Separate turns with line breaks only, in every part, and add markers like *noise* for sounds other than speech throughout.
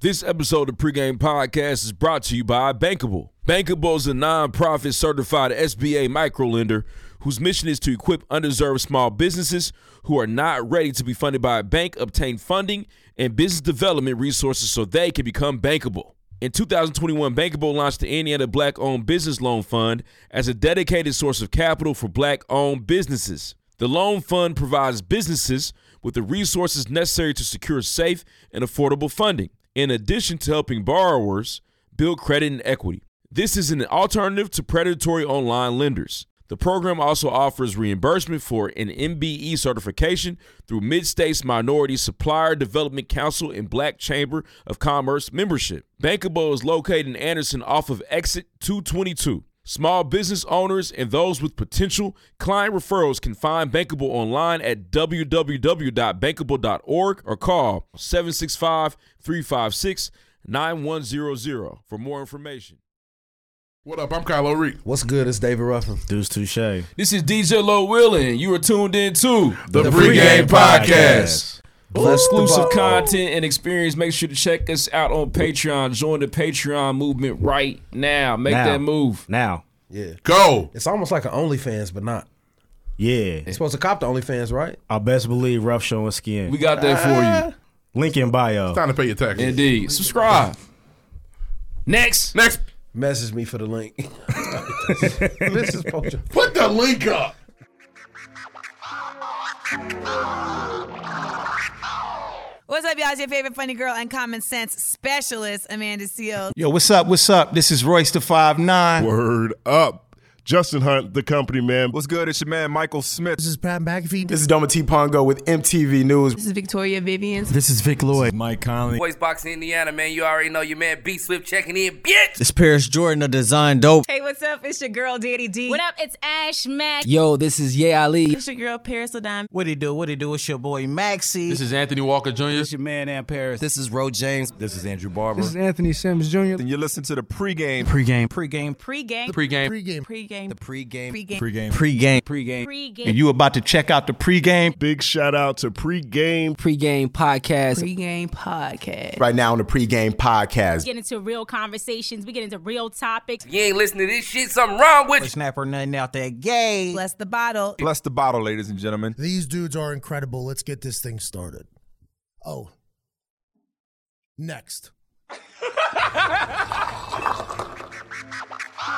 This episode of Pregame Podcast is brought to you by Bankable. Bankable is a nonprofit certified SBA microlender whose mission is to equip undeserved small businesses who are not ready to be funded by a bank obtain funding and business development resources so they can become bankable. In 2021, Bankable launched the Indiana Black Owned Business Loan Fund as a dedicated source of capital for black owned businesses. The loan fund provides businesses with the resources necessary to secure safe and affordable funding, in addition to helping borrowers build credit and equity. This is an alternative to predatory online lenders. The program also offers reimbursement for an MBE certification through Mid-States Minority Supplier Development Council and Black Chamber of Commerce membership. Bankable is located in Anderson off of exit 222. Small business owners and those with potential client referrals can find Bankable online at www.bankable.org or call 765-356-9100 for more information.
What up? I'm Kylo Reed.
What's good? It's David Ruffin.
*coughs*
Deuce Touche.
This is DJ Low Willin. You are tuned in to
The, pregame podcast.
Bless the
exclusive
ball.
content and experience. Make sure to check us out on Patreon. Join the Patreon movement right now. Make
Now.
that move.
Now.
Yeah.
Go.
It's almost like an OnlyFans, but not.
Yeah.
It's supposed to cop the OnlyFans, right?
I best believe rough showing skin. Ah.
We got that for
Link in bio.
Time to pay your taxes.
you. Indeed. Subscribe. Next.
Next,
Message me for the link. *laughs* this is Poacher.
put the link up.
What's up, y'all? It's your favorite funny girl and common sense specialist, Amanda Seals.
Yo, what's up? What's up? This is Royce the Five Nine.
Word up. Justin Hunt, the company man.
What's good? It's your man Michael Smith.
This is Pat McAfee.
This is Doma T Pongo with MTV News.
This is Victoria Vivian.
This is Vic Lloyd.
Mike Conley.
Boys Boxing Indiana, man. You already know your man B Swift checking in, bitch.
This Paris Jordan of Design Dope.
Hey, what's up? It's your girl, Daddy D. What up? It's Ash Mack.
Yo, this is Ye Ali.
It's your girl, Paris Ladon.
What it do? What it do? It's your boy Maxie. This
is Anthony Walker Jr.
your man Aunt Paris.
This is Ro James.
This is Andrew Barber.
Anthony Sims Jr.
and you listen to the pregame.
Pre-game.
Pre-game.
Pre-game.
Pregame.
Pre-game. Pre-game.
Pre-game. Pre-game.
Pre-game.
Pre-game.
Pre-game.
Pre-game.
And you about to check out the pre-game.
Big shout out to pregame.
Pre-game podcast.
Pre-game podcast.
Right now on the pre-game podcast.
Get into real conversations. We get into real topics. *laughs*
You ain't listening to this shit. Something wrong with you.
Snap or nothing out
*laughs*
that gay.
Bless the bottle.
Bless the bottle, ladies and gentlemen.
These dudes are incredible. Let's get this thing started. Oh. Next.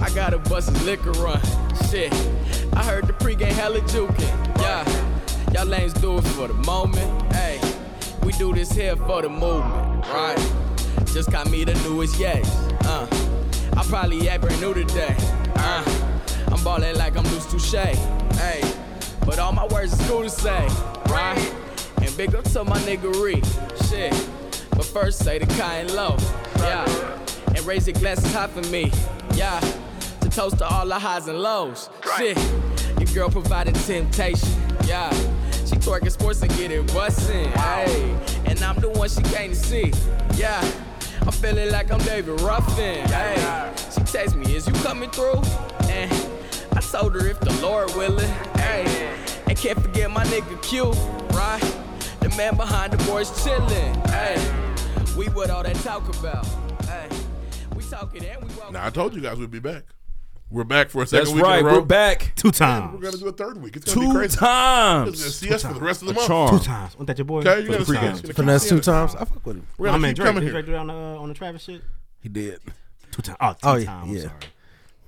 I got a bus's liquor run. Shit. I heard the pregame hella jukin'. Yeah. Y'all lanes do it for the moment. Hey, we do this here for the movement. Right. Just got me the newest yes. Uh, I probably act brand new today. Uh, I'm ballin' like I'm loose touche. Hey, but all my words is cool to say, right? And big up to my niggery, shit. But first say the kind low, yeah. And raise your glasses high for me, yeah. To toast to all the highs and lows, shit. Your girl provided temptation, yeah. She twerking sports and getting bustin', hey. And I'm the one she came to see, yeah. I'm feeling like I'm David Ruffin. Hey, she text me, is you coming through? And I told her if the Lord willing. Hey, and can't forget my nigga Q, right? The man behind the boys chillin'. Hey, we what all that talk about. Hey, we talking and we walking.
Now I told you guys we'd be back. We're back for a second
That's
week
right.
in a row.
We're back
Two
We're
times.
gonna do a third week. It's gonna be
two
crazy. You're gonna
times.
see us for the rest of the month.
Charm.
times. Wasn't that your boy?
Okay, you gotta see
pregame.
us. You're gonna come
Finesse
see
two
us.
times. I fuck with him.
We're gonna
I mean,
keep
Drake.
coming
Did
here.
Drake do that on, uh, on the Travis shit?
He did.
Two times. Oh, two
Oh, yeah,
times.
yeah.
I'm sorry.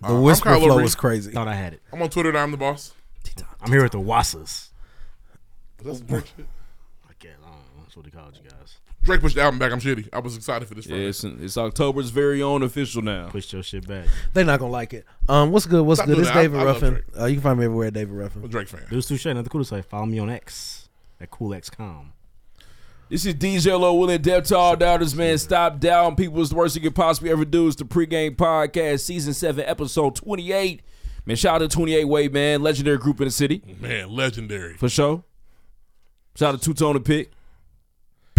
The
I'm
whisper
Kylo
flow
Reed.
was crazy.
Thought I had it.
I'm on Twitter. and I'm the boss.
I'm here with the Wassas.
That's some Drake shit.
I can't. I don't know. That's what they called you guys.
Drake pushed the album back. I'm shitty. I was excited for this.
Yeah,
Friday.
it's, it's October's very own official now.
Pushed your shit back.
They're not gonna like it. Um, what's good? What's
Stop
good?
doing
It's
that. I-
David
I love
Ruffin.
Drake.
Uh, you can find me everywhere at David
I'm a
Ruffin.
Drake fan.
Deuce Touche. Nothing cool to say. Follow me on X at coolxcom.
This is DJ Low Will and Dev to all doubters, man. Stop down. People, it's the worst you could possibly ever do. It's the pregame podcast, season seven, episode 28. Man, shout out to 28 Way, man. Legendary group in the city.
Man, legendary.
For sure. Shout out to Two Tone and Pick.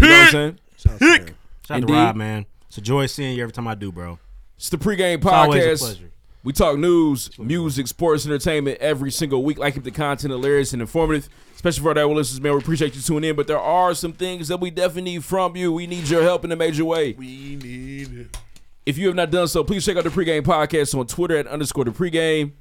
You know what I'm saying?
Shout out to
Indeed.
Rob, man. It's a joy seeing you every time I do, bro.
It's the pregame
It's always a
podcast.
pleasure.
We talk news, music, sports, entertainment every single week. Like keep the content hilarious and informative, especially for our regular listeners, man. We appreciate you tuning in, but there are some things that we definitely need from you. We need your help in a major way.
We need it.
If you have not done so, please check out the pregame podcast on Twitter at underscore the pregame.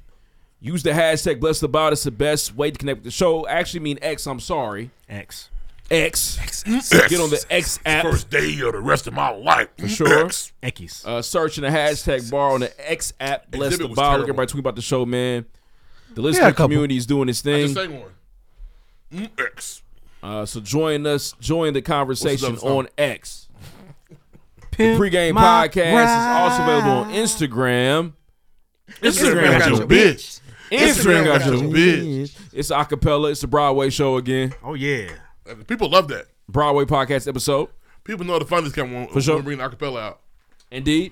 Use the hashtag bless the bot. It's the best way to connect with the show. I actually mean X, I'm sorry.
X.
X. Get on the X app.
First day of the rest of my life.
For sure.
X.
X.
Uh, search in the hashtag bar on the X app. Bless
Exhibit
the
was
bar. Look
terrible.
everybody tweet about the show, man. The
Yeah,
listening
a couple.
community is doing its
I
thing.
just sang one. Mm, X.
Uh, so join us, join the conversation
What's the other
on X.
Pimp
the pregame
my
podcast is also available on Instagram.
Instagram got your bitch.
Instagram got your
bitch.
It's acapella. It's the Broadway show again.
Oh yeah,
people love that.
Broadway podcast episode.
People know the fun is coming when,
For sure.
when we bring the acapella out.
Indeed.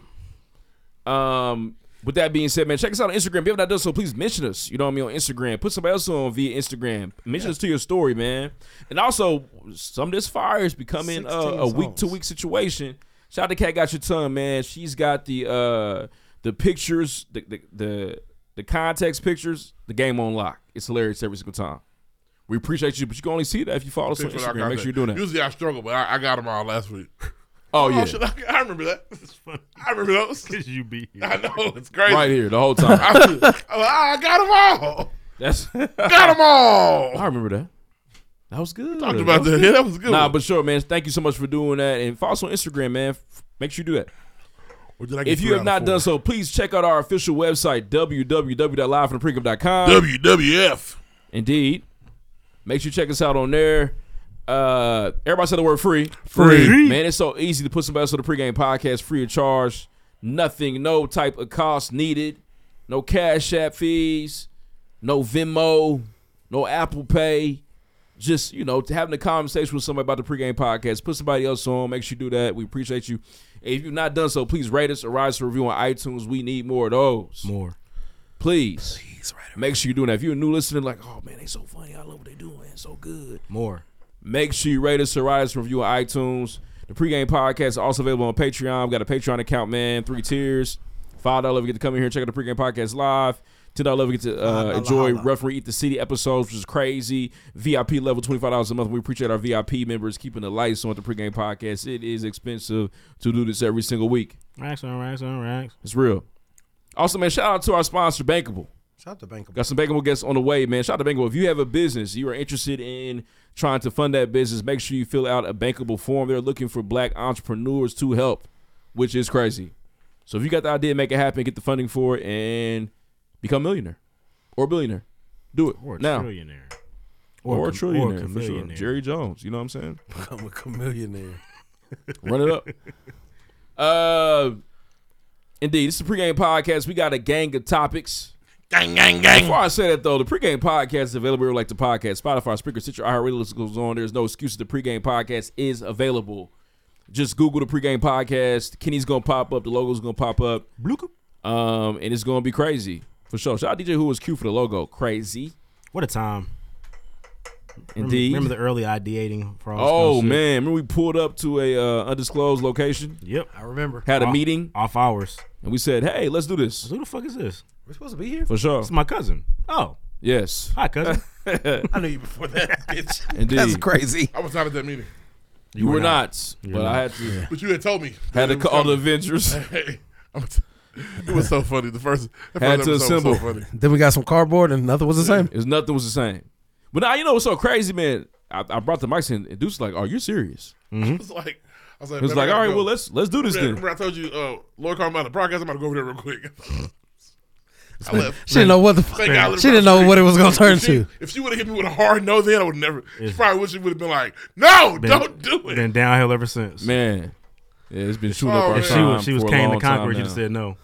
Um, with that being said, man, check us out on Instagram. If you have not done so, please mention us. You know what I mean on Instagram. Put somebody else on via Instagram. Mention us to your story, man. And also, some of this fire is becoming uh, a
16
week to week situation. Shout out to Cat Got Your Tongue, man. She's got the uh the pictures, the the the, the context pictures, the game on lock. It's hilarious every single time. We appreciate you, but you can only see that if you follow us on
Thanks for that
Instagram. Make
content.
sure you're doing that.
Usually I struggle, but I, I got them all last week. *laughs*
Oh, yeah.
shit, *laughs* I, I remember that. I
*laughs*
remember those. Cause
you be here.
I know it's crazy.
Right here, the whole time. *laughs*
*laughs* I, *laughs* was- I got them all.
That's
got them all.
I remember that. That was good.
Talked about that. Yeah, that was a good
Nah,
one.
but sure, man. Thank you so much for doing that. And follow us on Instagram, man. F- Make sure you do that.
Would you like
if
to
you
put
have
out a
not done so, please check out our official website, www.livefromtheprecamp.com.
WWF.
Indeed. Make sure you check us out on there. Uh, everybody said the word free.
Free.
Man, it's so easy to put somebody else on the pregame podcast free of charge. Nothing, no type of cost needed. No Cash App fees, no Venmo, no Apple Pay. Just, you know, having a conversation with somebody about the pregame podcast. Put somebody else on. Make sure you do that. We appreciate you. If you've not done so, please rate us or write us a review on iTunes. We need more of those.
More.
Please. Please write Make sure you're doing that. If you're a new listener, like, oh man, they so funny. I love what they doing. It's so good.
More.
Make sure you rate us or write us a review on iTunes. The pregame podcast is also available on Patreon. We've got a Patreon account, man. Three tiers. Five dollar, we get to come in here and check out the pregame podcast live. Ten dollar, we get to uh, enjoy referee eat the city episodes, which is crazy. VIP level twenty five dollars a month. We appreciate our VIP members keeping the lights on at the pregame podcast. It is expensive to do this every single week.
Racks on racks on racks.
It's real. Also, man, shout out to our sponsor, Bankable.
Shout out to Bankable.
Got some bankable guests on the way, man. Shout out to Bankable. If you have a business, you are interested in trying to fund that business, make sure you fill out a bankable form. They're looking for black entrepreneurs to help, which is crazy. So if you got the idea, make it happen, get the funding for it, and become a millionaire or a billionaire. Do it
Or a
now.
trillionaire.
Or,
Or a
a
com-
trillionaire,
or a
for sure.
chameleonaire.
*laughs*
Jerry Jones, you know what I'm saying?
I'm a chameleonaire.
Run it up. *laughs* Uh, indeed, it's the pregame podcast. We got a gang of topics.
Gang, gang, gang.
Before I say that though, the pregame podcast is available wherever you like the podcast, Spotify, Spreaker, Stitcher, iHeartRadio, list goes on. There's no excuses. The pregame podcast is available. Just Google the pregame podcast. Kenny's gonna pop up. The logo's gonna pop up. Um, and it's gonna be crazy for sure. Shout out DJ Who was Q for the logo. Crazy.
What a time. Remember-
Indeed.
Remember, the early ideating for all this
Oh
kind of shit?
man, remember we pulled up to a uh, undisclosed location.
Yep,
I remember.
Had a
Off-
meeting
off hours,
and we said, "Hey, let's do this."
Who the fuck is this?
We're supposed to be here
For sure.
It's my cousin. Oh,
Yes.
hi
*laughs*
cousin.
I knew you before that, bitch.
Indeed. That's crazy.
I was not at that meeting.
You, were not,
You
but
were
I
not.
had to.
But you had told me.
Had
that
to
it was
call the
coming.
Avengers.
*laughs* Hey, I'm t- *laughs* it was so funny. The first, the
Had
first
to
episode
assemble.
was so funny.
Then we got some cardboard and nothing was the same.
It was nothing was the same. But now you know what's so crazy, man. I, I brought the mics in, and Deuce was like, "Are you serious?"
It
Mm-hmm.
*laughs*
was like, I was like,
It was
man, I
like,
gotta
"All right,
go."
well, let's let's do this
Remember-
then."
Remember, I told you, uh, Lord called me out of the broadcast. I'm about to go over there real quick. *laughs* I left.
She didn't know what the
Thank God I lived
she didn't
across
know
the
what it was
street.
gonna turn
If she-
to.
If she would have hit me with a hard no, then I would never. She probably wish she would have been like, "No,
Been-
don't do it."
Been downhill ever since.
Man, yeah, it's been shooting
Oh,
up our
man.
if she
time.
was she was
for a
Kane the
long time
Conqueror, she'd have
now.
said no.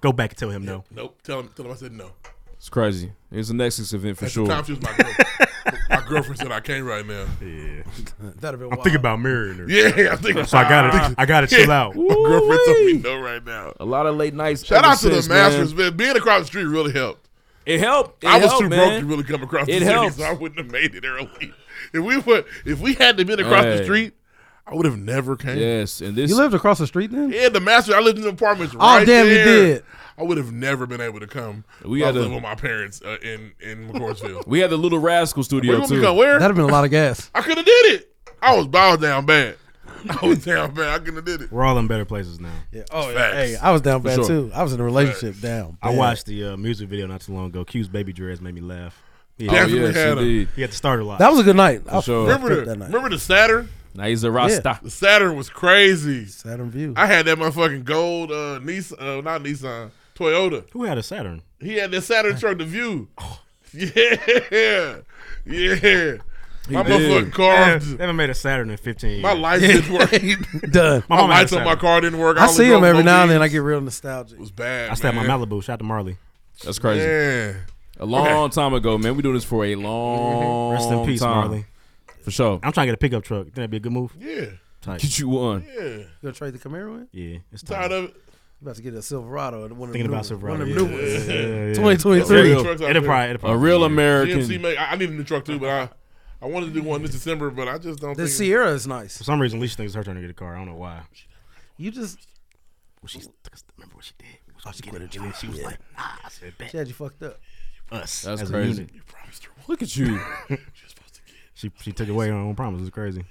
Go back and tell him no.
Nope. Tell him. Tell him I said no.
"It's crazy." It was a Nexus event for
At the
sure.
*laughs*
time, she was my girl. My girlfriend said I can't right now. Yeah.
*laughs* That'd have been I'm thinking wild. about marrying her.
Yeah, I think
So I gotta- I gotta chill out.
*laughs* My girlfriend told me no right now.
A lot of late nights.
Shout
ever
out to
since,
the
man.
Masters, man. Being across the street really helped.
It helped. It
I was
helped,
too
man.
broke to really come across the
It
city,
helped.
so I wouldn't have made it early. If we were, if we hadn't been *laughs* across
Hey.
the street, I would have never came.
Yes, and this
You lived across the street then?
Yeah, the master. I lived in the apartments.
Oh,
right
damn, you
there.
did.
I would have never been able to come.
We
We I
had
live
a-
with my parents uh, in
*laughs*
in McCoursville.
We had the Little Rascal
Where you
studio
want me
too.
to go? Where? That'd have
been a lot of
*laughs*
gas.
I could have did it. I was bowed down bad. *laughs* I was down bad. I
*laughs*
couldn't have did it.
We're all in better places now. Yeah.
Oh
Hey, I was down
For
bad
sure.
too. I was in a relationship down.
I
bad.
watched the uh, music video not too long ago. Q's baby dreads made me laugh. He
Oh, Definitely yes, had 'em. indeed.
He had to start a lot.
That was a good night. I
Remember the, remember the Saturn?
Now he's a
Rasta.
The Saturn was crazy.
Saturn View.
I had that motherfucking gold uh Nissan, uh, not Nissan, Toyota.
Who had a Saturn? Oh.
He had that Saturn truck,
*laughs*
the View. Yeah, yeah. My motherfucking car,
They haven't made a Saturn in 15 years.
my
*laughs*
lights didn't work.
*laughs* Done.
My, lights on my car didn't work.
I
only
see him
drove
every
low
now and then. I
beams.
get real nostalgic.
was bad.
I stabbed my
man.
Malibu. Shout out to Marley.
That's crazy.
Yeah.
A long time ago, man. We doing this
*laughs*
for a long
Rest in peace,
time.
Marley.
For sure.
I'm trying to get a pickup truck. Think that'd be a good move?
Yeah.
Tight.
Get you one.
Yeah. You
gonna trade the Camaro in?
Yeah. It's
tired of it.
About to get a Silverado and one of
Thinking
them
about
new
Silverado.
ones. One
Yeah,
of them new
yeah,
ones.
yeah, yeah.
2023.
Trucks out
It'll
there.
probably- it'll probably-
A real American.
GMC make, I, I need a new truck too, but I, I wanted to do one this December, but I just don't.
The
think
Sierra is nice.
For some reason, Leisha thinks it's her turn to get a car. I don't know why.
You just
Well, she's, remember what she did? Oh, she quit her job. She was like, nah. I said, bet.
She had you fucked up.
Us.
That's
as a
crazy.
unit.
Look
*laughs*
at you.
She she took away her own promise. It was crazy.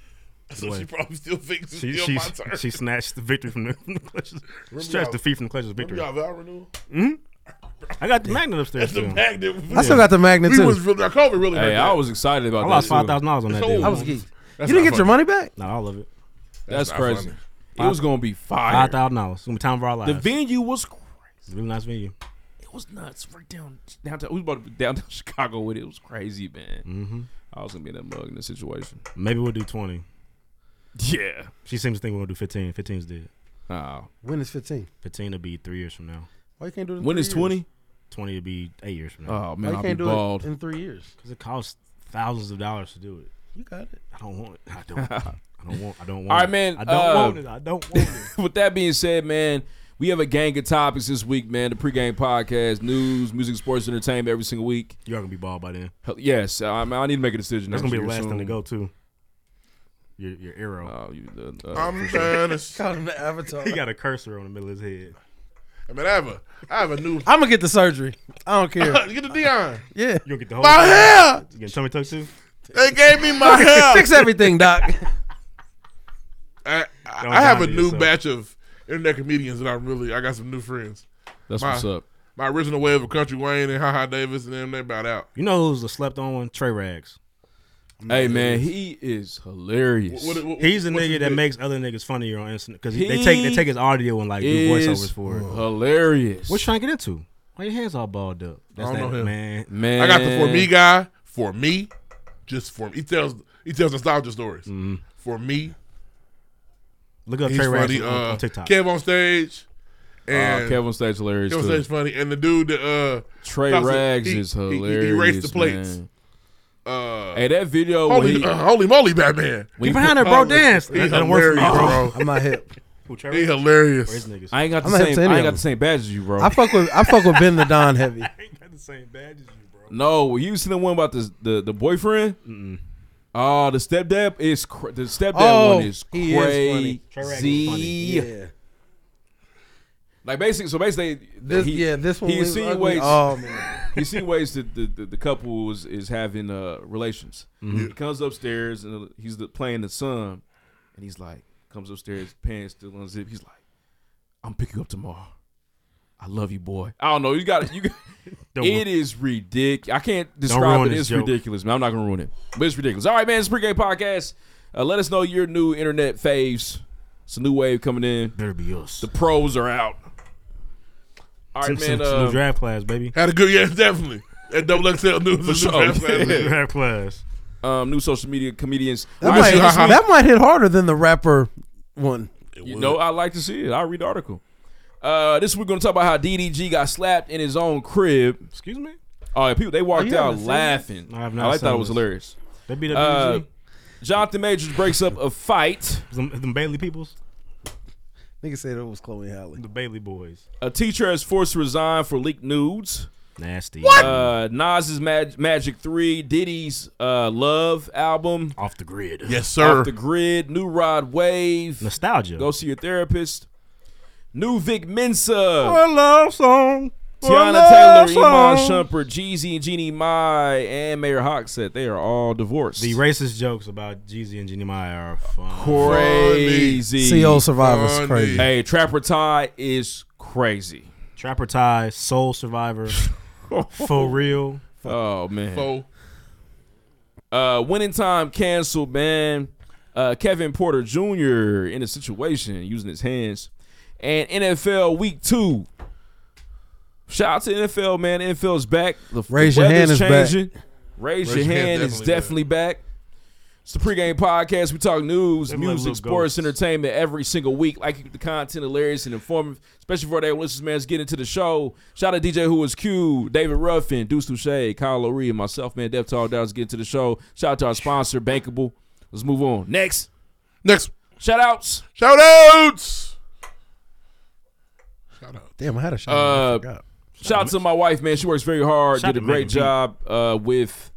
So she probably still thinks it's
she,
still
she,
my turn.
She snatched the victory from the, from the clutches.
Remember
Snatched
y'all-
the fee from the clutches of victory.
Remember y'all vow renewal?
hmm I got the magnet upstairs.
That's the
still.
magnet.
I still got the magnet
we
too.
Was real, now COVID really hurt
hey, I
that.
was excited about
I
that.
lost
too.
five thousand dollars on that
It's
deal.
old. I was geek.
You didn't get your money back?
Not all of it.
That's,
not
crazy.
funny.
It was gonna be fire.
Five thousand dollars. It's gonna be time for our
The
lives.
venue was
really nice venue.
it was nuts. Right down downtown. We was about to be downtown *laughs* Chicago with it. It was crazy, man.
Mhm.
I was gonna be in that mug in this situation.
Maybe we'll do twenty.
Yeah.
She seems to think we're gonna do fifteen. 15's dead.
Oh.
When is 15?
Fifteen will be three years from now.
Why you can't do it in
When
three
is
years?
20?
Twenty will be eight years from now.
Oh, man, I'll
Why you
be
can't do
bald.
it in three years?
because it costs thousands of dollars to do it.
You got it.
I don't want it. I don't. I don't want. I don't want.
All right,
it.
man.
I don't
uh,
want it. I don't want
*laughs*
it.
With that being said, man, we have a gang of topics this week, man. The pregame podcast, news, music, sports, entertainment every single week.
You're gonna be
*laughs*
bald by then.
Hell, Yes, I, I need to make a decision.
That's gonna be the
actually
last thing to
soon.
go to. Your your arrow.
Oh, you, the, uh,
I'm
for sure.
*laughs*
trying to.
Called him the
*laughs*
Avatar.
He got a cursor on the middle of his head.
I mean, I have a, I have a new.
I'm gonna get the surgery. I don't *laughs*
*laughs*
care.
get the Dion.
Yeah.
You gonna get the whole
My
thing?
hair.
You getting tummy tuck too?
They gave me my hair.
*laughs* Fix everything,
*laughs*
Doc.
I, I,
Don't
I have a
down
new
yourself.
batch of internet comedians that I really. I got some new friends.
That's
my,
what's up.
My original wave of Country Wayne and Ha Ha Davis and them, they about out.
You know who's the slept on one? Trey Rags.
Hey, man, he is hilarious.
What- what-
He's a
what
nigga
you
that
did?
makes other niggas funnier on Instagram because
He
they take they take his audio and like do
is
voiceovers for it.
Hilarious.
What you trying to get into? Why your hands all balled up? That's
I
that,
don't know him.
man.
Man,
I got the for me guy for me, just for me. He tells he tells nostalgia stories for me.
Mm-hmm. Look up
he's
Trey Rags
funny.
on,
uh,
on TikTok.
Kev on stage.
Uh,
And
Kev on stage hilarious
Kev on
too.
stage funny, and the dude that uh,
Trey
toss it,
Rags
he-
is
he-
hilarious.
He, he raced the plates.
man.
Uh,
Hey, that video when
holy,
he-
uh, holy moly, Batman!
When
Get
he
behind
put-
her, bro.
Oh,
Dance.
he
That don't work for me, bro.
hilarious,
I'm not hip.
Who, Trey
He
Rags?
hilarious.
Or his niggas.
I ain't got the
I'm not
same. I
saying
ain't
him.
got the same badge as you, bro.
I fuck with I fuck with Ben the
*laughs*
Don heavy.
got the same badge as you, bro.
no, you seen the one about the the, the boyfriend?
Mm-mm.
Oh, the stepdad is cra- the stepdad
Oh,
one is
he is
crazy.
funny.
Trey Rags is funny.
Yeah.
Like basically, so basically,
This
he,
yeah, this one
he
was ugly.
insinuates
Oh man. *laughs*
he insinuates that the, the, the couple is, is having uh, relations.
Mm-hmm.
He comes upstairs and uh, he's the, playing the son, and he's like, comes upstairs, pants still unzipped. He's like, "I'm picking you up tomorrow. I love you, boy." I don't know. You got you. Got,
*laughs* Don't
it is ridiculous. I can't
ruin
describe it.
this
It's
joke.
ridiculous, man. I'm not gonna ruin it, but it's ridiculous. All right, man. It's pregame podcast. Uh, let us know your new internet faves. It's a new wave coming in.
Better be us.
The pros are out. All right,
Some- some-
man.
some new
Uh,
draft class, baby.
Had a good yeah, definitely. At Double XL
*laughs*
News,
For
is the
sure.
best
Yeah.
family.
draft class.
um, new social media comedians.
That
I
might,
see this week-
that might hit harder than the rapper one.
You know, I like to see it. I read the article. Uh, this we're gonna talk about how DDG got slapped in his own crib.
Excuse me.
Oh, yeah, people they walked
you
out
haven't seen
laughing.
I have
I
not
like thought
seen
it was
this.
hilarious.
They beat up
Uh,
UG.
Jonathan Majors breaks up a fight.
Them Bailey peoples.
Nigga said it was Chloe Halle.
The Bailey boys.
A teacher has forced to resign for leaked nudes.
Nasty.
What? Uh, Nas's Mag- Magic Three, Diddy's uh, Love album,
Off the Grid.
Yes, sir.
Off the Grid, New Rod Wave,
Nostalgia.
Go see your therapist. New Vic Mensa.
One love song. One
Uh, Tiana
love
Taylor, Iman
song.
Shumpert, Jeezy and Jeannie Mai, and Mayor Hoxett. They are all divorced.
The racist jokes about Jeezy and Jenny Maya are fun.
Crazy.
CO Survivor's Funny. crazy.
Hey, Trapper Ty is crazy.
Trapper Ty,
*laughs*
Soul Survivor, for real.
Oh man.
Foe.
Uh, winning time canceled, man. Uh, Kevin Porter Jr. in a situation using his hands, and NFL Week Two. Shout out to NFL, man. NFL's back. The
Raise your
weather's
hand is back.
changing. Raise, your, hand, is definitely back. It's the pregame podcast. We talk news,
Them little
music,
goats.
sports, entertainment every single week. Like keep the content hilarious and informative, especially for our listeners, man. Let's get into the show. Shout out to DJ Who Was Q, David Ruffin, Deuce Touche, Kyle Lowry, and myself, man. Def Talk Down. Let's get into the show. Shout out to our sponsor, Bankable. Let's move on. Next.
Next.
Shout outs.
Shout outs.
Damn, I had a shot.
Uh, shout out to my wife, man. She works very hard.
Shout
Did
to
a great
Megan Thee.
job uh, with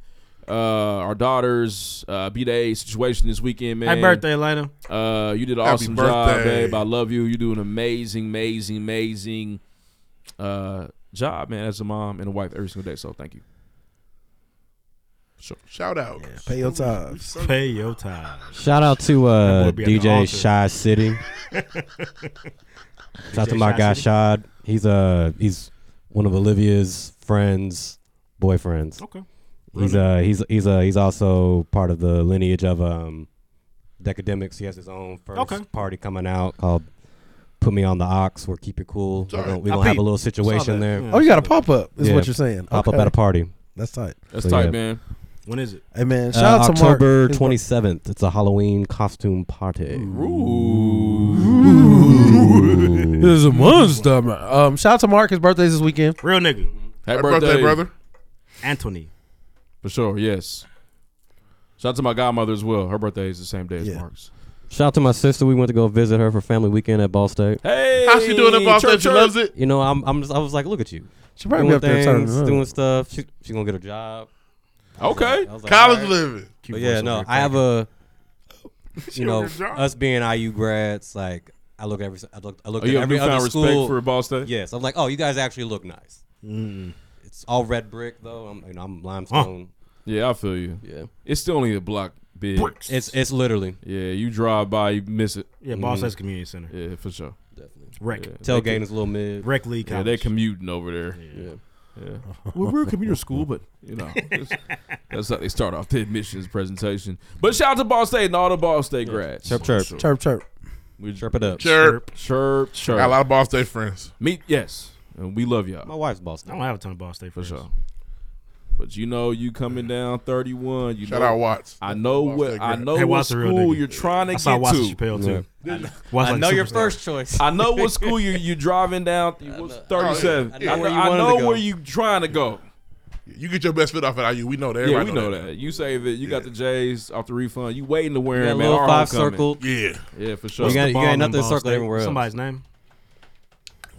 uh, our daughter's uh, B-Day situation this weekend, man.
Happy birthday, Elena.
Uh, you did an
Happy
awesome job,
birthday.
babe. I love you. You do an amazing, amazing, amazing uh, job, man, as a mom and a wife every single day. So thank you.
Shout out.
Pay your tithes.
Pay your tithes.
Shout out to
That
uh,
boy be at the
DJ
altar.
Shy City.
*laughs*
Shout out to my
Shy
guy
City?
Shad. He's uh he's one of Olivia's friends, boyfriends.
Okay.
He's uh he's he's uh he's also part of the lineage of um Decademics. He has his own first
Okay.
party coming out called Put Me on the Ox or Keep It Cool. We're gonna, we
I
gonna have a
peeped.
little
Saw that.
situation there.
Oh, you got a pop-up, is what you're saying.
Pop
Okay.
up at a party.
That's tight.
That's
So,
tight,
yeah.
man.
When is it?
Hey, man.
Uh,
Shout out to Mark.
October
His-
twenty seventh. It's a Halloween costume party.
This is a monster, man. Um, shout out to Mark. His birthday's this weekend.
Real nigga.
Happy birthday, birthday. brother.
Anthony.
For sure, yes. Shout out to my godmother as well. Her birthday is the same day as Mark's.
Shout out to my sister. We went to go visit her for family weekend at Ball State.
Hey,
How's she doing about that? She loves it.
You know, I'm, I'm just, I was like, look at you.
She probably
doing
up there turning
things,
it up.
doing stuff. She, she gonna get a job. I was
Okay.
like- I was like,
College
all
living.
But yeah, no, I
*laughs*
have a, you know, us being IU grads, like I look at every, I look, I look
Oh,
at
you have
every other
newfound
school
respect for Ball State?
Yes, I'm like, oh, you guys actually look nice. Mm. It's all red brick though. I'm, you know, I'm limestone.
Yeah, I feel you.
Yeah.
It's still only a block big.
Bricks. It's- it's literally. Mm-hmm.
Yeah, you drive by, you miss it.
Yeah, Ball Mhm. State's community center.
Yeah, for sure. Definitely.
Rec.
Tailgating is a little mid.
Rec league
Yeah, they're commuting over there. Yeah. Yeah. well, we're a commuter school, but you know, it's- that's how they start off the admissions presentation. But shout out to Ball State and all the Ball State grads.
Chirp, chirp.
Chirp, chirp.
We
Chirp it up.
Chirp.
chirp, chirp.
Got a lot of Ball State friends.
Me, yes, and we love y'all.
My wife's Ball State.
I don't have a ton of Ball State
for
friends.
sure. But you know, you coming down thirty one. You
Shout
know,
out Watts.
I know
Watts
what
that
I
great.
know
Hey,
what
Watts a real
school
nigga.
you're trying to
I saw
get
Watts
to.
Chappelle, too. Yeah. *laughs* Watts
I
like
know
a
your
superstar.
first choice. I know what
*laughs*
school you you driving
*laughs*
down. Thirty seven.
Oh,
I
yeah.
know,
Yeah.
I know where you trying to go.
You get your best fit off at IU. We know that.
Yeah,
Everybody
we know that. You save it. You got the J's off the refund. You waiting to wear
You got
them,
a
man.
little
Our
five
homecoming.
circle.
Yeah.
yeah, for sure.
You got, you got nothing
Ball
circled
State?
everywhere else.
Somebody's name?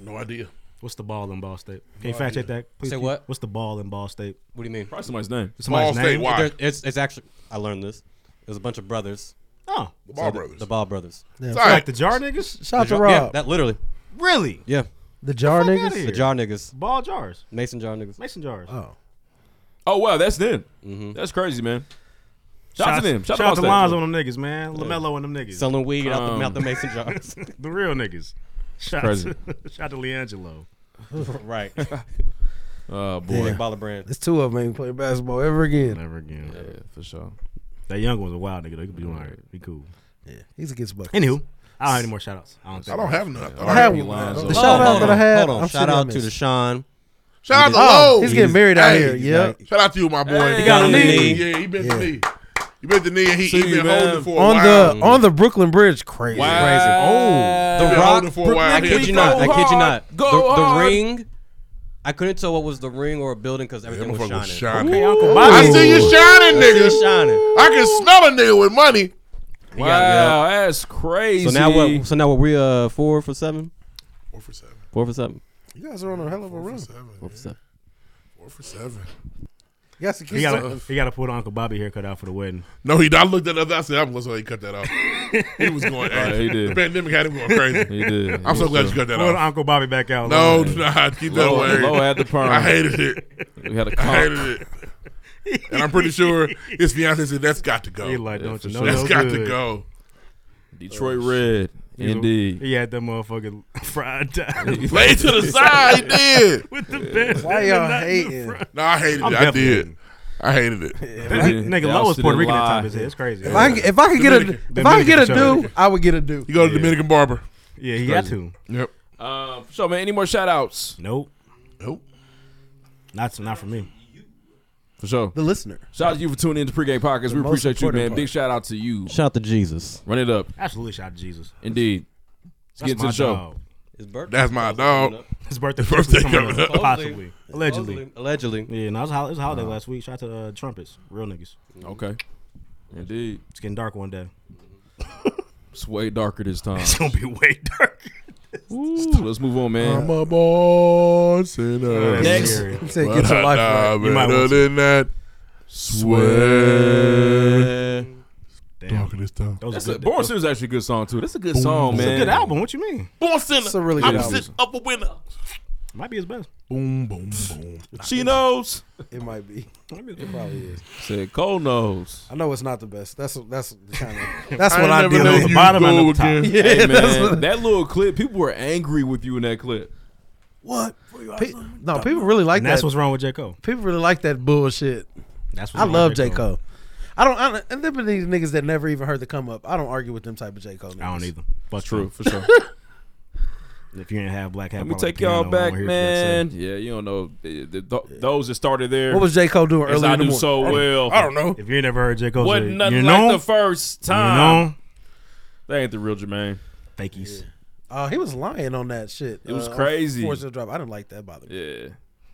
No idea.
What's the ball in Ball State? Can you
No
fact
idea.
check that? Please
Say
Keith?
what?
What's the ball in Ball State?
What do you mean?
Probably somebody's name.
Somebody's name.
There- It's it's actually I learned this. It was a bunch of brothers.
Oh, the
Ball
the-
Brothers.
The Ball Brothers.
Yeah.
So like the Jar niggas?
Shout out
The
to
Jar- yeah,
Rob.
that literally.
Really?
Yeah.
The jar
outta
niggas.
here.
The Jar niggas.
Ball jars.
Mason Jar niggas.
Mason jars.
Oh.
Oh wow, that's them. That's crazy, man. Shout, out to them. Shout,
Shout out
Ball
to
State.
Lines on them niggas, man. Lamelo and them niggas. Um,
Selling weed out the- out the mason
*laughs*
jars.
the real niggas. Shout
crazy.
To, *laughs* shout to Leangelo. *laughs*
*laughs* right.
Oh boy,
Big baller brand.
It's two of them ain't playing basketball ever again.
Never again.
Yeah, for sure.
That young one's a wild nigga. though. He could be doing all right. He cool.
Yeah, he's against buckets.
Anywho, I don't have any more shout outs. I don't, think
I don't have none. I
have one, man. The shout out that I had,
Hold on.
I'm
Shout
sure I
out to
missed.
Deshaun.
Shout out to
Oh,
Lowe.
he's getting married out here. Yeah.
Shout out to you, my boy.
Hey. He got a knee.
Yeah, he bent the knee. He bent the knee and he, he
See you,
been
man.
holding for a
On
while.
the on the Brooklyn Bridge, crazy.
Wow.
The
Been
Rock.
Oh,
holding for a while.
I
He
kid
had
you
to
not.
go
I kid you
hard.
not.
Go
the, the
hard.
ring. I couldn't tell what was the ring or a building because everything was
motherfucker
shining.
was shining. Okay, Uncle Bobby. I see you shining,
I see you
nigga.
shining.
I can smell a nigga with money.
Wow, Yeah,
that's crazy.
So now what? So now what? We uh four for seven.
Four for seven.
Four for seven.
You guys are on a hell of a run.
Four for seven.
Four for seven.
You guys can
He
keep
gotta, he gotta put Uncle Bobby haircut out for the wedding.
No, he. I looked at the other. I said, I'm going to he cut
*laughs*
that off. *laughs* he was going.
Right,
crazy.
Oh, he did.
The pandemic had him going crazy.
He did.
I'm so
He
glad
did.
you cut that
Pull
off.
Uncle Bobby back out,
No,
Lo.
do not keep that
Lo-
away.
Lo had the perm.
*laughs* I hated it.
We had a
I
cock.
hated it. And I'm pretty sure his fiance said that's got to go.
He like, don't you know
That's
no
got to
good. Oh,
go.
Detroit Red,
He was-
indeed.
He had that motherfucking *laughs* fried time.
Lay to the side, he did.
*laughs* With the best.
Why
in
y'all
the nut in the
hating?
front.
No, I hated
I'm
it. I
definitely
did. I hated it.
That nigga Lo was Puerto Rican at the time. of his head. It's crazy.
If I if I could get a if I could get a do, I would get a do.
You go to Dominican barber.
Yeah, he got to.
Yep.
Uh, so man, any more shout outs?
Nope.
Nope.
Not not for me.
For sure.
The listener.
Shout out to you for tuning in to pregame podcast.
The
we
most
appreciate you,
important
man.
part.
Big shout out to you.
Shout out to Jesus.
Run it up.
Absolutely shout out to Jesus.
Indeed. Let's
That's
get to
my
the show.
dog.
His birthday.
That's my dog.
His birthday,
His birthday
coming,
coming
up,
up.
possibly, allegedly,
allegedly.
Yeah, no, it was, a hol- it was a holiday last week. Shout out to uh, trumpets, real niggas.
Okay, indeed.
It's getting dark one
*laughs*
day.
It's way darker this time.
It's gonna be way dark.
Ooh, let's move on, man.
I'm a born sinner.
Uh, Next.
But
Say, get your
I
life right.
die
You might
better
want to.
than that. Swear. Darker this time.
That's a, Born Sinner is actually a good song too. That's a good song, man.
It's a good album. What you mean?
Born Sinner.
It's a really good album.
up a winner.
Might be his best.
Boom, boom, boom.
She knows.
It might be. It probably is.
Said Cole knows.
I know it's not the best. That's that's
*laughs*
the kind of that's
I
what I
never
do.
knew
The
you
bottom
go
and the
*laughs*
top.
again.
Yeah,
Hey,
that's
man,
what-
that little clip. People were angry with you in that clip.
What? Pe- no, people really like
And
that.
that's what's wrong with J. Cole.
People really like that bullshit.
That's what's
I
wrong
love
with
J.
J.
Cole. I don't, I don't. And there been these niggas that never even heard the come up. I don't argue with them type of J. Cole. Niggas.
I don't either. Fuck
True,
you.
for
*laughs*
sure.
If you didn't have black hat,
Let me
Ball
take
Piano,
y'all
I
back,
wanna hear what you gotta say.
man. Yeah, you don't know the, the, th- those that started there.
What was J. Cole doing
As
early
I
in the
do
morning?
so
I don't-
well.
I don't know.
If you ain't never heard J. Cole,
Wasn't
say,
nothing
you
like
know?
the first
You
time.
know,
That ain't the real Jermaine.
fakies.
*laughs* Uh, he was lying on that shit.
It was
uh,
crazy.
Force the drop. I didn't like that bother me.
Yeah. It's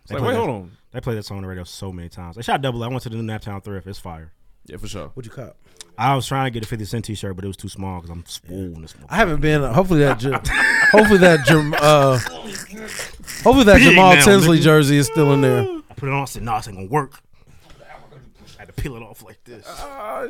They
like,
play
wait,
that-
hold
*laughs*
on.
They played that song on the radio so many times. They shot double. I went to the new Naptown Thrift. It's fire.
Yeah, for sure.
What'd you cop?
I was trying to get a 50 cent t shirt, but it was too small because I'm swollen this
I haven't been. uh, Hopefully
*laughs*
that. Jim, hopefully that. Jim, uh, hopefully that
Big
Jamal
now,
Tinsley
nigga.
jersey is still in there.
I *laughs* put it on. I said, "No, this ain't gonna work." I had to peel it off like this.
Ah,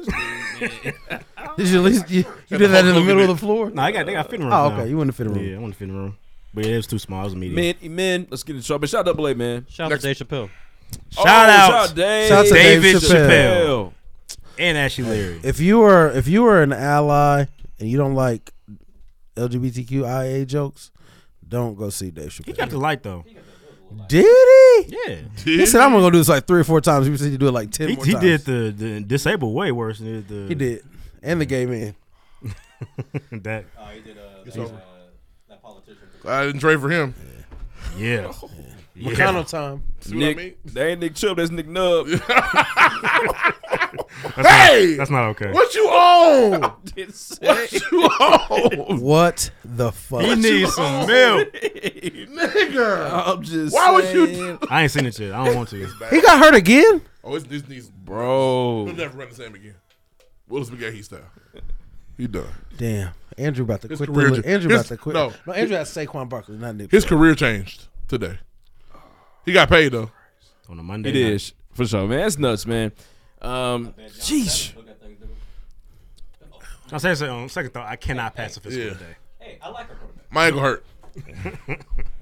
Did you at least you, you did that in the middle of the floor?
No, I got they got fitting room.
Oh,
now.
okay. You wouldn't fit in room.
Yeah, I want to fit in room, but yeah, it was too small. It was a medium.
Men, men, let's get in trouble. Shout out to A, man.
Shout out
Next-
to Dave Chappelle.
Oh,
Shout out,
Shout out Dave,
Shout out to Dave
David
Chappelle.
and Ashley Leary.
If you are if you are an ally and you don't like LGBTQIA jokes, don't go see Dave
He
Chappelle.
got the light though.
Did he?
Yeah,
He said I'm gonna go do this like three or four times. He said you do it like ten.
He,
more
he
times.
did the, the disabled way worse than he did the.
He did, and the gay man.
*laughs* that.
Oh, uh,
I didn't trade for him.
Yeah. Yeah.
McConnell time.
See what I
Nick,
mean?
that ain't Nick Chubb. That's Nick
*laughs*
Nub.
hey,
that's not okay.
What
*laughs*
*laughs*
you on?
what
you on?
What the fuck?
He needs some milk.
*laughs*
nigga.
I'm just.
Why would you
saying.
do-
I ain't seen it yet. I don't want to.
He got hurt again.
Oh, it's this needs
Bro.
He'll never run the same again. Willis Spaghetti style. He done.
Damn, Andrew about to
His
quit. The,
career
li-
ju-
Andrew
his-
about to quit.
no.
no, Andrew has Saquon Barkley, not Nick.
His
Chubb.
career changed today. He got paid though.
On
He
a Monday.
did
night.
sh- for sure, man. That's nuts, man. Um, sheesh.
I'm saying so, on second thought, I cannot pass a physical
Yeah.
today.
My ankle hurt.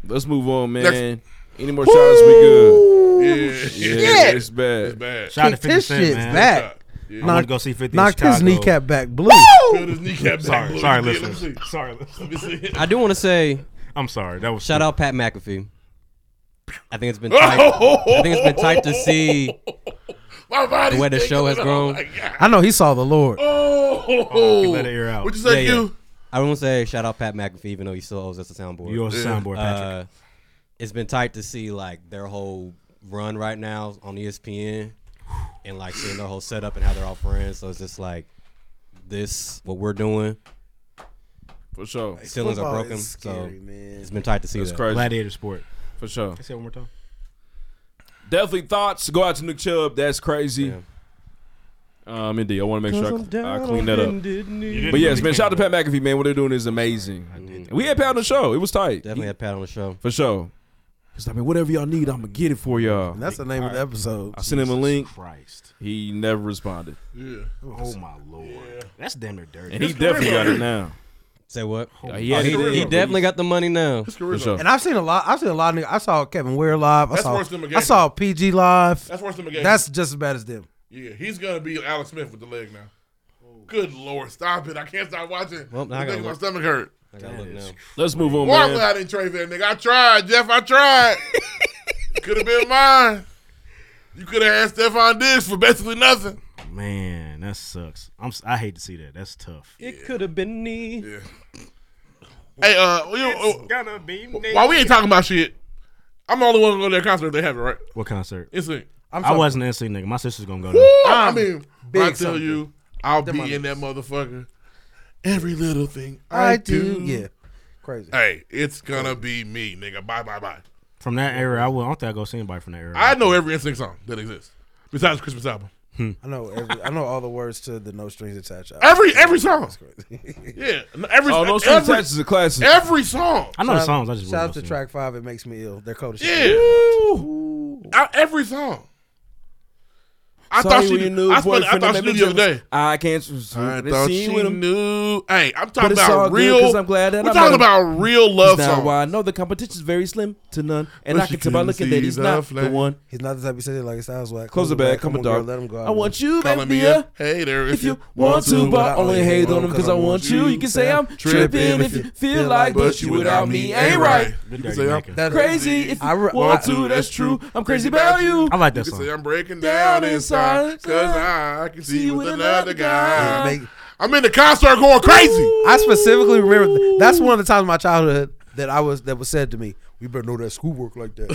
Let's move on, man.
Next.
Any more shots? We good.
Yeah.
Yeah, it's bad.
It's bad.
Shout out to 50
Kicked his
Cent,
shit's
man.
back.
Yeah.
I wanna go see 50 in
knocked his
Chicago.
kneecap back blue.
Build his kneecap back.
Sorry, sorry,
Willis. Yeah, let me
listeners. *laughs*
see.
Sorry, listeners. *laughs*
Let me see.
I do want to say
I'm sorry. That was
shout out Pat McAfee. I think
*laughs*
it's been tight. I think it's been tight to see
*laughs* My body's
the way the show has
kicking.
grown.
Oh, my God.
I know he saw the Lord.
Oh,
Oh, he let it air out.
What you say,
Yeah, yeah.
you?
I want to say shout out Pat McAfee, even though he still owes us a soundboard.
You on soundboard, Patrick.
Uh, it's been tight to see like their whole run right now on E ESPN, and like seeing their whole setup and how they're all friends. So it's just like this what we're doing.
For sure.
Ceilings are
Football
broken.
is scary,
so
man.
it's been tight to see
That's
that.
crazy.
Gladiator sport.
For sure.
Say it one more time.
Definitely thoughts go out to Nick Chubb. That's crazy. Um, indeed, I want to make sure I, I clean that up. But yes, man, shout out to Pat McAfee, man. What they're doing is amazing. We had Pat on the show. It was tight. Definitely had Pat on the show for sure. 'Cause, I mean, whatever y'all need, I'm gonna get it for y'all.
And that's the name of the episode.
I sent him a link.
Christ.
He never responded,
Yeah. Oh my lord. That's damn near dirty.
and he definitely got it now.
Say what?
he had
he,
it.
he definitely got the money now.
For sure.
And I've seen a lot. I've seen a lot of. Niggas. I saw Kevin Ware live. I
That's
saw.
worse than McGahey.
I saw PG live.
That's worse than McGahey.
That's just as bad as them.
Yeah, he's gonna be Alex Smith with the leg now. Good lord, stop it! I can't stop watching.
Well, now I gotta
I'm making my
look.
stomach hurt.
I gotta look now.
Let's move on,
Barkley,
man.
I didn't trade that nigga. I tried, Jeff.
*laughs*
I tried. could have been mine. You could have had Stephon Diggs for basically nothing.
Man, that sucks. I'm. s- I hate to see that. That's tough.
It could have been me.
Yeah. Hey, uh, you,
It's gonna be me.
While we ain't talking about shit, I'm the only one going to their concert if they have it, right?
What concert?
It's it.
i wasn't an NSYNC nigga. My sister's gonna go.
Woo!
Now.
I mean,
big
I tell
something.
you, I'll
Them
be
my
in that motherfucker. Every little thing
I
I,
do.
do.
Yeah. Crazy.
Hey, it's gonna be me, nigga. Bye, bye, bye.
From that era, I will. I don't think I go see anybody from that era.
I know every instinct song that exists besides Christmas album.
Hmm.
I know. Every, I know all the words to the No Strings Attached. album.
Every every song.
That's crazy. *laughs*
Yeah, every.
Oh, No Strings
every-
Attached is a classic.
Every song.
Shout- shout out to track five. It makes me ill. They're cold as
Yeah.
shit.
I- every song. I thought she knew. I, spun, I thought she knew the other day.
I can't.
I thought she knew. Hey, I'm talking
But it's all
about
good
real.
'cause I'm glad that
we're
I'm
talking
not
about
a-
real love
That's not
songs.
Why I know the competition's very slim to none, and
But
I
she
can tell by
couldn't
looking that
see
he's
the
not the
flag.
one.
He's not the type you said it like it sounds like.
Close the bag, come on,
Come on, girl.
dog.
Let him go.
I want you,
Calling
baby.
me a hater
if you want to, but I only hate on him because I want you. You can say I'm tripping if you feel like, but you without me ain't right.
You can say I'm
That's-
Crazy if
I
you
re-
want
I-
to, that's true. I'm crazy about you.
I like
You
that
can
song.
say I'm breaking down inside because I can see you with another guy. I'm
*laughs*
in the concert going crazy.
I specifically remember th- that's one of the times in my childhood that I was that was said to me. We better know that schoolwork like that.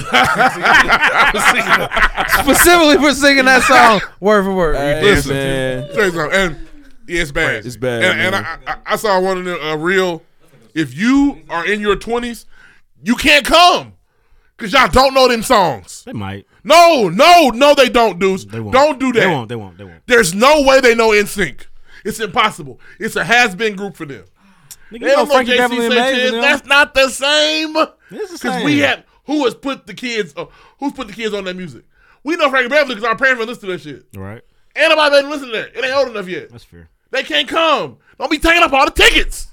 specifically for singing that
Oh,
song word for word.
Listen,
man.
tell you something, and yeah, it's bad.
It's bad,
And, and
man.
I, I, I saw one of the uh, real. If you are in your twenties, you can't come because y'all don't know them songs.
They might.
No, no, no, they don't, dudes.
won't.
Don't do that.
They won't. They won't. They won't.
There's no way they know NSYNC. It's impossible. It's a has been group for them.
Nigga,
they
you
don't
know
know
Frankie
JC
Beverly and Maze
Sanchez.
and them.
That's not the same.
the
Because
same.
we have who has put the kids uh, who's put the kids on that music. We know Frankie Beverly because our parents been listening to that shit.
Right.
Ain't nobody made them listen to that. It ain't old enough yet.
That's fair.
They can't come. Don't be taking up all the tickets.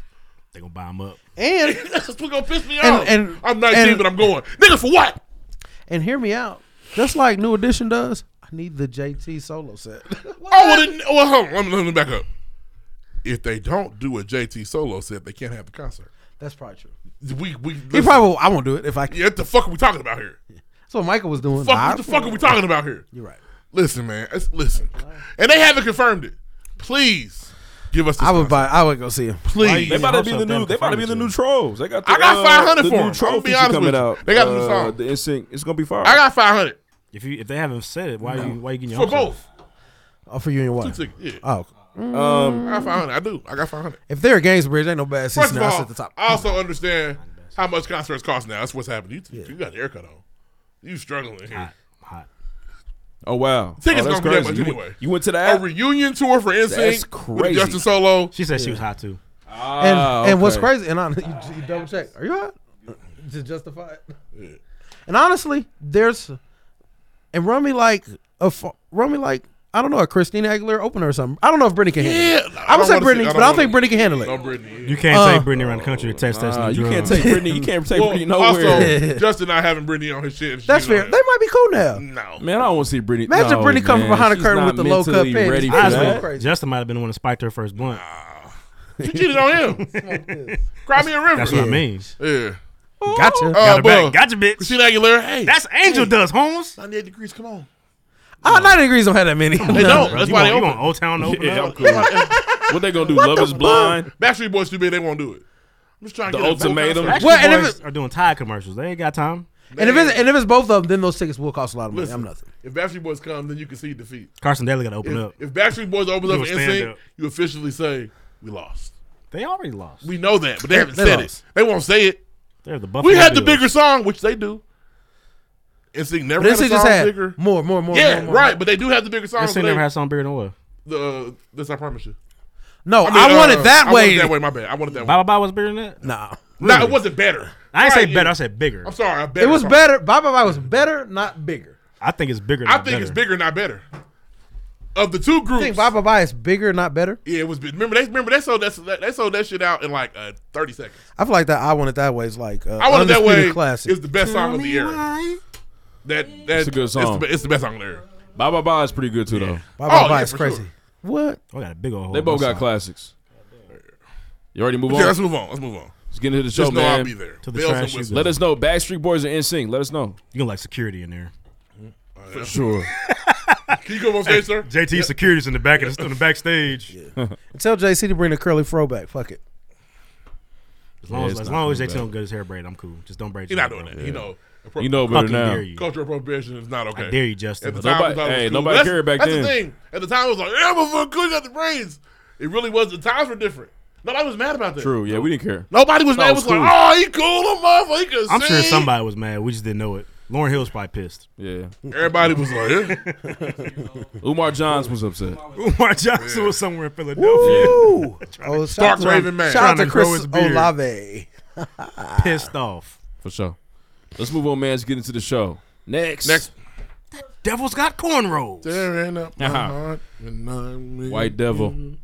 They gonna buy them up.
And
*laughs* That's what's gonna piss me
And-
off.
and-
I'm 19,
and-
but I'm going. Nigga, for what?
and hear me out. Just like New Edition does, I need the JT solo set. *laughs*
Oh, well, then, well hold on. Let me, let me back up. If they don't do what JT Solo said, they can't have the concert.
That's probably true.
We we
He probably I won't do it if I.
Yeah, what the fuck are we talking about here?
That's what Michael was doing.
Fuck,
I-
what the fuck are we talking about here?
You're right.
Listen, man. it's- Listen, and they haven't confirmed it. Please give us. This
I would buy. I would go see him.
Please.
They about to be the new. They about to be the new trolls. They got. The,
I got
uh,
500
the
for
new
'em. I'm
troll
gonna be
feature
honest
coming
with you.
out.
They got
Uh,
a new song.
The NSYNC. It's gonna be fire.
I got 500
If you if they haven't said it, why you why you getting your
for
hopes up?
both.
Oh, for you and your
Two
wife.
tickets. Yeah. Um,
Oh,
I got 500. I do. I got 500.
if they're at Gainsbridge, ain't no bad seats
First of
now. I
all,
at
*laughs*
the top.
I also understand how much concerts cost now. That's what's happening. You, you got the haircut on. You struggling here.
Oh wow.
Tickets
oh, that's
gonna be that
crazy.
much
You
anyway.
went- You went to the
a
app.
reunion tour for
That's
NSYNC with
crazy.
Justin Solo.
She said she was hot too.
And,
Ah,
and what's
okay.
crazy, and I, *laughs* you, you double check, are you hot? To justify it. And honestly, there's, and run me like a fa- run me like I don't know a Christina Aguilera opener or something. I don't know if Brittany can handle it.
Yeah,
I would say
don't wanna
Brittany,
see- I
but I don't think
don't wanna-
Brittany can handle it.
No, Brittany.
You can't
Uh,
take Britney around the country and text us.
Nah,
new
you
drugs.
can't take Britney. You can't take
Well,
Britney nowhere.
*laughs* Also, Justin not having Britney on his shit. and
That's
she's on
fair.
it.
They might be cool now.
No.
Man, I don't want to see Britney.
Imagine
no,
Britney coming
man.
behind a
She's
curtain
not
with the low cut
mentally
panties.
Ready for
Eyes
that.
look crazy.
Justin might have been the one that spiked her first blunt.
She cheated *laughs* on him. Cry me a river.
That's what I mean.
Yeah.
Gotcha.
Uh,
Got her
but
back. Gotcha, bitch.
Christina Aguilera. Hey,
That's Angel
hey,
does, Holmes.
98 degrees. Come on.
Oh, 90 degrees don't have that many.
They don't.
Bro,
That's
you
why
want,
they
you
open.
want Old Town to
*laughs*
open
Yeah,
up?
I'm cool. what they gonna do? Love is blind.
Backstreet Boys too big. They won't do it. I'm just trying to
The
get a vote
ultimatum.
Backstreet
concert.
Well, and if
Boys are doing Tide commercials. They ain't got time.
And if it's and if it's both of them, then those tickets will cost a lot of money.
Listen,
I'm nothing.
If Backstreet Boys come, then you can see defeat.
Carson Daly got to open
If,
up.
if Backstreet Boys opens
Do
up
a
for
stand-up.
NSYNC, you officially say we lost.
They already lost.
We know that, but they haven't
They
said
lost.
it. They won't say it.
They're the Buffalo
We had the
Bills.
bigger song, which they do. NSYNC
But
never had a
NSYNC
song
just had
bigger.
more, more, more,
Yeah,
more, more.
right. But they do have the bigger song.
NSYNC never had a song bigger than what?
The uh, that's I promise you.
No, I,
mean, uh,
want it that
I
way.
want it that way. My bad. I wanted that way.
Baba Baba was bigger than that?
Nah.
No, it
Really?
wasn't better.
I ain't say
Right,
better,
yeah.
I said bigger.
I'm sorry. I better
It was
song.
better. Bye bye bye was better, not bigger.
I think it's bigger.
I
not
think
better.
it's bigger, not better. Of the two
I
groups,
think bye bye bye is bigger, not better.
yeah, it was. big. Remember they remember they sold that they sold that shit out in like uh, 30 seconds.
I feel like that I want it that way is like uh,
I want it that
undisputed
way.
Classic.
Is the best song of the era. That that
It's a good song.
It's the, be- it's the best song of the era.
Bye Bye Bye is pretty good too, though.
Bye bye
Oh,
bye
yeah,
is
for
crazy. Oh,
sure.
What?
I got a big old hole.
They both
That's
got
all.
classics. You already move
Yeah,
on.
let's move on. Let's move on.
Let's get into the
Just
show,
know
man.
I'll be there.
To the Bells and trash you whistles. go.
Let us know. Backstreet Boys are in sync. Let us know.
You gonna like security in there?
*laughs*
For
sure.
Can you come on stage, sir?
JT security's in the back of the, in the backstage.
Tell JC to bring the curly fro back. Fuck it.
As long
Yeah,
as,
it's
as
not
long as
too
JT
bad.
don't get his hair braided, I'm cool. Just don't braid.
He
your
not
hair,
doing
bro.
that. You know.
You know better
Fucking
now.
dare you.
Cultural appropriation is not okay.
I dare you, Justin.
At the
Nobody-
time, I thought it was
hey,
cool.
nobody
That's-
cared back
that's
then.
the thing. At the time, I was like, "Yeah, motherfucker, cool, you got the braids." It really was. The times were different. Nobody was mad about that.
True. Yeah, we didn't care.
Nobody was
That
mad. It
was
was
cool.
like, "Oh, he cool, little motherfucker." He can
I'm sure
sing."
somebody was mad. We just didn't know it. Lauren Hill's probably pissed.
Yeah.
*laughs* Everybody was like, yeah.
*laughs*
*laughs* Umar Johns was upset.
Umar Johnson was somewhere in *laughs* Philadelphia.
Woo! oh,
Stark
shout out to,
Raven man.
Shout out
Trying
to
to grow
Chris
his beard.
Olave.
*laughs* Pissed off.
For sure. Let's move on, man. Let's get into the show. Next.
Next.
Devil's got cornrows.
Tearing up my
Uh-huh.
heart and I'm with
White Devil.
you.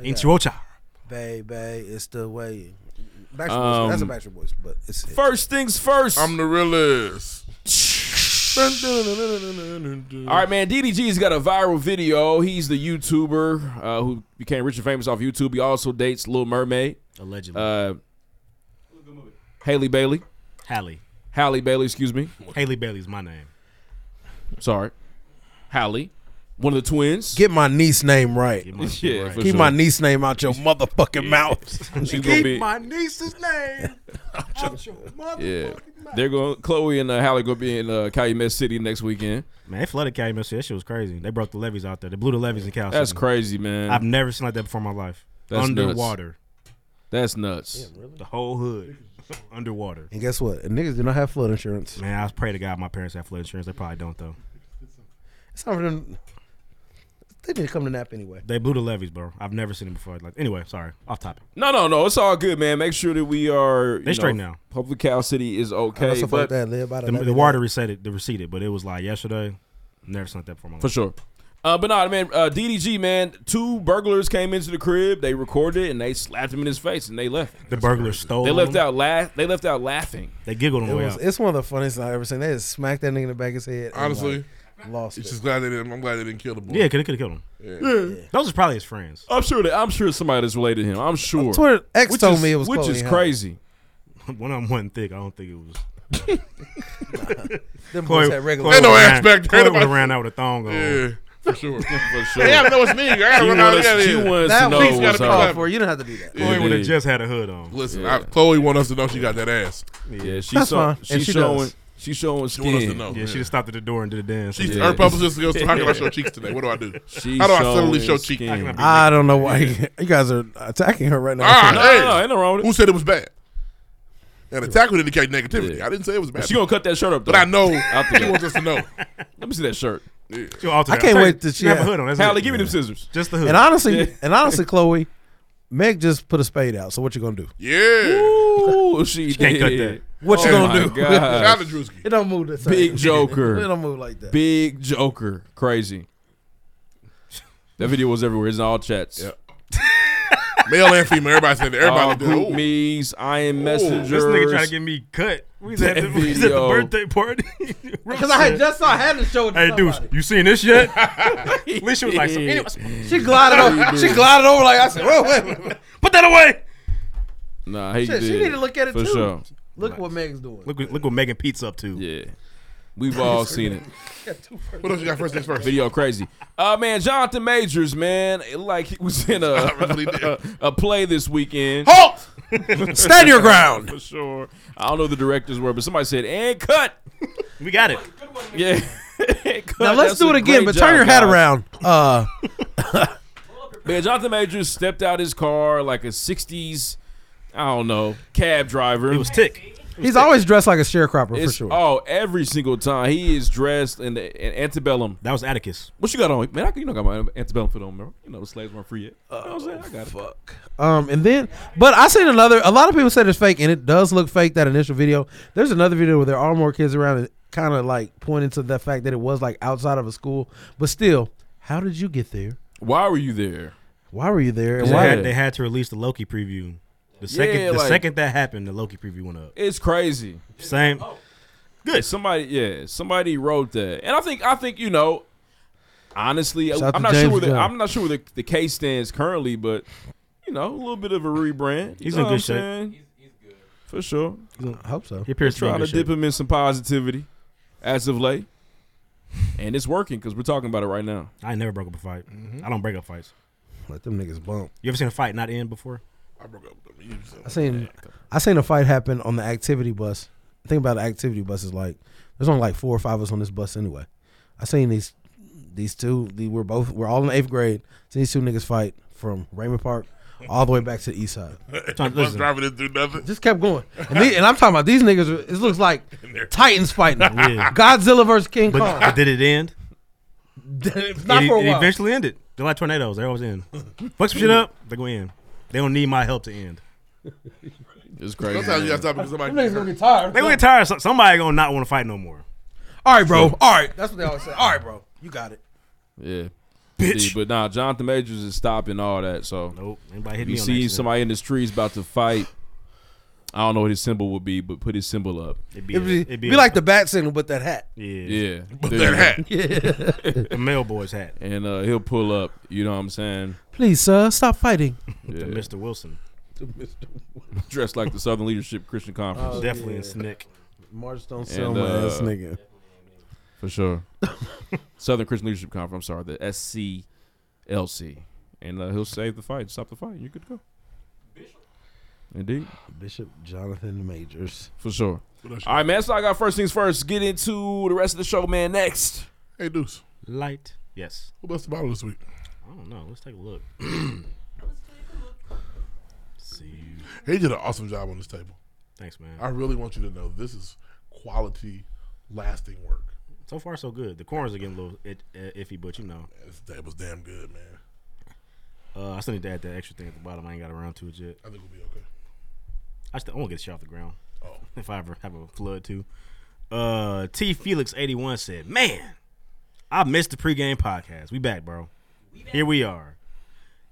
Ain't you Ocha?
Baby, it's the way. Backstreet
Um,
Boys. That's a Backstreet Boys, but it's
First things first.
I'm the realest.
All right, man. DDG's got a viral video. He's the YouTuber uh, who became rich and famous off YouTube. He also dates Lil Mermaid,
Allegedly.
uh, Haley Bailey,
Hallie.
Halle Bailey. Excuse me.
Haley Bailey's my name.
Sorry, Halle, one of the twins.
Get my niece name right. Keep my,
yeah, for sure.
niece name out your motherfucking mouth.
She's gonna be.
*laughs*
niece's name. out your mother.
Yeah, they're going. Chloe and uh, Halle gonna be in uh, Calumet City next weekend.
Man, they flooded Cali, Mississippi. That shit was crazy. They broke the levees out there. They blew the levees in Cal.
That's
City.
crazy, man.
I've never seen like that before in my life.
That's nuts.
Underwater.
That's nuts.
The whole hood. *laughs* Underwater.
and guess what? Niggas do not have flood insurance.
Man, I pray to God my parents have flood insurance. They probably don't though.
It's time for them. They need to come to nap anyway.
They blew the levees, bro. I've never seen it before. Like anyway, sorry. Off topic.
No, no, no. It's all good, man. Make sure that we are. you
They straight
know,
now.
Public Cal City is
I know
okay,
stuff like
but
that. Live by the,
The, the water receded, the receded, but it was like yesterday. Never seen it that before in my life.
for sure. Uh, but nah, man. Uh, DDG, man. Two burglars came into the crib. They recorded it and they slapped him in his face and they left.
The burglar stole.
They left
them.
out laugh. They left out laughing.
They giggled on
It
the way
was,
out.
it's one of the funniest I've ever seen. They just smacked that nigga in the back of his head. and,
Honestly,
like, lost
it's
it.
just glad they didn't. I'm glad they didn't kill the boy.
Yeah, could have killed him. Those was probably his friends.
I'm sure that I'm sure somebody that's related to him. I'm sure.
Twitter X
Which
told
is-
me it was
which
Chloe
is
Halle.
crazy.
*laughs* One of them wasn't thick. I don't think it was.
*laughs*
Them boys
Chloe,
had regular.
Chloe
Ain't no
would've
ass
ran-
back there.
Chloe
Nobody-
would have ran out with a thong on.
Yeah,
*laughs*
for sure.
For sure.
yeah, I know it's me. I gotta
She
run
wants
out of
us- she
here.
wants to
That
know
was
Please gotta
what's
be
up.
clapped.
for. You don't have to do that.
Chloe would have
Indeed.
just had a hood on.
Listen,
Yeah.
I, Chloe want us to know she got that ass.
Yeah, she's
That's
so,
fine.
she's
And she
showing
does.
she's showing
She want us to
skin.
know.
Yeah, she just stopped at the door and did a dance.
She's,
Yeah.
Her publicist goes,
*laughs*
"How can I show cheeks today? What do I do?
She's
How do I subtly
showing
show cheeks?
skin.
All
Mm. I don't know why you, you guys are attacking her right now. *laughs*
right,
No,
hey,
no, no, ain't no wrong with it.
Who said it was bad? An attack would indicate negativity. I didn't say it was bad.
She gonna cut that shirt up though.
but I know
the
she
gate.
wants us to know.
Let me see that shirt.
She altered
I
it.
can't
Hey,
wait till she
you have a
had-
hood on. That's
Halle,
it.
give me them scissors.
Just the hood.
And honestly,
Yeah.
and honestly, Chloe, Meg just put a spade out. So what you gonna do?
Yeah.
Ooh, *laughs* she,
can't cut
did.
What you
Oh
gonna
my
do?
God.
Shout out to Drewski.
It don't move that same.
Big Joker.
It don't move like that.
Big Joker, crazy. That video was everywhere. It's in all chats.
Yep. Male and female. Everybody said that.
All
Everybody
group
did. it.
me's, I am messengers.
This nigga trying to get me cut. We was at the,
That
we was at the
video.
birthday party. *laughs*
Because I had just saw I had to show it to
Hey, Deuce,
somebody.
you seen this
*laughs*
yet? Alicia was like, so, anyway,
She glided over. she glided over like I said. Whoa, wait, a minute.
put that away.
Nah, he
Shit,
did.
she need to look at it
For
too.
sure.
Look what Meg's doing.
Look, what- look what Megan Pete's up to.
Yeah. We've
*laughs*
all seen it.
What else you got first things first?
Video crazy. Uh man, Jonathan Majors, man, it looked like he was
*laughs*
in a
really did.
a, *laughs* a play this weekend. *laughs*
*laughs*
Halt!
Stand your ground.
For sure. *laughs* I don't know who the directors were, but somebody said, and cut.
We got it.
Yeah. *laughs* And
Now
cut.
let's
That's
do
a
it
great
again, but
job,
turn your hat
guys.
around. Uh,
Man, Jonathan Majors stepped out his car like a '60s, I don't know, cab driver.
It was tick.
*laughs*
He's always dressed like a sharecropper for
It's-
sure.
Oh, every single time he is dressed in, the, in antebellum.
That was Atticus.
What you got on, man? I, you know, I got my antebellum for on, bro. You know, the slaves weren't free yet. you know what I'm saying? I got it.
Um, and then, but I seen another. A lot of people said it's fake, and it does look fake. That initial video. There's another video where there are more kids around, and kind of like pointing to the fact that it was like outside of a school. But still, how did you get there?
Why were you there?
Why were you there?
They,
And why?
had, they had to release the Loki preview. The second,
Yeah,
the
like-
second that happened, the Loki preview went up.
It's crazy.
Same.
Good. Somebody, yeah, somebody wrote that, and I think, I think you know, honestly,
Shout out
I'm
to
not, sure
James
where the,
Gunn.
I'm not sure where the, the case stands currently, but you know, a little bit of a rebrand. You
He's
know
in
what
good
I'm
shape.
saying? for sure.
I hope so.
He appears to be in
trying to
good shape.
dip him in some positivity as of late, and it's working because we're talking about it right now.
I ain't never broke up a fight.
Mm-hmm.
I don't break up fights.
Let them niggas bump.
You ever seen a fight not end before?
I broke up with them.
I seen I seen a fight happen on the activity bus. The thing about the activity bus is like there's only like four or five of us on this bus anyway. I seen these these two. The, we're both we're all in eighth grade. Seen these two niggas fight from Raymond Park all the way back to the east side.
Bus driving it through
*laughs*
nothing.
Just kept going, and, the- and I'm talking about these niggas. are- It
*laughs*
looks like Titans fighting,
Yeah.
Godzilla versus King
But,
Kong.
but did it end?
*laughs* Not
it,
for a
it
while.
eventually ended. They're like tornadoes. They always
*laughs*
end. Fuck some shit up. They go in. They don't need my help to end.
*laughs* It's
crazy, Sometimes you gotta man. stop because somebody Them niggas gets gonna hurt.
get tired.
They gonna get tired. So- Somebody gonna not want to fight no more.
All right, bro. All right, that's what they always say. All right, bro, you got it.
Yeah.
Bitch.
See, but nah, Jonathan Majors is stopping all that. So
nope. Anybody hit
you
me on
see
accident.
somebody in the streets about to fight. I don't know what his symbol would be, but put his symbol up.
It'd
It'd be, be like the bat signal, but that hat.
Yeah.
But
There
that
you go. *laughs*
hat. *laughs*
*laughs*
Yeah.
The mailboy's hat.
And uh, he'll pull up. You know what I'm saying?
Please, sir, stop fighting.
The Mr. Wilson.
*laughs* Dressed like the Southern Leadership Christian Conference.
Oh, Definitely yeah. in Snick.
March don't
And,
sell my ass,
uh,
nigga.
For sure. *laughs* Southern Christian Leadership Conference. I'm sorry, the SCLC. And uh, he'll save the fight, stop the fight. You're good to go. Indeed.
Bishop Jonathan Majors.
For sure.
What else you
All right, man. That's all I got. First things first. Get into the rest of the show, man. Next.
Hey, Deuce.
Light. Yes.
Who bust the bottle this week?
I don't know. Let's take a look.
*clears throat* He did an awesome job on this table.
Thanks, man.
I really want you to know this is quality, lasting work.
So far, so good. The corners are getting a little it, uh, iffy, but you know.
This table's damn good, man.
Uh, I still need to add that extra thing at the bottom. I ain't got around to it yet.
I think we'll be okay.
I still I want to get shit off the ground. Oh. *laughs* If I ever have a flood too. Uh, T Felix eighty one said, "Man, I missed the pregame podcast. We back, bro. Here we are."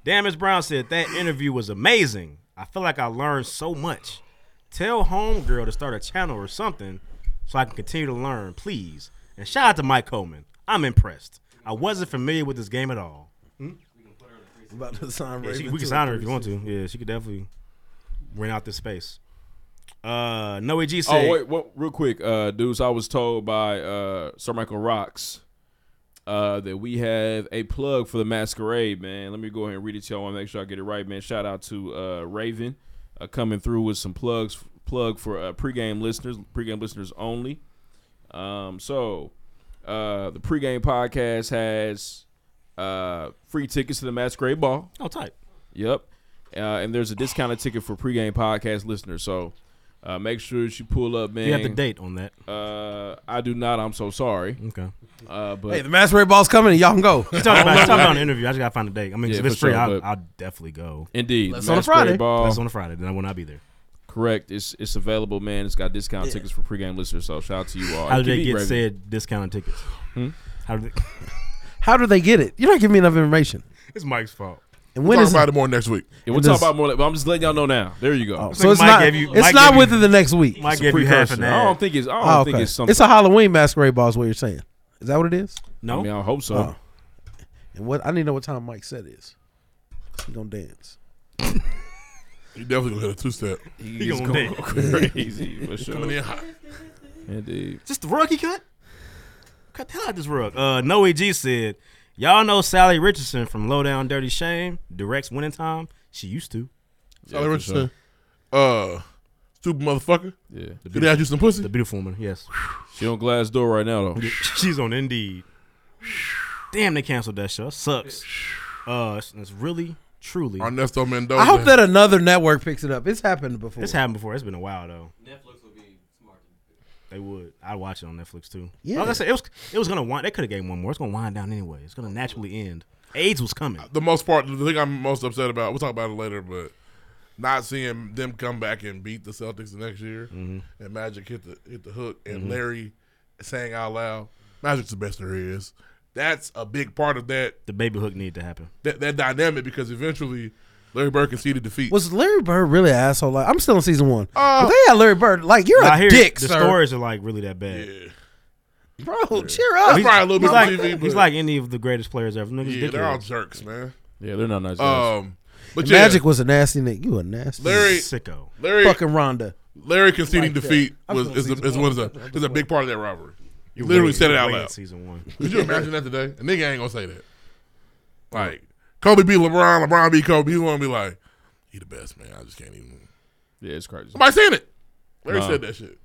Damage Brown said that interview was amazing. I feel like I learned so much. Tell Homegirl to start a channel or something so I can continue to learn, please. And shout out to Mike Coleman. I'm impressed. I wasn't familiar with this game at all.
About to sign
Yeah, she-
Raven
we can
to
sign
a
her if you want to. Yeah, she could definitely rent out this space. Uh, Noe G said,
Oh wait, what, real quick, uh, dudes. I was told by uh, Sir Michael Rocks uh, that we have a plug for the masquerade, man. Let me go ahead and read it to y'all. I want to make sure I get it right, man. Shout out to uh, Raven uh, coming through with some plugs. Plug for uh, pregame listeners, pregame listeners only. Um, so uh, the pregame podcast has uh, free tickets to the masquerade ball.
"Oh, type."
Yep. Uh, and there's a discounted ticket for pregame podcast listeners. So uh, make sure that you pull up, man.
You have the date on that.
Uh, I do not. I'm so sorry.
Okay.
Uh, but
Hey, the masquerade ball's coming, and y'all
*laughs*
can go.
She's talking about,
*laughs*
she's talking about an interview. I just gotta find a date. I mean,
Yeah,
if it's
for
free,
sure,
I'll,
but-
I'll definitely go.
Indeed.
that's
That's on a Masquerade Friday. ball.
That's on a Friday. Then I will not be there.
Correct. It's it's available, man. It's got discount tickets for pregame listeners. So shout out to you all.
How do they
APB,
get
Raven.
said discounted tickets?
Hmm?
How do they,
*laughs* How do they get it? You're not giving me enough information.
it's Mike's fault.
And when is
talk about it more next week.
Yeah, we'll
And
talk
this-
about more. later, But I'm just letting y'all know now. There you go.
Oh. So it's not. it's
Mike
not
gave you-
within the next week.
Mike It's a gave you half an precursor. ad.
I don't think it's. I don't
Oh,
think
okay.
it's something.
It's a Halloween masquerade ball. Is what you're saying? Is that what it is?
I mean, I hope so.
Oh. And what I need to know what time Mike said is. He gonna dance.
You definitely gonna hit a two step.
*laughs* He's gonna
date.
go *laughs*
*laughs*
crazy for sure.
Coming in hot.
Indeed.
Just the rug he cut? Cut the hell out of this rug. Uh, Noe G said, Y'all know Sally Richardson from Low Down Dirty Shame, directs Winning Time. She used to.
Sally Richardson. Uh, stupid motherfucker.
Yeah.
Could I have you some pussy?
The beautiful woman, yes.
She on glass door right now though.
She's on Indeed. Damn, they canceled that show. Sucks. Uh, it's, it's really, truly.
Ernesto Mendoza.
I hope that another network picks it up. It's happened before.
This happened before. It's been a while, though. Netflix will be. They would. I watch it on Netflix too.
Yeah.
Like I said, it was it was gonna wind. They could have gave one more. It's gonna wind down anyway. It's gonna naturally end. AIDS was coming.
The most part, the thing I'm most upset about, we'll talk about it later, but not seeing them come back and beat the Celtics the next year,
Mm-hmm.
and Magic hit the hit the hook, and
Mhm.
Larry saying out loud, "Magic's the best there is." That's a big part of that.
The baby hook need to happen.
That, that dynamic because eventually Larry Bird conceded defeat.
Was Larry Bird really an asshole? Like I'm still in season one.
Oh.
But they had Larry Bird. Like you're
Nah,
a
I hear
dick,
The
sir.
stories are like really that bad.
Bro, cheer up.
He's,
probably a little
he's
bit
like,
on TV, but-
he's like any of the greatest players ever. Niggas
Yeah, they're all
dickheads.
jerks, man.
Yeah, they're not nice guys.
Um, but
And
yeah,
Magic was a nasty nigga. You a nasty
Larry
sicko.
Larry
Fucking Rhonda.
Larry
Like
conceding
that.
defeat
I'm
was
still
is,
season
the, is
one.
one of the is a big part of that robbery. You
You're
literally
way-
said it
you're
out
way in
loud.
season one.
*laughs*
Could you imagine that today? A nigga ain't gonna say that. Like Kobe beat LeBron, LeBron beat Kobe. He's gonna be like, he the best man. I just can't even.
Yeah, it's crazy.
Somebody saying it. Larry
Nah.
said that shit.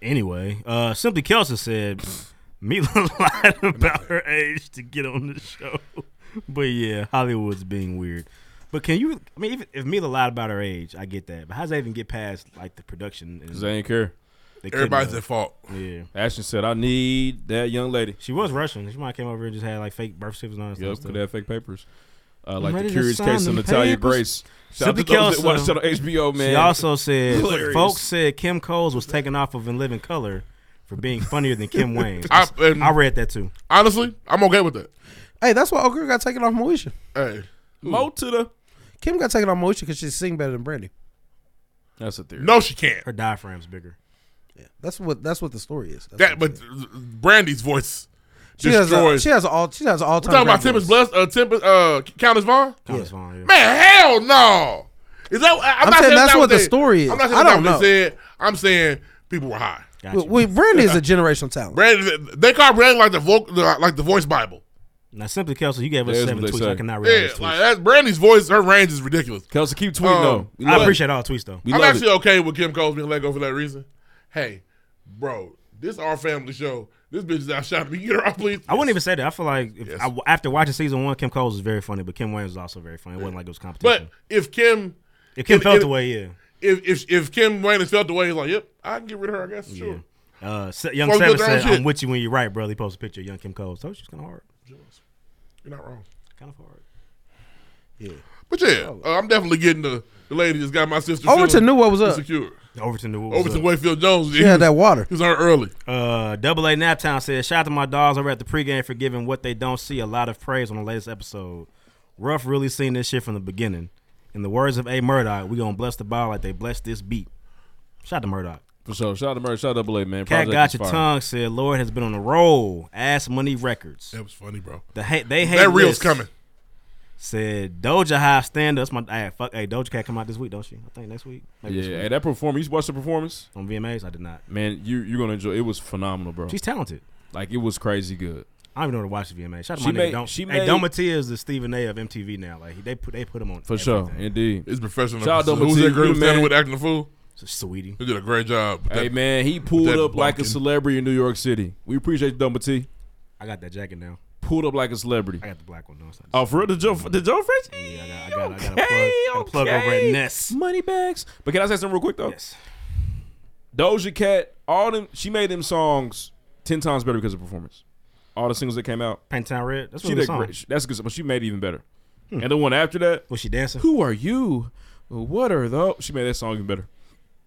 Anyway, uh, Simply Kelson said *laughs* Mila
*laughs*
lied about her age to get on the show. *laughs* But yeah, Hollywood's being weird. But can you? I mean, even if Mila lied about her age, I get that. But how does that even get past like the production? and-
Cause they ain't care.
They couldn't, uh, Yeah.
Ashton said, "I need that young lady."
She was Russian. She might have came over and just had like fake birth certificates and all that
Yep,
stuff.
could have fake papers. Uh,
I'm
like the
ready to
curious
sign
case of
them
Natalia
papers.
Grace. Shout out to
Simply
those that watch
Kelso.
that on HBO, man.
She also said,
Hilarious.
folks said Kim Coles was taken off of In Living Color for being funnier
*laughs*
than Kim Wayne. I,
I- and-
read that too.
Honestly, I'm okay with that.
Hey, that's why O'Girl got taken off Moesha.
Hey,
Mo to the
Kim got taken off Moesha because she sing better than Brandy.
That's a theory.
No, she can't.
Her diaphragm's bigger.
That's what that's what the story is. That's
That
what
but Brandy's voice
She has a-
destroys.
she has a all- she has an all-time
We're talking about
Brandy
Tempest Bless, uh, Tempest, uh, Countess Vaughn.
Countess Vaughn, yeah.
Man, hell no. Is that? I- I'm,
I'm
not
saying
saying
that's
that
what
was
the
it.
story is.
I'm not saying
I
that
don't
was it
know.
Said. I'm saying people were high.
Well, well,
*laughs*
Brandy is a generational talent.
Brandon, they call Brandon like the vocal, like the voice Bible.
Now, Simply Kelso, you gave us
That is
seven
what they
tweets.
say.
I cannot read all
Yeah,
these tweets.
like that's Brandy's voice, her range is ridiculous. Um,
Kelsey, keep tweeting, though. We love
I
it.
appreciate all tweets though.
I'm actually okay with Kim Coles being let go for that reason. Hey, bro, this our family show. This bitch is outshot me. Get her off, please.
I wouldn't even say that. I feel like if I, after watching season one, Kim Coles was very funny, but Kim Wayne was also very funny. It wasn't like it was competition.
But if Kim,
If Kim felt the way, yeah.
If if if Kim Wayne has felt the way, he's like, yep, I can get rid of her. I guess sure.
uh, Se- Young
Fuck
Seven
with
said,
that shit.
"I'm with you when you're right, brother." He posted a picture of Young Kim Coles. So she's kind of hard.
You're not wrong.
Kind of hard.
Yeah.
But yeah, uh, I'm definitely getting the, the lady that's got my sister.
Overton
feeling
knew what was up.
Insecure.
Overton knew what was
Overton
up.
Wakefield Jones.
She had that water.
He was on early.
Uh, Double A Naptown says, "Shout out to my dogs over at the pregame for giving what they don't see a lot of praise on the latest episode. Ruff really seen this shit from the beginning. In the words of A Murdoch, we gonna bless the ball like they blessed this beat. Shout out to Murdoch.
For sure. Shout out to Murray. Shout out to Double A, man.
Cat
Project
got
is
your
fire.
tongue said Lord has been on the roll. Ass Money Records.
That was funny, bro.
The hate they hate
That reel's
list
coming.
Said Doja High stand ups. My hey, fuck hey Doja Cat come out this week, don't she? I think next week. Maybe this
Yeah,
week.
hey, that performance. You watched the performance
on VMAs? I did not.
Man, you you're gonna enjoy. It was phenomenal, bro.
She's talented.
Like it was crazy good.
I don't even know where to watch the VMAs. Shout out
She
to my
made-
nigga. Dom-
she
hey,
made-
Don Mattia is the Stephen A of MTV now. Like he- they put they put him on
For
everything.
sure, indeed.
He's professional.
Shout out to
Who's that
Matisse,
girl
you,
who's standing
man.
with acting a fool?
Sweetie.
He did a great job. with
Hey
that-
man, he
with
pulled
that
up like a
bunkin'.
celebrity in New York City. We appreciate you, Dumba T.
I got that jacket now.
Pulled up like a celebrity.
I got the black one though.
Oh, for real, the Joe, the Joe French.
Yeah, I got, I got, I got a plug, got a plug over at
okay.
Ness.
Money bags. But can I say something real quick though? Yes. Doja Cat, all them, she made them songs ten times better because of performance. All the singles that came out.
Paintown Red. That's a
she
good
did
song. Hmm.
great. That's a good, song, but she made it even better. And the one after that,
was she dancing?
Who are you? What are those? She made that song even better.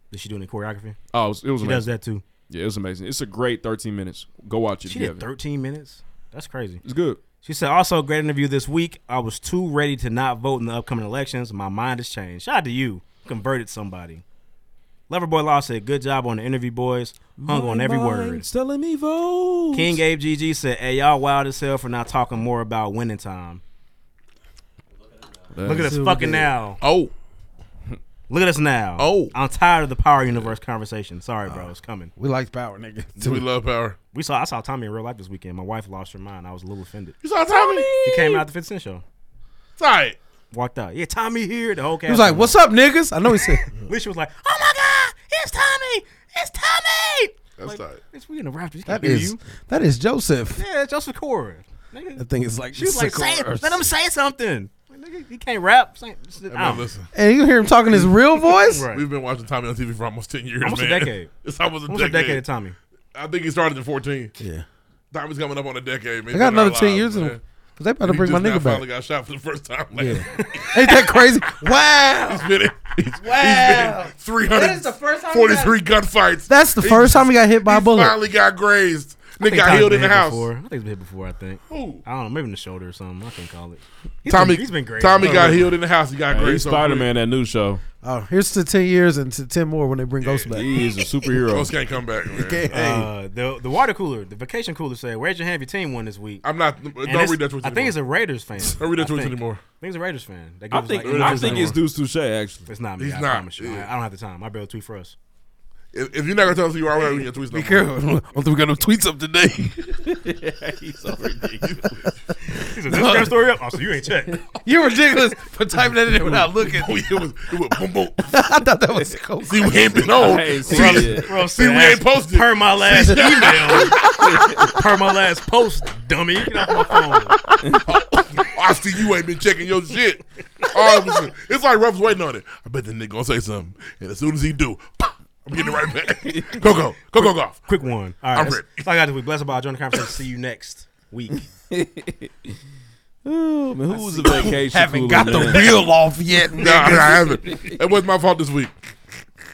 Did she do any choreography?
Oh, it was. It was
She
amazing.
does that too.
Yeah, it was amazing. It's a great thirteen minutes. Go watch it.
She
if you
did
haven't.
13 minutes. That's crazy.
It's good.
She said, also great interview this week. I was too ready to not vote in the upcoming elections. My mind has changed. Shout out to you. Converted somebody. Loverboy Law said, good job on the interview, boys. Hung on
My
every word.
mind's Telling me vote.
King Gabe GG said, hey, y'all wild as hell for not talking more about winning time. Look at us fucking now.
Oh.
Look at us now. Oh. I'm tired of the power universe conversation. Sorry, bro. It's coming.
We like power, nigga.
We love power.
We saw I saw Tommy in real life this weekend. My wife lost her mind. I was a little offended.
You saw Tommy?
He came out the 50 Cent show.
It's all right.
Walked out. Yeah, Tommy here. The whole cast.
He was like,
was
"What's up, niggas?" I know
*laughs*
he said.
there. Alicia was like, oh my God, it's Tommy. It's Tommy.
That's
like, It's we in the Raptors.
That
That
is
you.
that is Joseph.
Yeah, it's Joseph Cora. Nigga.
That thing is like
She was like, say,
Sakura.
let him say something. Like, nigga, he can't rap. Same,
Hey, man,
I don't-
listen.
And you hear him talking his real voice?
Right.
We've been watching Tommy on TV for almost ten years.
Almost a
man.
decade.
*laughs* It's almost a
Almost a
decade.
decade of Tommy.
I think he started in fourteen.
Yeah.
Tommy's coming up on a decade. Man.
I got
He's been
another 10
alive,
years in
man.
him. Because they about to
He
bring my
just now
nigga back.
Finally got shot for the first time. Like,
Yeah. Ain't that
*laughs*
crazy? Wow.
He's been, in- he's,
Wow.
he's been
That is the first time
343 gunfights.
That's the
He
first time he got hit by a bullet.
Finally got grazed.
I think
Nigga got
Tommy's
healed
been
in
hit
the house.
Before. I think he's been hit before. I think.
Who?
I don't know. Maybe in the shoulder or something. I can't call it. He's
Tommy,
been, he's been great.
Tommy got healed in the house. He got
Hey,
grazed.
he's Spider Man, that new show.
Oh, here's to 10 years and to 10 more when they bring Ghost back.
He is a superhero.
Ghost can't
*laughs*
*laughs*
come back. Man.
Uh, the the water cooler, the vacation cooler said, "Where's your hand if your team won this week?"
I'm not.
And
Don't
it's-
read that tweet.
I think it's a Raiders fan.
Don't read that
I
tweet
think.
anymore.
I think it's a Raiders fan. That
I
gives us,
think,
like,
I
eight
think
anymore.
it's Deuce Touche, actually.
It's not me.
He's
I
not.
promise you. I, I don't have the time. I barely tweet for us.
If, if you're not gonna tell us who you are, we're not reading your tweets.
*laughs*
Be
careful.
I don't think we got no tweets up
*laughs*
today.
he's so ridiculous.
He's a Instagram story up. Oh, so you ain't checked.
*laughs* You're ridiculous for typing that in without looking.
it was, it was boom, boom.
*laughs* I thought that was so
See, we ain't been on.
I ain't
see,
seen
see,
it. Bro,
we ain't posted.
Per
*laughs*
my last email. per my last post, dummy. Get off my phone.
*laughs* I see you ain't been checking your shit. All of a sudden, it's like Ruff's waiting on it. I bet the nigga gonna say something, and as soon as he do, *laughs* pop, I'm getting it right
*laughs*
back. go go go go golf.
Quick one. All right.
I'm
that's-
ready.
that's all I got this week. Bless about. Join the conversation. See you next
*laughs*
week.
*laughs*
Ooh, man, who was the vacation? cooler, man?
off *laughs* yet. No, I haven't. It wasn't my fault this week.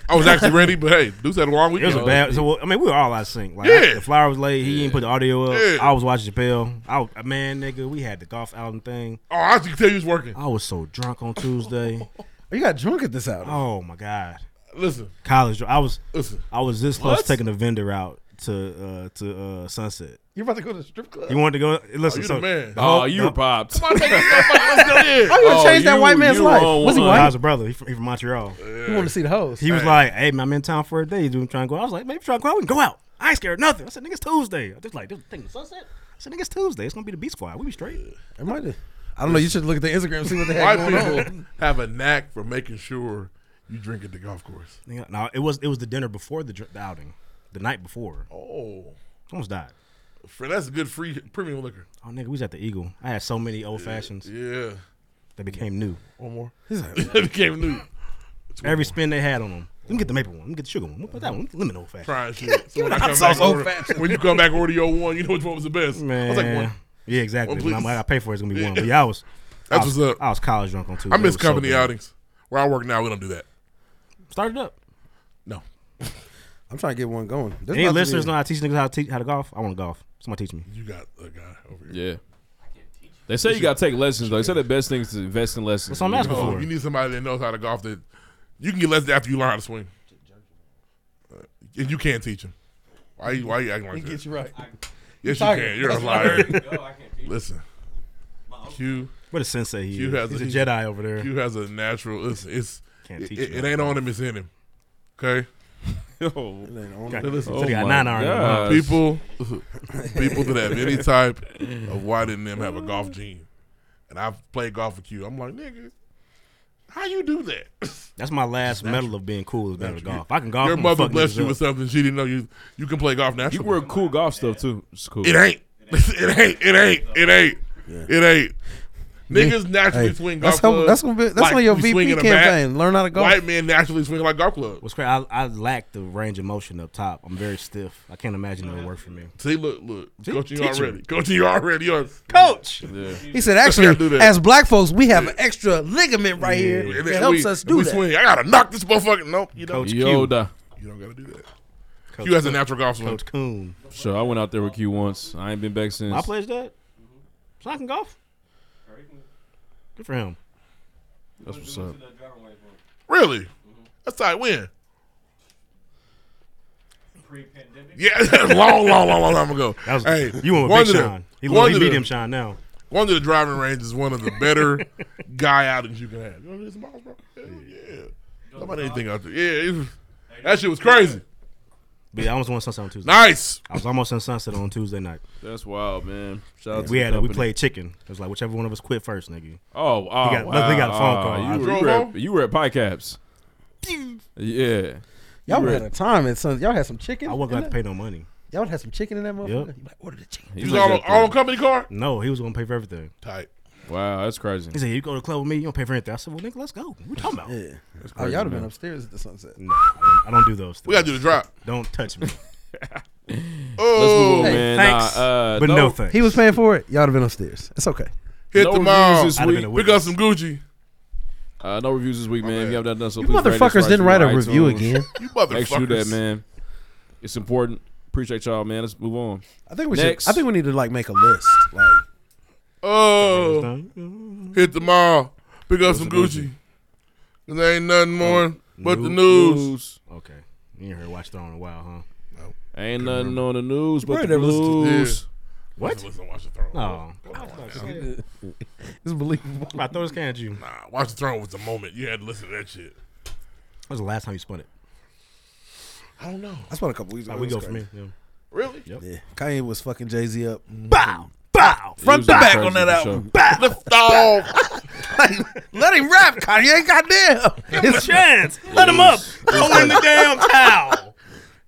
I was actually ready, but hey, Deuce had a long
It was
weekend.
a bad. So well, I mean, we were all out of sync. Like
Yeah.
the flower was late. He didn't put the audio up.
Yeah.
I was watching Chappelle. I was- man, nigga, we had the golf album thing.
Oh, I can tell you was working.
I was so drunk on Tuesday.
*laughs* You got drunk at this hour.
Oh my god.
Listen,
College. I was.
Listen.
I was this close
What?
to taking a vendor out to uh to uh Sunset.
You're about to go to the strip club.
You wanted to go? Listen,
Oh, you
so
the man.
the whole-
Oh, you
the-
were popped.
Come on, take this motherfucker. Let's go in.
I would've
Oh,
changed that
you-
white man's
you
life.
on
Was he
one.
I
white?
was a brother. He from, he from Montreal.
You want to see the hoes?
He was like, "Hey, man, I'm in town for a day. Do you trying to go?" out?" I was like, "Maybe trying to go out. We can go out. I ain't scared of nothing." I said, "Nigga, it's Tuesday." I just like, "This thing sunset." I said, "Nigga, it's Tuesday. It's gonna be the Beast Squad. We be straight."
It might have- I don't know. You should look at the Instagram and see what they
White
had
*laughs*
going on.
people have a knack for making sure you drink at the golf course.
Nigga, No, it was it was the dinner before the, dr- the outing, the night before.
Oh,
Almost died.
for that's good free premium liquor.
Oh, nigga, we was at the Eagle. I had so many old fashions
Yeah,
that became new.
one more.
He's
*laughs* it became new.
*laughs* Every spin they had on them. Let me get the maple one. Let me get the sugar one. Let me put that one. Let me lemon old fashioned. *laughs*
Trying shit. So
Give
when,
it
I
a hot
come back
sauce, old
order,
fashioned.
when you come back order your one, you know which one was the best. I was like
Man.
one.
Yeah, exactly.
One,
When I'm
please.
like, I pay for it, it's gonna be one.
Yeah.
But yeah, I was.
That's
I was,
what's up.
I was college drunk on Tuesday.
I miss
It was so
company
good.
outings. Where I work now, we don't do that.
Started up.
No.
I'm trying to get one going. There's
Any
about to be-
listeners know how to teach niggas how to, teach, how to golf? I want to golf. Somebody teach me.
You got a guy over
*laughs*
here.
Yeah. They say you gotta take lessons. though. They say the best thing is to invest in lessons.
That's what I'm asking
Oh,
for.
you need somebody that knows how to golf that you can get lessons after you learn how to swing. Uh, And you can't teach him. Why you why you acting like
He
that?
gets you right.
Yes, you
Tiger.
can. You're a
That's
liar.
what I heard. *laughs* No, I can't teach.
Listen. Q
What a sensei he
Q
is.
has
He's a Jedi over there.
Q has a natural listen, it's
Can't
it,
teach
it,
you
it
how
ain't on him, it's in him.
*laughs*
Okay?
Oh,
Got-
Listen,
so he
Oh
got nine iron in the mouth.
*laughs*
people people that have any type of why didn't them have a golf gene. And I've played golf with Q. I'm like, nigga, how you do that?
That's my last medal of being cool is better
Natural.
golf. I can golf.
Your
I'm gonna
mother
fuck
blessed
niggas
you
up.
with something she didn't know you you can play golf
You
naturally.
wear cool golf stuff too. It's cool.
It ain't. *laughs* It ain't. It ain't. It ain't. It ain't. Niggas naturally
Hey,
swing golf
that's
clubs.
gonna- that's gonna be- that's on your
we swing
VP
in a bat.
campaign. Learn how to golf.
White men naturally swing like golf clubs.
What's crazy? I, I lack the range of motion up top. I'm very stiff. I can't imagine it would work for me.
See, look, look.
See?
Coaching you
Teach 'em.
already. Coaching you already. You're-
Coach.
He said,
*laughs* Gotta do
actually,
that.
as black folks, we have an extra ligament right here
And
that
then
helps
we-
us
and
do
we
that.
Swing. I gotta knock this motherfucker. Nope. You don't.
Coach
you
Yoda.
don't gotta do that.
Coach
Q has a
Coon.
natural golf swing.
Coach Coon.
So I went out there with Q once. I ain't been back since.
I pledged that. So I can golf. Good for him.
That's what's up.
Really? That's how I win. Yeah, *laughs* long, long, long, long time ago.
That was-
hey,
you went with Big
one of the-
Sean. He
one
literally
of
beat
the-
him, Sean, now.
One to the driving range is one of the better *laughs* guy outings you can have. You know this miles, bro? Hell yeah. How about anything out there? Yeah, it was- that shit was crazy.
But yeah, I almost won sunset on Tuesday.
Nice.
I was almost in sunset on Tuesday night.
That's wild, man. Shout out to
We
the
had a, we
company.
played chicken. It was like whichever one of us quit first, nigga.
Oh, oh,
we got,
wow.
luckily got a phone
Oh,
call. I
You,
was-
were, you,
Drove
were
home?
at, you were at Pie Caps. Yeah.
Y'all
You
would
were
have
at-
had a time and son. Y'all had some chicken.
I wasn't
in
gonna have to
that?
pay no money.
Y'all would have had some chicken in that motherfucker. You might order the chicken.
He
You was
was
all,
at
all
the-
company car?
No, he was gonna pay for everything.
Tight.
Wow, that's crazy.
He said, "You go to the club with me, you don't pay for anything." I said, "Well, nigga, let's go. What you talking about?"
Yeah. That's
Oh, y'all
*laughs*
have been upstairs at the sunset.
I don't do those. Things.
We gotta do the drop.
Don't
*laughs*
touch me.
Oh,
Hey, thanks,
uh,
but no, thanks.
He was paying for it. Y'all would have been upstairs. It's okay.
Hit
No
the
reviews
mall.
this I'd have week. been a
Pick up some Gucci.
Uh, no reviews this week, man. If you haven't done so,
You
please rate us,
motherfuckers
write us
didn't write a
on
review
iTunes.
again.
You
Make sure you do that,
motherfuckers.
man. It's important. Appreciate y'all, man. Let's move on.
I think we
Next.
should. I think we need to like make a list. Like
Oh, hit the mall. Pick up some Gucci. Cause there ain't
Uh,
nothing more but the news.
Okay, you ain't heard Watch Throne in a while, huh?
Ain't nothing on the news but
Probably
the
never listened to- Yeah.
news.
What?
Let's listen to Watch the Throne.
No.
Come on now.
*laughs*
It's believable.
I throw this can at you.
Nah, Watch the Throne was the moment. You had to listen to that
*laughs*
shit.
When was the last time you spun it?
I don't know.
That's what a couple weeks ago.
Like, we
It
go
was
for me.
crazy.
Yeah.
Really?
Yep.
Yeah. Kanye was fucking Jay Z up. Mm-hmm.
Bow,
bow,
Front to back on that album. Bow.
*laughs*
Lift off.
Let him rap, Kanye. Goddamn.
Give him a *laughs* chance. Let him up. Throw in the damn *laughs* towel.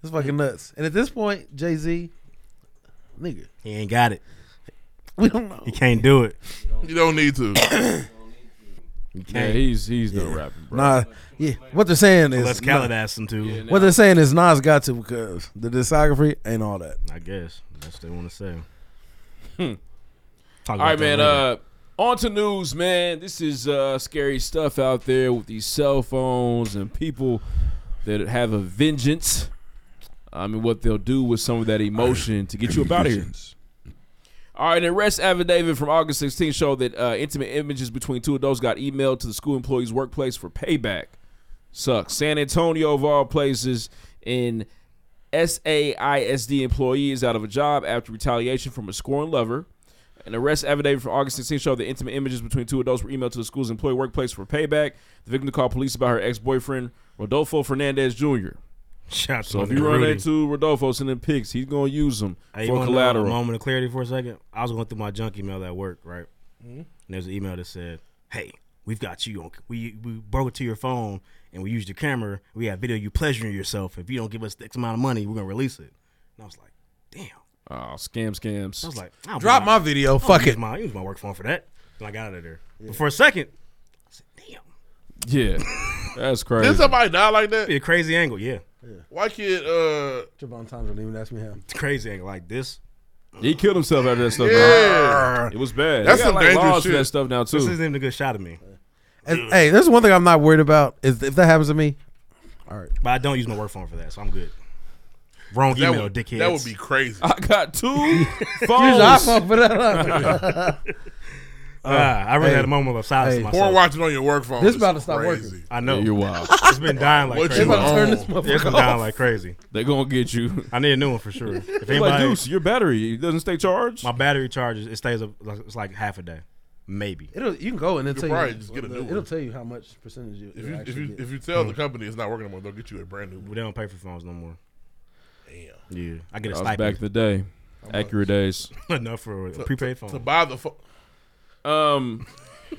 It's fucking nuts. And at this point, Jay Z, nigga,
He ain't got it.
we don't know.
He can't do it.
You don't
*coughs*
need to.
Yeah, he's he's no rapper, bro.
Nah, yeah. What they're saying is
Unless Khaled asked him to. Yeah,
What they're saying is Nas got to because the discography ain't all that.
I guess that's what they want to say. Hmm. Talk
All
about
right,
that
man.
later.
Uh, on to news, man. This is uh, scary stuff out there with these cell phones and people that have a vengeance. I mean, what they'll do with some of that emotion to get you up out of here. All right, an arrest affidavit from August 16 showed that uh, intimate images between two adults got emailed to the school employee's workplace for payback. Sucks. San Antonio, of all places, in SAISD employee is out of a job after retaliation from a scorn lover. An arrest affidavit from August 16 showed that intimate images between two adults were emailed to the school's employee workplace for payback. The victim called police about her ex boyfriend, Rodolfo Fernandez Jr.
Shout out
so
to
if
my
you
nigga
run
Rudy.
into Rodolfo sending pics, he's going to use them
Hey, you
for
want to know a
collateral.
moment of clarity for a second. I was going through my junk email at work, right? And there's an email that said, "Hey, we've got you on. We we broke it to your phone and we used your camera. We have video of you pleasuring yourself. If you don't give us X amount of money, we're gonna release it." And I was like,
Oh, scam scams.
I was like, I don't
Drop
use
my video,
I don't
fuck
use
it.
My, I use my work phone for that. And I got out of there. But for a second,
Yeah. That's crazy.
Did somebody die like that?
Be a crazy angle, yeah.
Why kid? Uh,
Javon Thompson didn't even ask me how.
It's a crazy angle like this.
He killed himself after that stuff.
Yeah.
man. It was bad. That's
That's
got,
some
like,
dangerous
laws for
shit.
that stuff now too.
This isn't even a good shot of me.
And, hey, there's one thing I'm not worried about is if that happens to me. All right.
But I don't use my work phone for that, so I'm good. Wrong
That
email,
would-
dickheads.
that would be crazy.
I got
*laughs*
two
Use
phones.
your iPhone for that.
Ah, Uh, I really had a moment of silence for myself.
Porn watching on your work phone.
This
is
about to stop
crazy.
working. I know.
Yeah, you're wild.
*laughs* It's been dying like
What
crazy.
you They about to turn on? this motherfucker
It's been dying
off.
like crazy.
They're gonna get you.
I need a new one
*laughs*
for sure. If
It's like Deuce, your battery doesn't stay charged.
My battery charges. It stays up. like- It's like half a day, maybe.
It'll, you can go and
You
it'll tell
could probably
you.
just get a new
it'll
one.
tell you how much percentage you.
If
it'll
you if
actually
you
get.
if you tell the company it's not working anymore, they'll get you a brand new.
They don't pay for phones no more.
Damn.
Yeah, I
That
get a
was
stipend.
back in the day. Accurate days.
*laughs* Enough for a
To-
prepaid
to-
phone.
to buy the phone.
Um,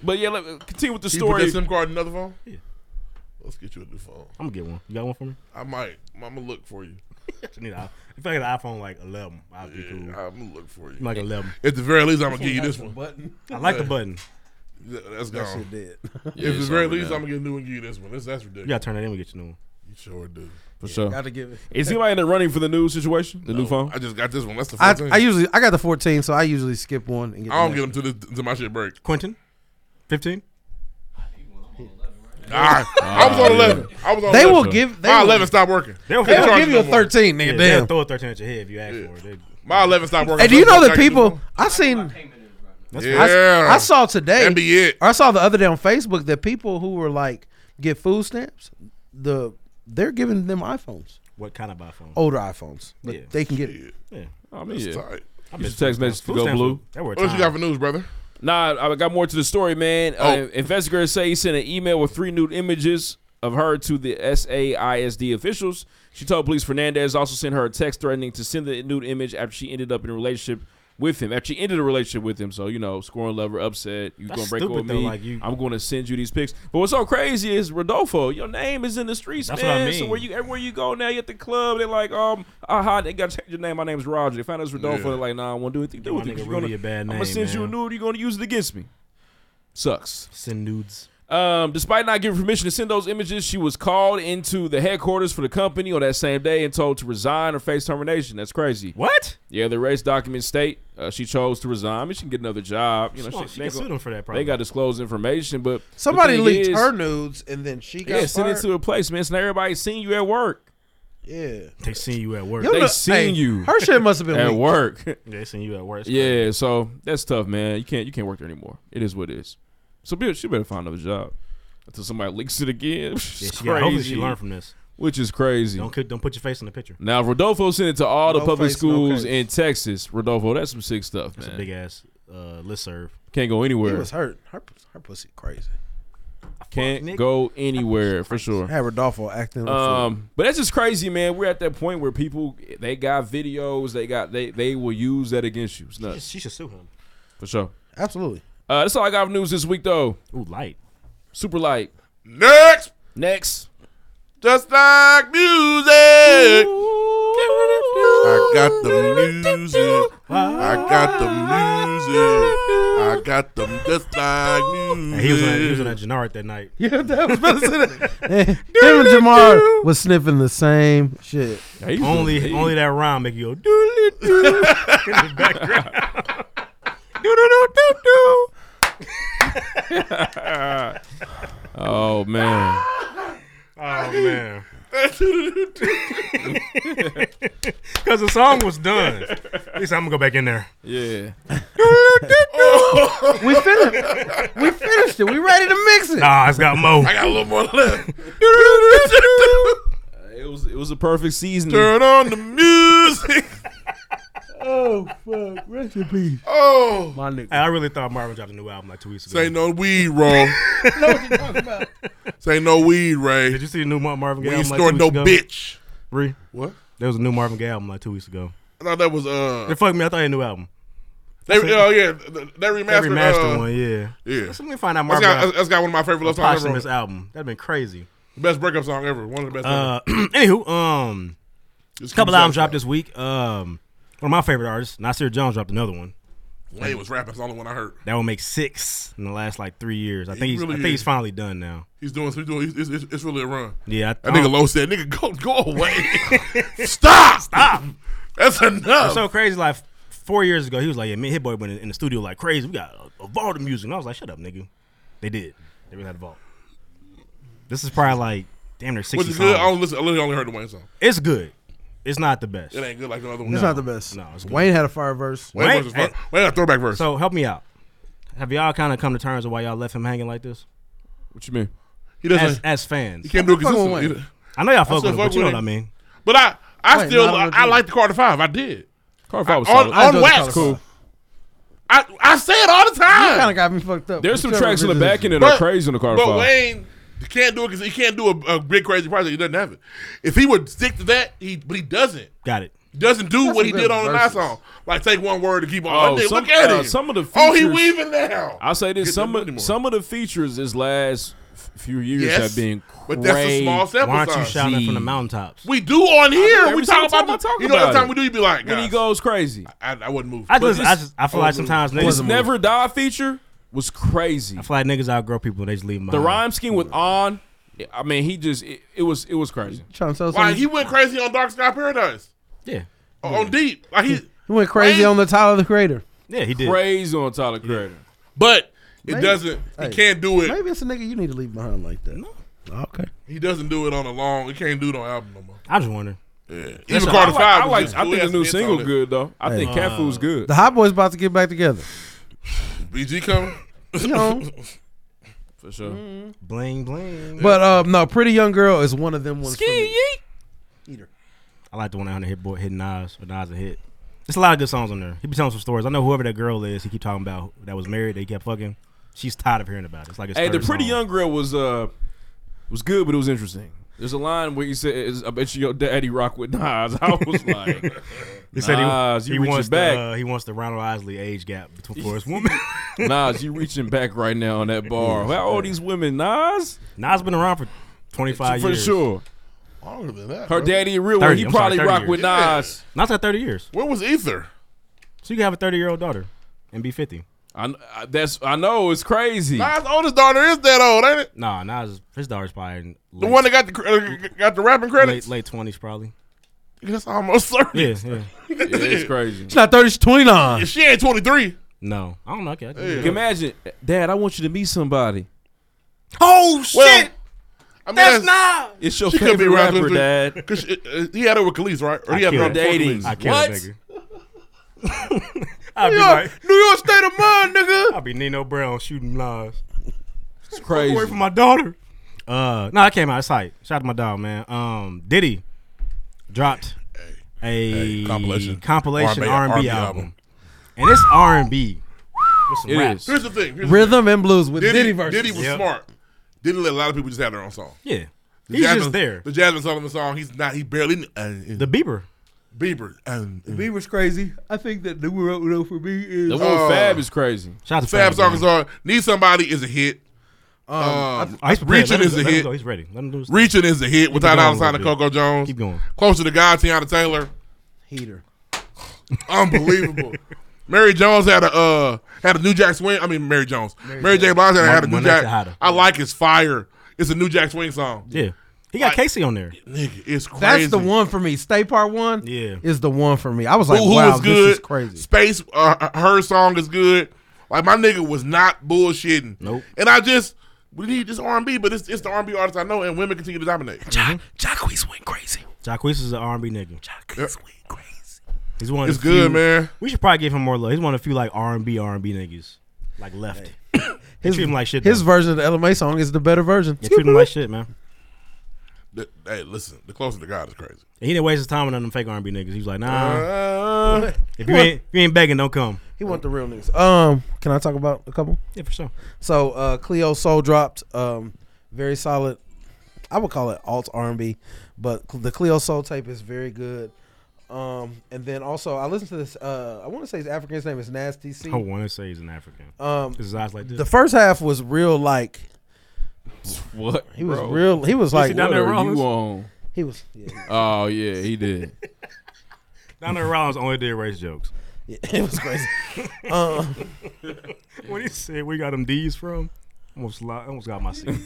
but yeah, let, continue with the
Can you put
story.
that SIM card in another phone.
Yeah.
Let's get you a new phone.
I'm gonna get one. You got one for me?
I might. I'm gonna
*laughs*
look for you.
I need a, if I get an iPhone like 11, I'll be cool.
I'm gonna look for you.
Like 11.
At the very least, I'm gonna
This
give you
one
this
has
one.
the button. I like the button.
Yeah, That's
That
gone.
shit dead.
If
Yeah,
*laughs* at the
it's
very
over
least,
now.
I'm gonna get a new and give you this one. That's that's ridiculous.
You gotta turn that in and get your new one.
You sure do.
for sure.
gotta give it-
Is he like in the running for the new situation? The new phone?
I just got this one. That's the
I,
first thing.
I usually I got the 14, so I usually skip one and get.
I don't
the
get
next.
them to the to my shit break.
Quentin, 15.
Nah, I was on
Ah,
eleven.
yeah.
I was on.
They
11.
will give- they
my
will-
eleven stopped working.
They will
Can't
give
charge
you
no
a
more.
13, nigga,
Yeah, they'll
damn.
throw a 13 at your head if you ask for it. They-
My eleven stopped working.
Hey, do you know
Sometimes
the
I get new
people I seen?
That's
I s-
Yeah.
I, saw today.
That'd be it.
I saw the other day on Facebook that people who were like get food stamps, the they're giving them iPhones,
What kind of iPhone?
older iPhones, but
Yeah.
they can get it.
Yeah.
Oh, I mean,
That's
yeah.
tight. I
You
bet
should text message to
food stamps-
go
food
blue.
stamps- they were
What else you got for news, brother? Oh.
Nah, I got more to the story, man. Uh, investigators say he sent an email with three nude images of her to the SAISD officials. She told police Fernandez also sent her a text threatening to send the nude image after she ended up in a relationship with him. After she ended a relationship with him, so you know, scoring lover, upset, you
That's
gonna break up
stupid,
with
though,
me?
like, you-
I'm gonna send you these pics. But what's so crazy is Rodolfo. Your name is in the streets,
That's what I
man. So
mean.
where you everywhere you go now, you at the club, they're like, um, aha, they gotta change your name. My name's Roger. They found us Rodolfo.
Yeah.
They're like, nah, I won't do anything to do
My
with it.
nigga
You're gonna-
Rudy a bad
I'm
name,
gonna send you a
man.
nude. You're gonna use it against me.
Sucks.
Send nudes.
Um, despite not giving permission to send those images, she was called into the headquarters for the company on that same day and told to resign or face termination. That's crazy.
What?
Yeah, the race documents state uh, she chose to resign. I mean, she can get another job. You know,
She- she
they
can sue them for that,
They
probably.
got disclosed information, but the
Somebody
thing
leaked
is-
her nudes and then she got
Yeah, send it
fired.
to a place, man. So now everybody's seeing you at work.
Yeah.
They seen you at work.
they seen you. *laughs* at work.
*laughs* they seen you at work. That's
Yeah, so that's tough, man. You can't you can't work there anymore. It is what it is. So be- she better find another job until somebody leaks it again. *laughs* which is
she gotta- hopefully she
crazy.
learned from this.
which is crazy.
Don't cook, don't put your face in the picture.
Now Rodolfo sent it to all the
No
public
face, no
schools
case.
in Texas. Rodolfo, that's some sick stuff,
That's
man.
a big ass uh, listserv.
Can't go anywhere.
He was hurt. Her, her pussy crazy.
Can't go anywhere for sure.
Had Rodolfo acting. Um,
Um, but that's just crazy, man. We're at that point where people they got videos, they got they they will use that against you. It's
She,
nuts.
should- she should sue him.
For sure.
Absolutely.
Uh, that's all I got for news this week, though.
Ooh, light.
Super light.
Next.
Next.
Just like music. I got the music. I got the music. I got them just like music.
And he was on, he was on that Gennard that night.
Yeah, that was about to say
*laughs*
*laughs*
that. *laughs* Him and Jamar was sniffing the same shit.
only
*laughs*
only that rhyme make you go doo doo in
*laughs*
the *laughs* background. doo doo doo doo
oh
*laughs*
man.
Oh man. Because the song was done. At least I'm gonna go back in there.
Yeah.
we finished. We finished it. We ready to mix it.
Nah, it's got
*laughs*
mo.
I got a little more left.
It was it was a perfect season.
Turn on the music.
*laughs* Oh fuck! Rest in peace.
Oh,
my nigga.
I really thought Marvin dropped a new album like two weeks ago.
This ain't no
*laughs*
weed, bro.
know what you're talking about.
This ain't no weed, Ray. Did
you see the new Marvin Gaye
We ain't
album like two
storing no
weeks ago?
bitch.
Bree,
What?
There was a new Marvin Gaye album like two weeks ago.
I thought that was uh.
They fucked me. I thought he had a new album.
They,
That's it.
oh yeah, th- th- they remastered,
remastered
uh,
one, yeah.
yeah.
Let's- let me find out Marvin
That's got,
Gaye.
that's got one of my favorite love
A
songs ever.
posthumous album. That'd been crazy.
Best breakup song ever. One of the best.
Uh, *clears throat* anywho, um,
Just keep
couple
it
albums
satisfied.
dropped this week. Um, one of my favorite artists, Nasir Jones, dropped another one.
ever. Lane was rapping. It's the only one I heard.
That will make six in the last like three years. I
He
think he's,
really
I think
is.
he's finally done now.
He's doing. He's doing. He's, it's, it's really a run.
Yeah, I-
that nigga Low said, "Nigga, go go away. *laughs* Stop. Stop. That's enough."
It's so crazy. Like four years ago, he was like, "Yeah, me and Hit Boy went in, in the studio like crazy. We got a, a vault of music." And I was like, "Shut up, nigga." They did. They really had a vault. This is probably like damn near
Was
sixty.
it good? I
songs.
only, listen, I literally only heard the Wayne song.
It's good. It's not the best.
It ain't good like the other one.
It's not the best.
No, it's good.
Wayne had a fire verse.
Wayne verse is fire. Wayne had a throwback verse.
So help me out. Have y'all kind of come to terms with why y'all left him hanging like this?
What you mean?
He doesn't-
As, as fans,
He can't do it consistently.
I know y'all fuck
still
with him, but you know
him.
what I mean.
But I, I
Wayne,
still,
not
I,
on
I
the-
like the Carter Five. I did.
Carter Five was
I, on,
solid. I
on
enjoyed the
wax.
Carter Cool.
I, I say it all the time.
kind of got me fucked up.
There's some tracks in the back end that
But-
are crazy on the Carter
but
Five.
Wayne can't do it because he can't do a, a big crazy project. He doesn't have it. If he would stick to that, he but he doesn't.
Got it.
He doesn't do
That's
what
a
he
good
did on the last
verses.
song. Like take one word to keep on.
Oh,
Oh, nigga,
some-
look at
uh,
him.
some of the
oh, he
features-
weaving now.
I'll say this:
Get
some
them anymore.
of, some of the features this last f- few years
Yes,
have been crazy.
but that's a small sample
Why aren't you
size.
shouting from the mountaintops?
We do on here.
Every
We talk
single time
about the.
I talk
you know,
about
every time
it.
we do, you be like,
when he
guys,
goes crazy.
I, I wouldn't move.
I
But
just, I
this-
just, I feel like
Oh,
wouldn't
sometimes
move.
niggas
His never die feature was crazy.
I feel like niggas outgrow people. They just leave them.
The rhyme scheme with on, I mean, he just it, it was it was crazy.
Trying to tell
Why
somebody-
he went crazy on Dark Sky Paradise?
Yeah.
On, on deep, like he
He went crazy on the Tyler the Creator.
Yeah, he
did.
Crazy on Tyler Creator.
But it
Maybe-
doesn't.
hey,
he can't do it.
Maybe it's a nigga you need to leave behind like that. No. Okay.
He doesn't do it on a long. He can't do it on album no more.
I just wonder.
Yeah.
That's
Even
a- I
Carter
like-
Five.
I
was
like-
just
I think the
cool. He
new
had some
single
hits on
good though. I
Hey. Uh,
think Cat Food's good.
The Hot Boys about to get back together.
it. BG coming.
You know.
For sure.
Mm-hmm.
Bling bling.
But um, no, Pretty Young Girl is one of them ones. for me.
I like the one out there hit boy hit Nas or Nas a hit. There's a lot of good songs on there. He be telling some stories. I know whoever that girl is, he keep talking about that was married. They kept fucking. She's tired of hearing about it. It's like it's
Hey, the pretty young girl was uh was good, but it was interesting. There's a line where he says, "I bet you your daddy rock with Nas." *laughs* I
*laughs*
was like,
He said he,
Nas,
he
you reaching
wants
back."
The, uh, he wants the Ronald Isley age gap between, for his woman.
*laughs* Nas, you reaching back right now on that bar. How old these women, Nas?
Nas been around for 25
for
years.
sure.
*laughs* Longer than that.
Her
bro.
daddy in real one,
30,
he
I'm sorry,
probably
30
rock
years.
with
Yeah.
Nas.
Nas got 30 years.
Where was Ether?
So you can have a 30 year old daughter and be 50.
I, I- that's I know it's crazy.
Nas' oldest daughter is that old, ain't it?
Nah, Nas, his daughter's probably in
The
late-
one that got the cr- uh, got the rapping
late
credits.
late twenties
*laughs*
probably.
That's almost thirty.
Yeah, yeah.
*laughs* Yeah,
it's crazy.
She's not 30, she's 29.
*laughs* She ain't twenty three.
No, I don't know. Okay, I
Like,
can-
Imagine, Dad, I want you to meet somebody.
Oh shit! I mean,
That's
Ah!
not.
It's your favorite rapper, Dad.
Cause she- uh, he had her with Khalees, right? Or he had her
killed
before
it.
Khalees.
I killed it,
What?
nigga.
New
be
York,
like-
New York state of mind, nigga.
I'll be Nino Brown shooting Nas.
It's
crazy. Away from my daughter. Uh, no, I came out. It's hype. Shout out to my dog, man. Um, Diddy dropped a
compilation.
compilation
R&B-
R and
R&B
B album,
album.
and it's R and B with some
It
raps.
is. Here's the thing. Here's
Rhythm
the thing.
and blues with Diddy verses.
Diddy was
Yep.
smart. Diddy let a lot of people just have their own song.
Yeah. He's just there.
The Jasmine Sullivan song. He's not. He barely. Uh, uh,
The Bieber. Mm-hmm.
Bieber. Um, uh,
Bieber's crazy. I think that the world know for me is
The one with
Uh,
Fab is crazy.
Shout out to
Fab
Fab,
songs
man.
are "Need Somebody" is a hit.
I-
Um,
I used to play it.
reaching
Let him
is
go-
a
let him
hit.
go. He's ready. Let him do his thing.
reaching is a hit.
Keep
Without
it going
dollar sign
a
to
little bit.
Coco Jones.
Keep going.
Closer to God, Tiana Taylor.
Heater.
Unbelievable. Mary Jones had a uh, had a New Jack Swing. I mean Mary Jones. Mary, J. Blige had, had a New
Mon- Moneta
Jack.
Hada.
I like his fire. It's a New Jack Swing song.
Yeah. He got Casey on there.
Nigga, it's crazy.
That's the one for me. Stay Part One.
Yeah.
is the one for me. I was like,
Who- who
wow,
was good?
this is crazy.
Space, uh, her song is good. Like my nigga was not bullshitting. Nope. And I just we need this R and B, but it's, it's the R and B artists I know, and women continue to dominate. Mm-hmm. *laughs*
Ja-
Jacquees went crazy.
Jacquees is an R and B nigga.
Jacquees
went crazy. He's one. Of
It's
the
good,
few-
man.
We should probably give him more love. He's one of the few like R and B R and B niggas like left. They treat him like shit.
His
though.
version of the LMA song is the better version.
They treat him like shit, man.
The- hey, listen, the closer to God is crazy.
And he didn't waste his time with none of them fake R and B niggas. He was like, nah.
Uh,
if you ain't if you ain't begging, don't come.
He want the real niggas. Um, can I talk about a couple?
Yeah, for sure.
So, uh, Cleo Soul dropped. Um, very solid. I would call it alt R and B, but cl- the Cleo Soul tape is very good. Um, and then also I listened to this. Uh, I want to say his African's name is Nasty C.
I want to say he's an African.
Um,
his eyes like this.
The first half was real like.
What?
He was
bro?
real. He was like.
what are you on?
He was.
Oh yeah, he did.
Donnell Rollins only did race jokes.
Yeah, *laughs* it was crazy.
*laughs*
Um,
when he said we got them D's from, almost li- almost got my
*laughs*
seat.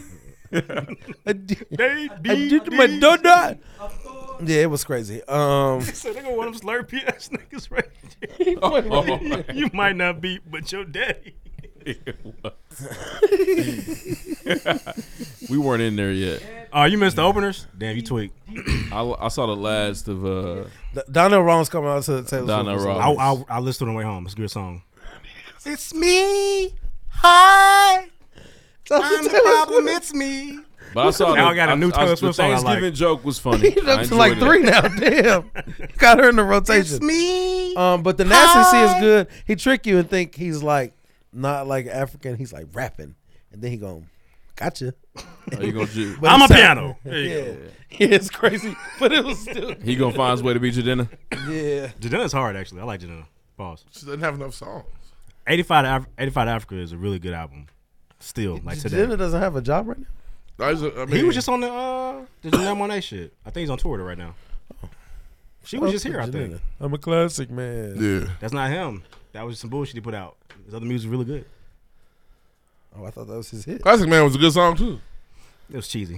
I did,
They
I did my
D's.
donut. Yeah, it was crazy. Um,
He said, nigga, one of them slurpy ass niggas right
*laughs*
there.
Oh.
you might not be, but your daddy.
we weren't in there yet.
Oh, you missed the openers? Damn, you tweaked.
*clears throat* I, I saw the last of uh
D- *laughs* Donnell Rollins coming out to the Taylor
Donnell
Swift.
I, I, I listened to it on the way home. It's a good song.
It's me. Hi.
So
I'm the problem. It's me.
But I saw
Now
the,
I got a
I-
new
I-
Taylor
the
Swift song I like.
Thanksgiving joke was funny. I
*laughs* That's
enjoyed
like
it.
three
*laughs*
now. Damn, got her in the rotation.
It's me.
Um, but the nasty C
Hi.
is good. He trick you and think he's like not like African. He's like rapping, and then he go, "Gotcha."
Oh, you gonna ju-
*laughs* But
I'm
it
a
sound-
piano. There you
yeah.
go.
yeah, it's crazy, but it was still.
He gonna find his way to beat you dinner.
Yeah,
Jadena's hard, actually. I like Jadena. Pause.
*laughs* She doesn't have enough songs.
85 to, Af- 85 to Africa is a really good album. Still, like today.
Jenna doesn't have a job right now.
I just- I
he
mean-
was just on the uh, the Janelle Monae shit. I think he's on tour right now. She was just here, I think.
I'm a classic man.
Yeah.
That's not him. That was some bullshit he put out. His other music was really good.
Oh, I thought that was his hit.
Classic Man was a good song too.
It was cheesy.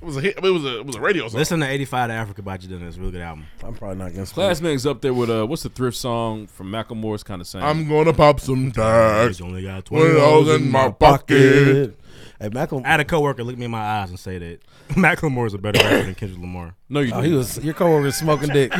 It was a hit. I mean, it was a it was a radio song.
Listen to 85 to Africa by Jadena. It's a really good album.
I'm probably not gonna. Class-
Classmates up there with uh what's the thrift song from Macklemore? It's kind of same.
I'm gonna pop some tags.
Only got
Twenty dollars in my
*laughs*
pocket.
Hey, Macklemore.
I had a coworker look me in my eyes and say that *laughs* Macklemore is a better rapper than Kendrick Lamar.
No, you
oh, he was your coworker smoking dick.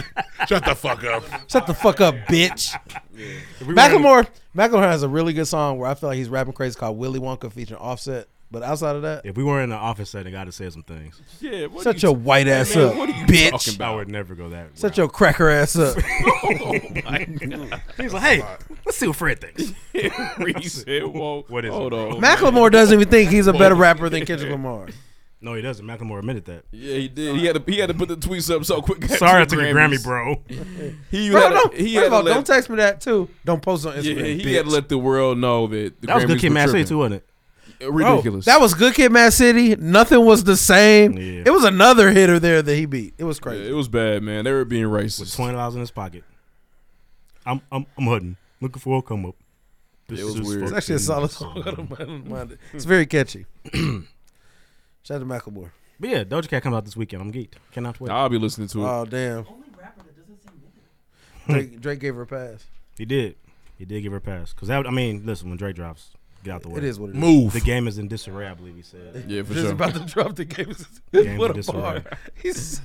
Shut the fuck up.
Shut the fuck up, bitch.
we
Macklemore, Macklemore has a really good song where I feel like he's rapping crazy called Willy Wonka featuring Offset. But outside of that,
If we were in the office setting, I'd have said some things.
Yeah, what
Shut
you-
your white
Hey,
ass
man,
up,
what are you
bitch.
talking
I
about? Oh
would never go that.
set your cracker ass
*laughs*
up. *laughs*
He's like, hey, let's see what
*laughs*
Fred thinks.
Reset, whoa,
What is
hold
it?
on.
Macklemore doesn't even think he's a better rapper
*laughs*
than Kendrick Lamar.
No, Oh, he doesn't. Macklemore admitted that.
Yeah, he did. He had to he had to put the tweets up so
*laughs*
quick.
Sorry, I
after
took
the
a Grammy, bro.
*laughs* He
Bro,
had to-
don't,
he
first
had
of all,
to let-
don't text me that too. Don't post on Instagram.
Yeah, he
bitch.
had to let the world know that the
That was
Grammys
Good Kid,
were
Mad City
tripping.
too, wasn't it?
Uh,
Bro,
Ridiculous.
that was Good Kid, Mad City. Nothing was the same. It was another hitter there that he beat. It was crazy.
Yeah, it was bad, man. They were being racist.
Twenty dollars in his pocket. I'm I'm I'm hunting, looking for a come up.
it was weird.
It's actually a solid song. *laughs* I don't mind it. It's very catchy. Shout out to Macklemore.
*clears throat* But yeah, Doja Cat comes out this weekend. I'm geeked. Cannot wait.
I'll be listening to it.
Oh damn. Drake, Drake gave her a pass.
He did. He did give her a pass. Because, I mean, listen, when Drake drops, get out the way.
It is what it
it
is.
is.
Move.
The game is in disarray, I believe he said.
Yeah, for
Just
sure.
about to drop the game.
*laughs* Game
what
of
a
disarray.
bar.
*laughs*
He's,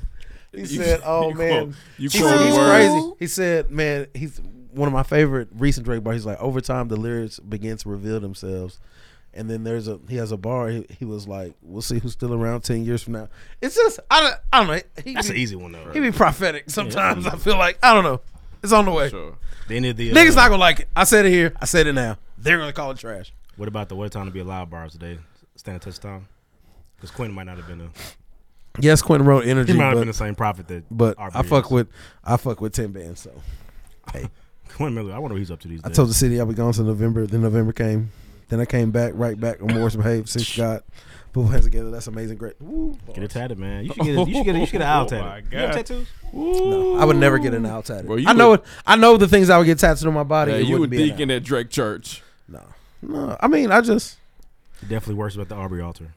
he
You-
said, "Oh
you
man,
quote- you
he's,
quote
he's
words.
crazy." He said, "Man, he's one of my favorite recent Drake bars." He's like, over time, the lyrics begin to reveal themselves, and then there's a he has a bar. He, he was like, "We'll see who's still around ten years from now." It's just I don't, I don't know. He
That's
be-
an easy one, though.
He be prophetic sometimes. I feel like I don't know. It's on the way.
The end of the, uh,
Niggas not gonna like it. I said it here. I said it now. They're gonna call it trash.
What about the What Time to Be Alive bars today? Stand a touch time? Because Quentin might not have been a.
Yes, Quentin wrote energy.
He might have
but-
been the same prophet that.
But
our
I
beard
fuck
is.
with I fuck with Tim Band. So
*laughs* Quentin Miller. I wonder what he's up to these
I
days.
told the city I'll be gone till November. Then November came. Then I came back right back on Morris Behave. Six God. *laughs* Put hands together. That's amazing. Great. Woo.
Get it tatted, man. You should get. A, you should get. A, you should get an owl
Oh,
tatted.
my
You have
God.
tattoos?
I would never get an owl tattoo.
Bro, you
I know it. I know the things I would get tattooed on my body.
Yeah,
it
you were
wouldn't be an
deacon at Drake Church.
No. owl. No, I mean I just
He definitely worships at the Aubrey altar.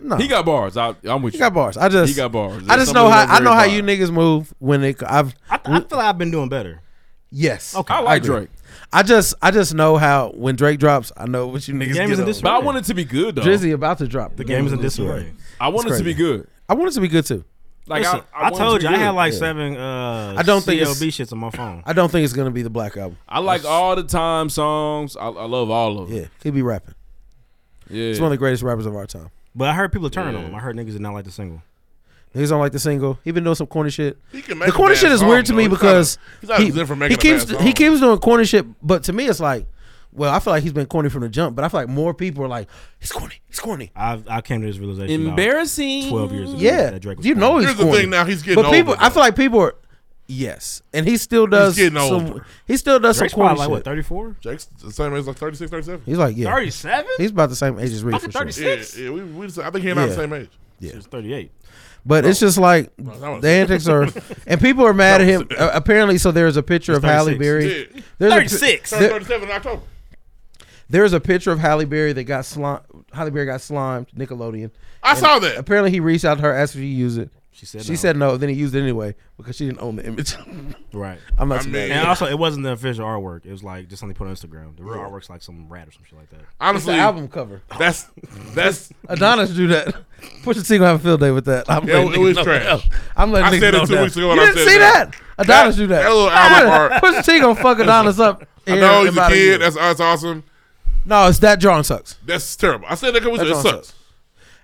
no.
He got bars. I, I'm with
He
you.
got bars. I just
he got bars.
I just know how I know how you niggas move when it. I've
I, I feel like I've been doing better.
yes.
Okay. I like
agree.
Drake.
I just I just know how when Drake drops, I know what you niggas
game
get
is in
on.
disarray.
But I want it to be good though.
Drizzy about to drop.
The game is in disarray.
I want
It's
it to be
crazy.
good.
I want it to be good too.
Like
Listen,
I, I, want it
told
to
you,
be
I had
good.
like
Yeah.
seven. Uh,
I don't think it's-
CLB shits on my phone.
I don't think it's gonna be the Black album.
I like all the time songs. I, I love all of them.
Yeah, he be rapping.
Yeah,
He's one of the greatest rappers of our time.
But I heard people are turning
Yeah.
on him. I heard niggas did not like the single.
Niggas don't like the single. He been doing some corny shit.
He can make
the
a
corny
bad
shit is
song,
weird to
though.
me
He's not
because
a- he's not exempt from
he,
making
he
a
keeps
bad
he
song.
keeps doing corny shit. But to me, it's like, well, I feel like he's been corny from the jump. But I feel like more people are like, he's corny. He's corny.
I I came to this realization. about
Embarrassing.
Twelve years ago.
Yeah,
that Drake was
you know
corny.
he's corny. But people, I feel like people are yes, and he still does.
getting
some,
older.
He still does
Drake's
some corny
probably like
shit.
what thirty four.
Jake's the same age, like 36, 37.
He's like yeah,
37?
He's about the same age as Reed.
Fucking
for sure.
36?
Yeah, yeah we, we, I think he and I are the
Yeah.
same age.
Yeah.
She's thirty eight.
But it's just like
No, that was-
the antics
*laughs*
are, and people are mad at him. Uh, apparently, so there's a picture of
He's
Halle
36.
Berry.
Yeah.
There's a pi-
36.
there-
37 in October.
there's a picture of Halle Berry that got slimed. Halle Berry got slimed. Nickelodeon.
I saw that.
Apparently, he reached out to her, asked her to use it. She
said
she
no.
said no. Then he used it anyway because she didn't own the image. *laughs*
Right.
I'm not. too mad.
and also, it wasn't the official artwork. It was like just something put on Instagram. The real
Yeah.
artwork's like some rat or some shit like that.
Honestly,
It's the album cover.
That's that's
*laughs* Adonis do that. Pusha T gonna have a field day with that. I'm
Yeah,
letting
it was
niggas know
trash.
now. I'm letting
I
niggas
said it
know
two
now.
weeks ago when
You
I
didn't
said
see
that.
that. Adonis
That-
do that.
that
*laughs*
little album art.
Pusha T gonna fuck Adonis up.
I
in
know he's a
about year.
kid. That's, that's awesome.
No, it's that drawing sucks.
That's terrible. I said that because
That
it
drawing
sucks.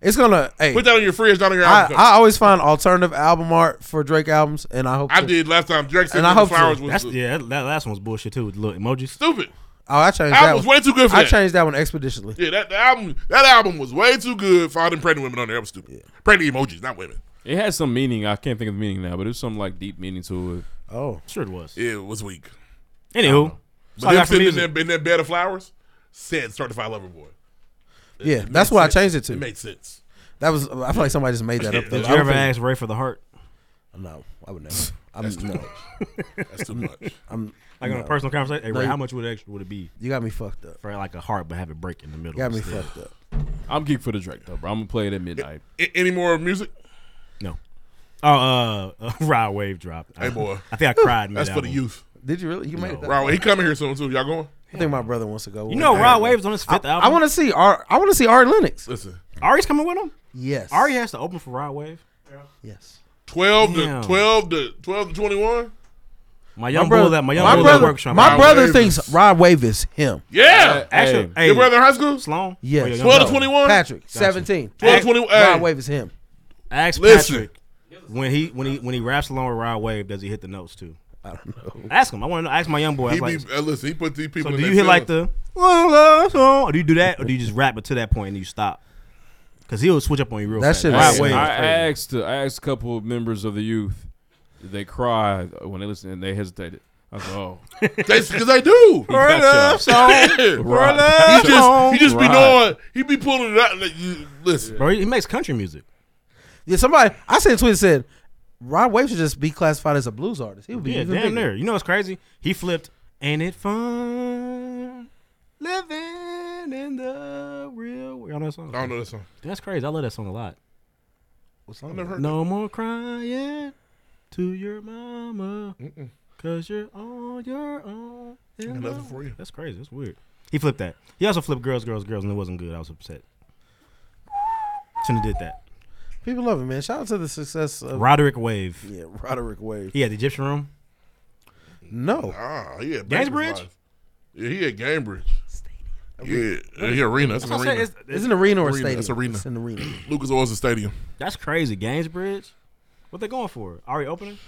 It's gonna. Hey,
Put that on your fridge, not on your
I,
album. cover.
I always find alternative album art for Drake albums, and I hope
I
to-
did last time. Drake said
And I
the
hope
flowers
so.
was
That's yeah. That, that last one was bullshit too with the little emojis.
stupid.
Oh, I changed that.
Album's
one.
way too good for
I
that.
changed that one expeditiously.
Yeah, that the album that album was way too good for all them pregnant women on there. That was stupid. Pregnant emojis, not women.
It had some meaning. I can't think of the meaning now, but there's some like deep meaning to it.
Oh,
Sure it was.
Yeah, it was weak.
Anywho,
But them sitting in that, in that bed of flowers said certified lover boy.
Yeah,
It
that's
made
what I
sense.
changed it to.
It made sense.
That was. I feel like somebody just made that up.
Did
I
you
don't
ever
think-
ask Ray for the heart?
No, I would never. *laughs* I'm
That's too
no.
much. That's too much.
*laughs* I'm
Like on a
no.
personal conversation. Hey,
No,
Ray,
you-
how much would it extra would it be
You got me fucked up.
for like a heart, but have it break in the middle?
Got me
instead?
fucked up.
I'm geek for the Drake though, bro. I'm gonna play it at midnight.
A- any more music?
No. Oh, uh, *laughs* Rod Wave dropped.
Hey boy,
I think I cried.
That's for the
mid-album.
youth.
Did you really? You made it. That
Rod, he coming here soon too. Y'all going?
I think my brother wants to go.
You know, Rod Wave's on his fifth
I,
album.
I want to see. Ar, I want to see Ari Lennox.
Listen,
Ari's coming with him.
Yes.
Ari has to open for Rod Wave.
Yes.
twelve
Damn.
to twelve to twelve to twenty one.
My young brother, that my young brother,
brother,
workshop.
my
Rod
brother
Wave.
thinks Rod Wave is him.
Yeah,
Actually,
your brother in high school.
Sloan.
Yes.
Oh, yeah,
Twelve to
young
twenty
brother.
one.
Patrick, seventeen.
12, 20
Rod
hey.
Wave is him.
Ask
Listen.
Patrick when he when he when he raps along with Rod Wave, does he hit the notes too?
I don't know.
Ask him. I want to ask my young boy. I
He
was like,
be, uh, listen, he put these people.
so
in
do you
that
hit like
feeling.
the or do you do that or do you just rap it to that point and you stop? Because he'll switch up on you real
That
fast.
shit is
Rod
sick.
Wave.
I asked uh, I asked a couple of members of the youth. They cried when they listened and they hesitated. I was like, oh.
Because *laughs* they do.
He's got y'all. *laughs*
*laughs*
Right.
He just, he just be
Right.
knowing. He be pulling it out. Like, you, listen,
Bro, he he makes country music.
Yeah, somebody. I seen a tweet that said Rod Wave should just be classified as a blues artist. He would be
Yeah,
even
damn
bigger.
near. You know what's crazy? He flipped. Ain't it fun? Living in the real world. Y'all know that song?
I don't know that song.
That's crazy. I love that song a lot.
What song? I never heard
no more crying to your mama. Cause you're on your own.
I got nothing for you.
That's crazy. That's weird. He flipped that. He also flipped girls, girls, girls, and it wasn't good. I was upset. Shouldn't have did that.
People love it, man. Shout out to the success of
Roderick Wave.
Yeah, Roderick Wave.
He had the Egyptian room.
No.
Ah, he had
Games
Basketball
Bridge?
Live. Yeah, he had Gamebridge. Yeah, yeah, he arena.
That's
That's, an
what I'm
arena.
saying. It's- it's an arena or stadium.
That's arena.
It's an arena.
Lucas Oil's a stadium.
That's crazy. Gainsbridge. What they going for? Already opening?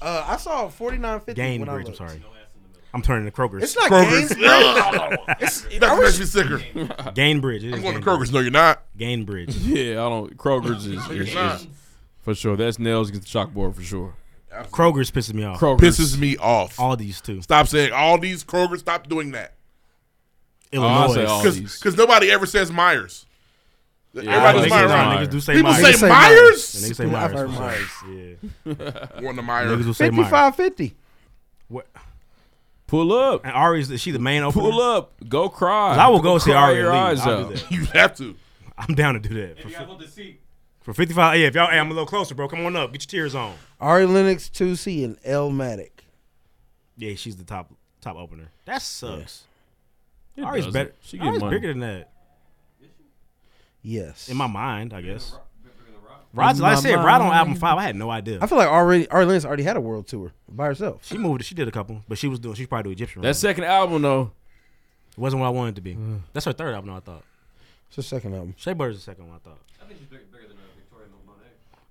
Uh, I saw forty nine fifty when I
Gainsbridge.
looked.
I'm sorry. I'm turning to Kroger's.
It's not Kroger's.
*laughs*
Gainsbridge. It's-
That I makes wish- me sicker.
Gainbridge.
I'm going to Kroger's. No, you're not.
Gainbridge.
*laughs* Yeah, I don't. Kroger's is,
You're
is-
not.
is- for sure. That's nails against the chalkboard for sure.
Kroger's pisses me off.
Kroger's.
Pisses me off.
Oh. All these two.
Stop saying all these Kroger. Stop doing that.
Illinois.
Because nobody ever says Myers. Everybody
niggas-
says Myers.
nah,
around
niggas do
here.
say
People
Myers.
say
Niggas say
Myers.
Myers. Niggas say Myers, for sure. Yeah.
One of
Niggas will
Myers.
say Myers.
5550.
What?
Pull up.
And Ari's is she the main opener?
Pull up. Go cry.
I will go see
Cry
Ari.
your eyes out.
*laughs* You have to.
I'm down to do that. For, for 55. Yeah, if y'all, hey, I'm a little closer, bro. Come on up. Get your tears on.
Ari Lennox, 2C, and L Matic.
Yeah, she's the top top opener. That sucks.
It
Ari's
doesn't.
better.
She
She
get
Ari's
money.
bigger than that.
Yes.
In my mind, I guess.
In
Rod's, like I
my
said, Rod on
mind.
album five. I had no idea.
I feel like already Ari Lennox already had a world tour by herself.
She moved. She did a couple, but she was doing. She probably do Egyptian.
That
That's
second album though.
it. Wasn't what I wanted it to be. That's her third album. I thought.
It's her second album.
Shea Butter's the second one. I thought.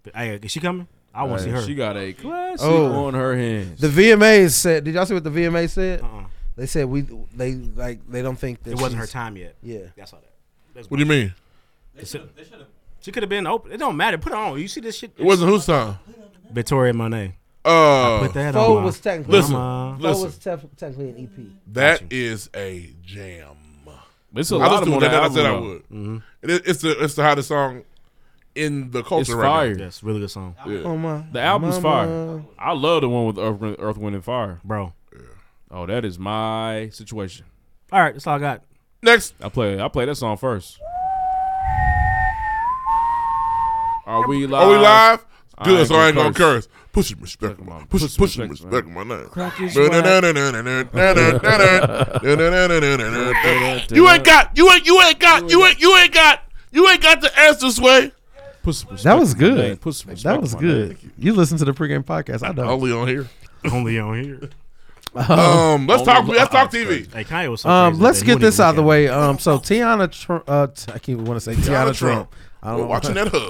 But, hey, is she coming? I want to see
Hey,
her.
She got a classic on her hands.
The VMAs said. Did y'all see what the VMAs said? They said we they like they don't think that
Uh-uh. It wasn't her
she's-
time yet.
Yeah.
That's all that. That's
What do you mean?
She could have been open. It don't matter. Put it on. You see this shit.
It wasn't whose time?
Victoria Monet.
Uh,
I put that
Foe
on. my-
was technically
Listen,
Foe
listen.
was tef- technically an E EP.
That is a jam.
It's
a
a lot of them on
that.
that
I said I
album,
would.
though.
It- it's the it's the hottest song in the culture
It's
right now.
fire.
Yes, really good song.
Yeah.
Oh, my
the album's fire.
mama.
I love the one with Earth, Wind- Earth Wind and Fire,
bro.
Oh, that is my situation.
All right, that's all I got.
Next,
I play. I play that song first. Are we live?
Are we live? Good, so I ain't gonna
curse.
curse. Push it, respect my push, push, push it, respect my name.
Crack is whack.
You ain't got, you ain't, you ain't got, you ain't, you ain't got, you ain't got the answer, Sway.
That was good.
Hey, put some
that
respect
was
on
good. You listen to the pregame podcast. I don't.
Only on here.
*laughs* Only on here.
Um, let's talk. Let's talk TV.
Hey, Kanye was so
Um,
crazy
let's
that he
get
wouldn't
this
even
out
look
of the
at
way. Um, so Tiana, Tr- uh, t- I keep want to say Tiana,
Tiana
Trump.
Trump.
I don't
We're
know
watching
why.
that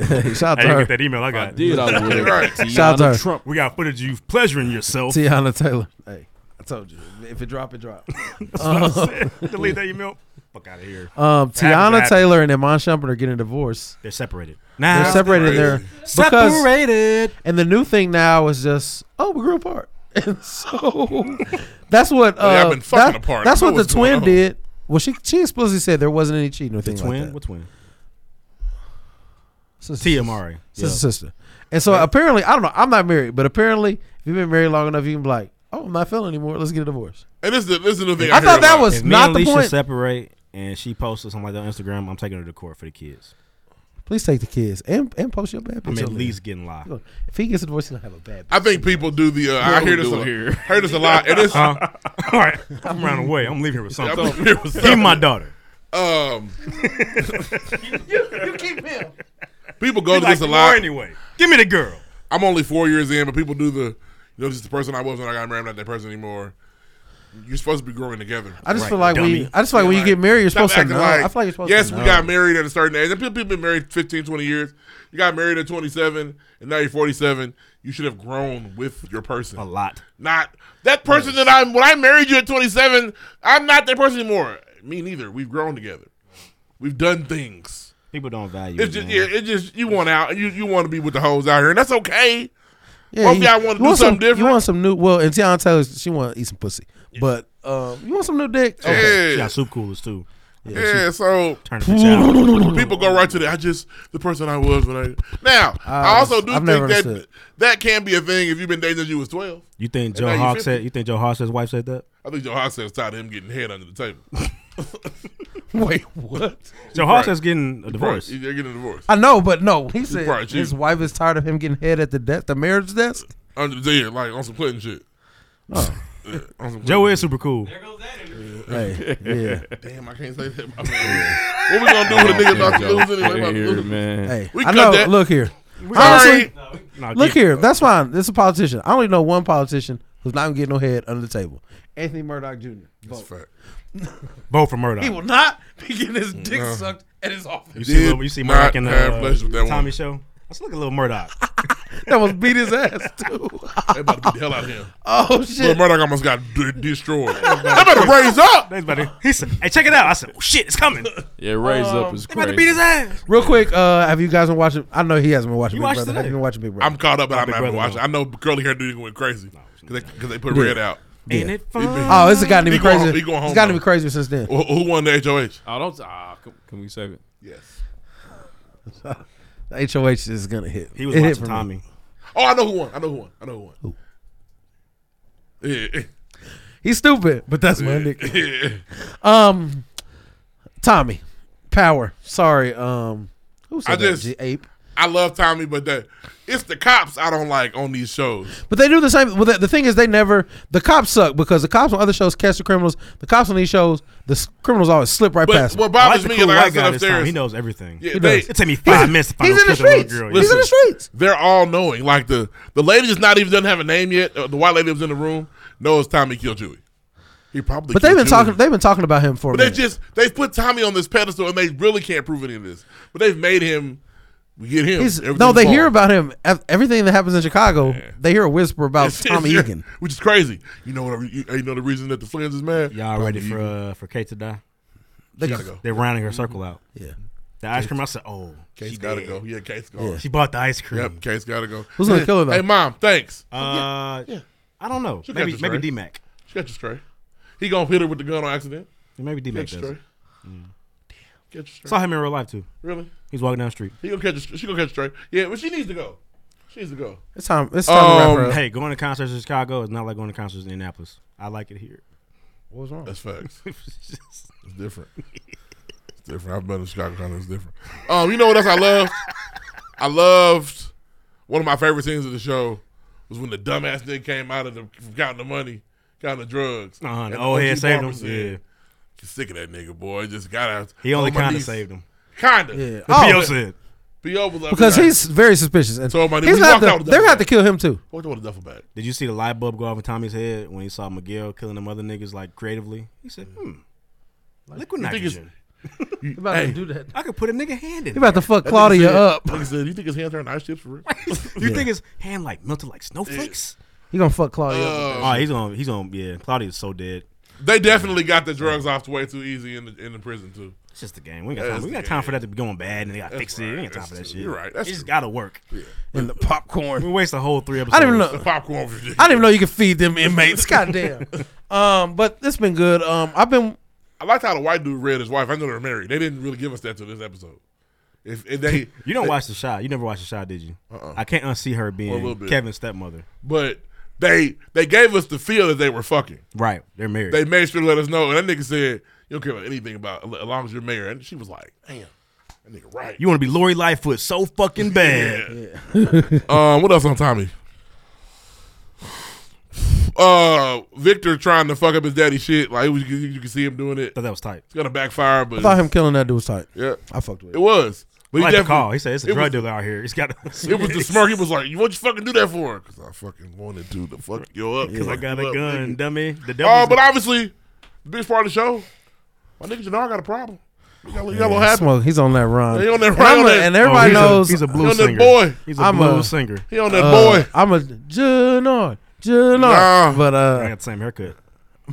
*laughs*
hug.
Yeah, *laughs* shout out
I
to
didn't
her.
get that email. I got.
did,
*laughs*
I would've. Right.
Shout out to her.
Trump. We got footage of you pleasuring yourself.
Tiana Taylor. Hey, I told you if it drop, it drop.
*laughs* That's what I
*laughs*
said. Delete that email. Fuck out of here.
Um,
That happens, that
Tiana
happens.
Taylor and Iman Shumpert are getting a divorce.
They're separated.
they're separated. They're because-
separated.
And the new thing now is just oh, we
*laughs*
grew apart, and so that's what.
Well,
Uh,
y'all Oh, been fucking
that-
apart.
That's
I know
what the
what's going
twin
on.
did. Well, she she explicitly said there wasn't any cheating or
The
anything
twin?
like that.
What twin?
Sister,
Tia Mari.
Sister,
Yeah.
sister. And so apparently, I don't know. I'm not married, but apparently, if you've been married long enough, you can be like, oh, I'm not feeling anymore. Let's get a divorce.
And this is the, this is the thing.
I
hear
thought
a
that
lot.
was-
If
not
me
the
and Alicia
point.
separate and she posted something like that on Instagram, I'm taking her to court for the kids.
Please take the kids and and post your bad picture.
I'm at
on there.
least getting lied.
If he gets a divorce, he'll have a bad.
I think people do the. Uh, I
What we
hear this.
doing
A,
here?
Heard this a lot.
*laughs*
And it's
Huh?
Uh-huh.
*laughs* All right, I'm running away. I'm leaving here with
I'm
something.
leaving here with
Give me my
something.
daughter.
Um,
*laughs* you, you keep him.
people go
You
to
like
this a
the
lot.
war anyway. Give me the girl.
I'm only four years in, but people do the. You know, just the person I was when I got married. I'm not that person anymore. You're supposed to be growing together.
I just feel like we. I just feel like when you get married, you're
Stop
supposed to
acting
know. I feel like you're supposed
yes,
to.
we got married at a certain age. And People people been married 15, 20 years. You got married at 27, and now you're 47. You should have grown with your person. A
lot.
Not that person that I'm, when I married you at 27, I'm not that person anymore. Me neither. We've grown together. We've done things.
People don't value
It's
it,
just,
man.
yeah, it just, you want out. You, you want to be with the hoes out here, and that's okay.
Yeah,
Both
you-
y'all want
you
to do something
some,
different.
You want some new? Well, and Tiana Taylor, she want to eat some pussy, but um, you want some new dick?
She
Yeah.
got soup coolers too.
Yeah, so
Turn it to
*laughs*
child.
people go right to that. I just the person I was when I now. I,
I
also
was-
do
I've never
think that
understood.
that can be a thing if you've been dating since you was twelve.
You think
And now
Joe
you
Hawk
50.
said? You think Joe Hawk said his wife said that?
I I think Joe Hotstep's tired of him getting head under the table.
*laughs* Wait, what?
Joe Hotstep's getting a divorce.
They're getting a divorce.
I know, but no. He
He's
said
probably cheating.
his wife is tired of him getting head at the desk, the marriage desk.
under the dead, like on some Clinton shit.
Oh.
Yeah, on some
Joe
Clinton
is super cool.
shit.
Hey, yeah.
Damn, I can't say that. about me. *laughs* what we gonna do with a nigga about to lose anyway? About to lose.
Hey,
we
I
cut
know.
that.
Look here.
We-
Honestly,
Sorry. No,
look
get-
here. That's fine. This is a politician. I only know one politician who's not gonna get no head under the table. Anthony Murdoch Jr.
That's fact.
Both for Murdoch.
He will not be getting his dick
No.
sucked at his office.
You see, little, you see Murdoch in the
have
uh,
pleasure with that
Tommy
one.
show. Let's look at little Murdoch.
that was beat his
*laughs*
ass too.
They about to beat the hell out of him.
*laughs* *laughs* Oh shit!
But Murdoch almost got d- destroyed. I better raise up.
Thanks, buddy. He said, "Hey, check it out." I said, "Oh shit, it's
*laughs*
coming."
Yeah, raise up
Um,
is
they about
crazy.
to beat his ass.
Real quick, uh, have you guys been watching? I know he hasn't been watching.
You
Big
watched
Brother.
today.
Have you been watching Big Brother?
I'm caught up, but I'm
Big
not
brother,
even watching. I know curly hair dude went crazy because they, 'cause they put red out.
Yeah. Oh, this has gotten even
He going
crazier.
home- he going home,
it's gotten even
though.
crazier since then.
Who, who won the HOH?
Oh, don't. Ah, can, can we save it?
Yes.
The HOH is gonna hit.
He was
It hit
watching
for me.
Tommy.
Oh, I know who won. I know who won. I know who won. Yeah. *laughs*
He's stupid, but that's my
Yeah.
nigga. um, Tommy, power. Sorry, um, who said
I
that?
just
G- ape.
I love Tommy, but that it's the cops I don't like on these shows.
But they do the same. Well, the, the thing is, they never. The cops suck because the cops on other shows catch the criminals. The cops on these shows, the s- criminals always slip right
But
past. them.
what bothers
the
me
cool
is like I
white
said
guy this time.
upstairs.
He knows everything.
Yeah,
He
they-
does. It took me five
He's-
minutes to find
He's
out
in the
who killed
streets.
the little girl.
He's in the streets.
They're all knowing. Like the the lady that's not even doesn't have a name yet. uh, The white lady that was in the room knows Tommy killed Chewie. He probably.
But they've
killed
been talking.
Chewie.
They've been talking about him for.
But
a
they
minute.
just they've put Tommy on this pedestal and they really can't prove any of this. But they've made him. We get him.
He's,
everything
no, they
falls.
hear about him. Ev- Everything that happens in Chicago, they hear a whisper
*laughs*
about
It's-
Tommy
it's-
Egan.
which is crazy. You know what? I- You, you know the reason that the Flins is mad.
Y'all ready for uh, for Kate to die?
They
gotta go.
They're rounding her circle out.
Yeah.
The ice cream. I said, "Oh,
Case
she
gotta
dead.
go. Yeah, Case gone.
She bought the ice cream.
Yep, Case gotta go.
Who's gonna kill her, though?
Hey, mom, thanks.
Uh, I don't know.
She got
maybe
you,
maybe
Trey.
D Mac.
She got your stray. He gonna hit her with the gun on accident.
Maybe D Mac
Catch
does.
your
it.
stray. Catch your stray.
Saw him in real life too.
Really?
He's walking down the street.
He gonna catch. a stray- She gonna catch a stray. Yeah, but she needs to go. She needs to go.
It's time. It's time to
Um,
wrap her up.
Um, Hey, going to concerts in Chicago is not like going to concerts in Indianapolis. I like it here.
What was wrong?
*laughs*
That's facts. it's different. It's different. I've been in Chicago. Kind of, it's different. Um, you know what else I loved? I loved one of my favorite scenes of the show was when the dumbass nigga came out of the from counting the money, counting the drugs.
Uh-huh,
And
the old
OG
head saved
barber
him,
said,
yeah.
"Get Sick of that nigga, boy. Just got out.
He only
on my
kinda
knees."
saved him.
Kinda.
Yeah.
The P.O.
but-
said.
P.O. was up
because
in
he's very suspicious, and
So, my nigga,
he's
we
not.
walked
The,
out with
they're gonna
that.
have to kill him too.
What the duffel bag?
Did you see the light bulb go off in Tommy's head when he saw Miguel killing them other niggas like creatively? He said, "Hmm, liquid
You think it's-
nitrogen.
*laughs*
*laughs*
You
about to do that.
I could put a nigga hand in."
He about to
there."
fuck
That nigga
Claudia
said-
up.
*laughs* Nigga said, "You think his hands are on ice chips for real?"
*laughs* You think his hand like melted like snowflakes?
He gonna fuck Claudia up.
Oh, he's on. He's on. Yeah, Claudia's so dead.
They definitely got the drugs off way too easy in the in the prison too.
It's just a game. We ain't got
Yeah,
time.
it's
We
the
got time
game.
for that to be going bad, and they got to
That's
fix it. We ain't got
right.
time for that
That's
shit.
true. You're right. That's
It's
true.
got to work.
And the popcorn.
We waste a whole three episodes.
I didn't know.
The popcorn was ridiculous.
I didn't even know you could feed them
*laughs*
inmates. Goddamn. Um, but it's been good. Um, I've been.
I liked how the white dude read his wife. I know they're married. They didn't really give us that to this episode. If, if they,
*laughs* You don't watch the shot. You never watched the shot, did you?
Uh-uh.
I can't unsee her being
little bit.
Kevin's stepmother.
but they they gave us the feel that they were fucking.
Right. They're married.
They made sure to let us know. And that nigga said, "You don't care about anything about as long as you're married." And she was like, "Damn, that nigga right."
you want to be Lori Lightfoot so fucking bad.
*laughs* um, what else on Tommy? Uh, Victor trying to fuck up his daddy shit. Like it was, you, you can see him doing it.
Thought that was tight.
It's gonna backfire,
I
but
thought him killing that dude was tight.
Yeah,
I fucked with
it
it.
was. But
I like the
definitely-
call. He said it's a
it
drug
was-
dealer out here. It's
*laughs*
got.
It was the smirk. He was like, "You what you fucking do that for?" Because I fucking wanted to to fuck you up.
Because I got a gun, dummy. The
Oh,
devil.
but obviously, the biggest part of the show, my nigga Jannar got a problem. He got, he got a little
Yeah,
happy.
Smoke. He's on that run.
He on that
and,
run,
I'm
on
a-
that-
and everybody
Oh, he's a-
knows.
he's a
He
blues
on that
singer.
boy.
He's a
I'm
blues
a-
singer.
He on that
uh,
boy.
I'm a Janor. Janor.
Nah.
But uh,
I got the same haircut.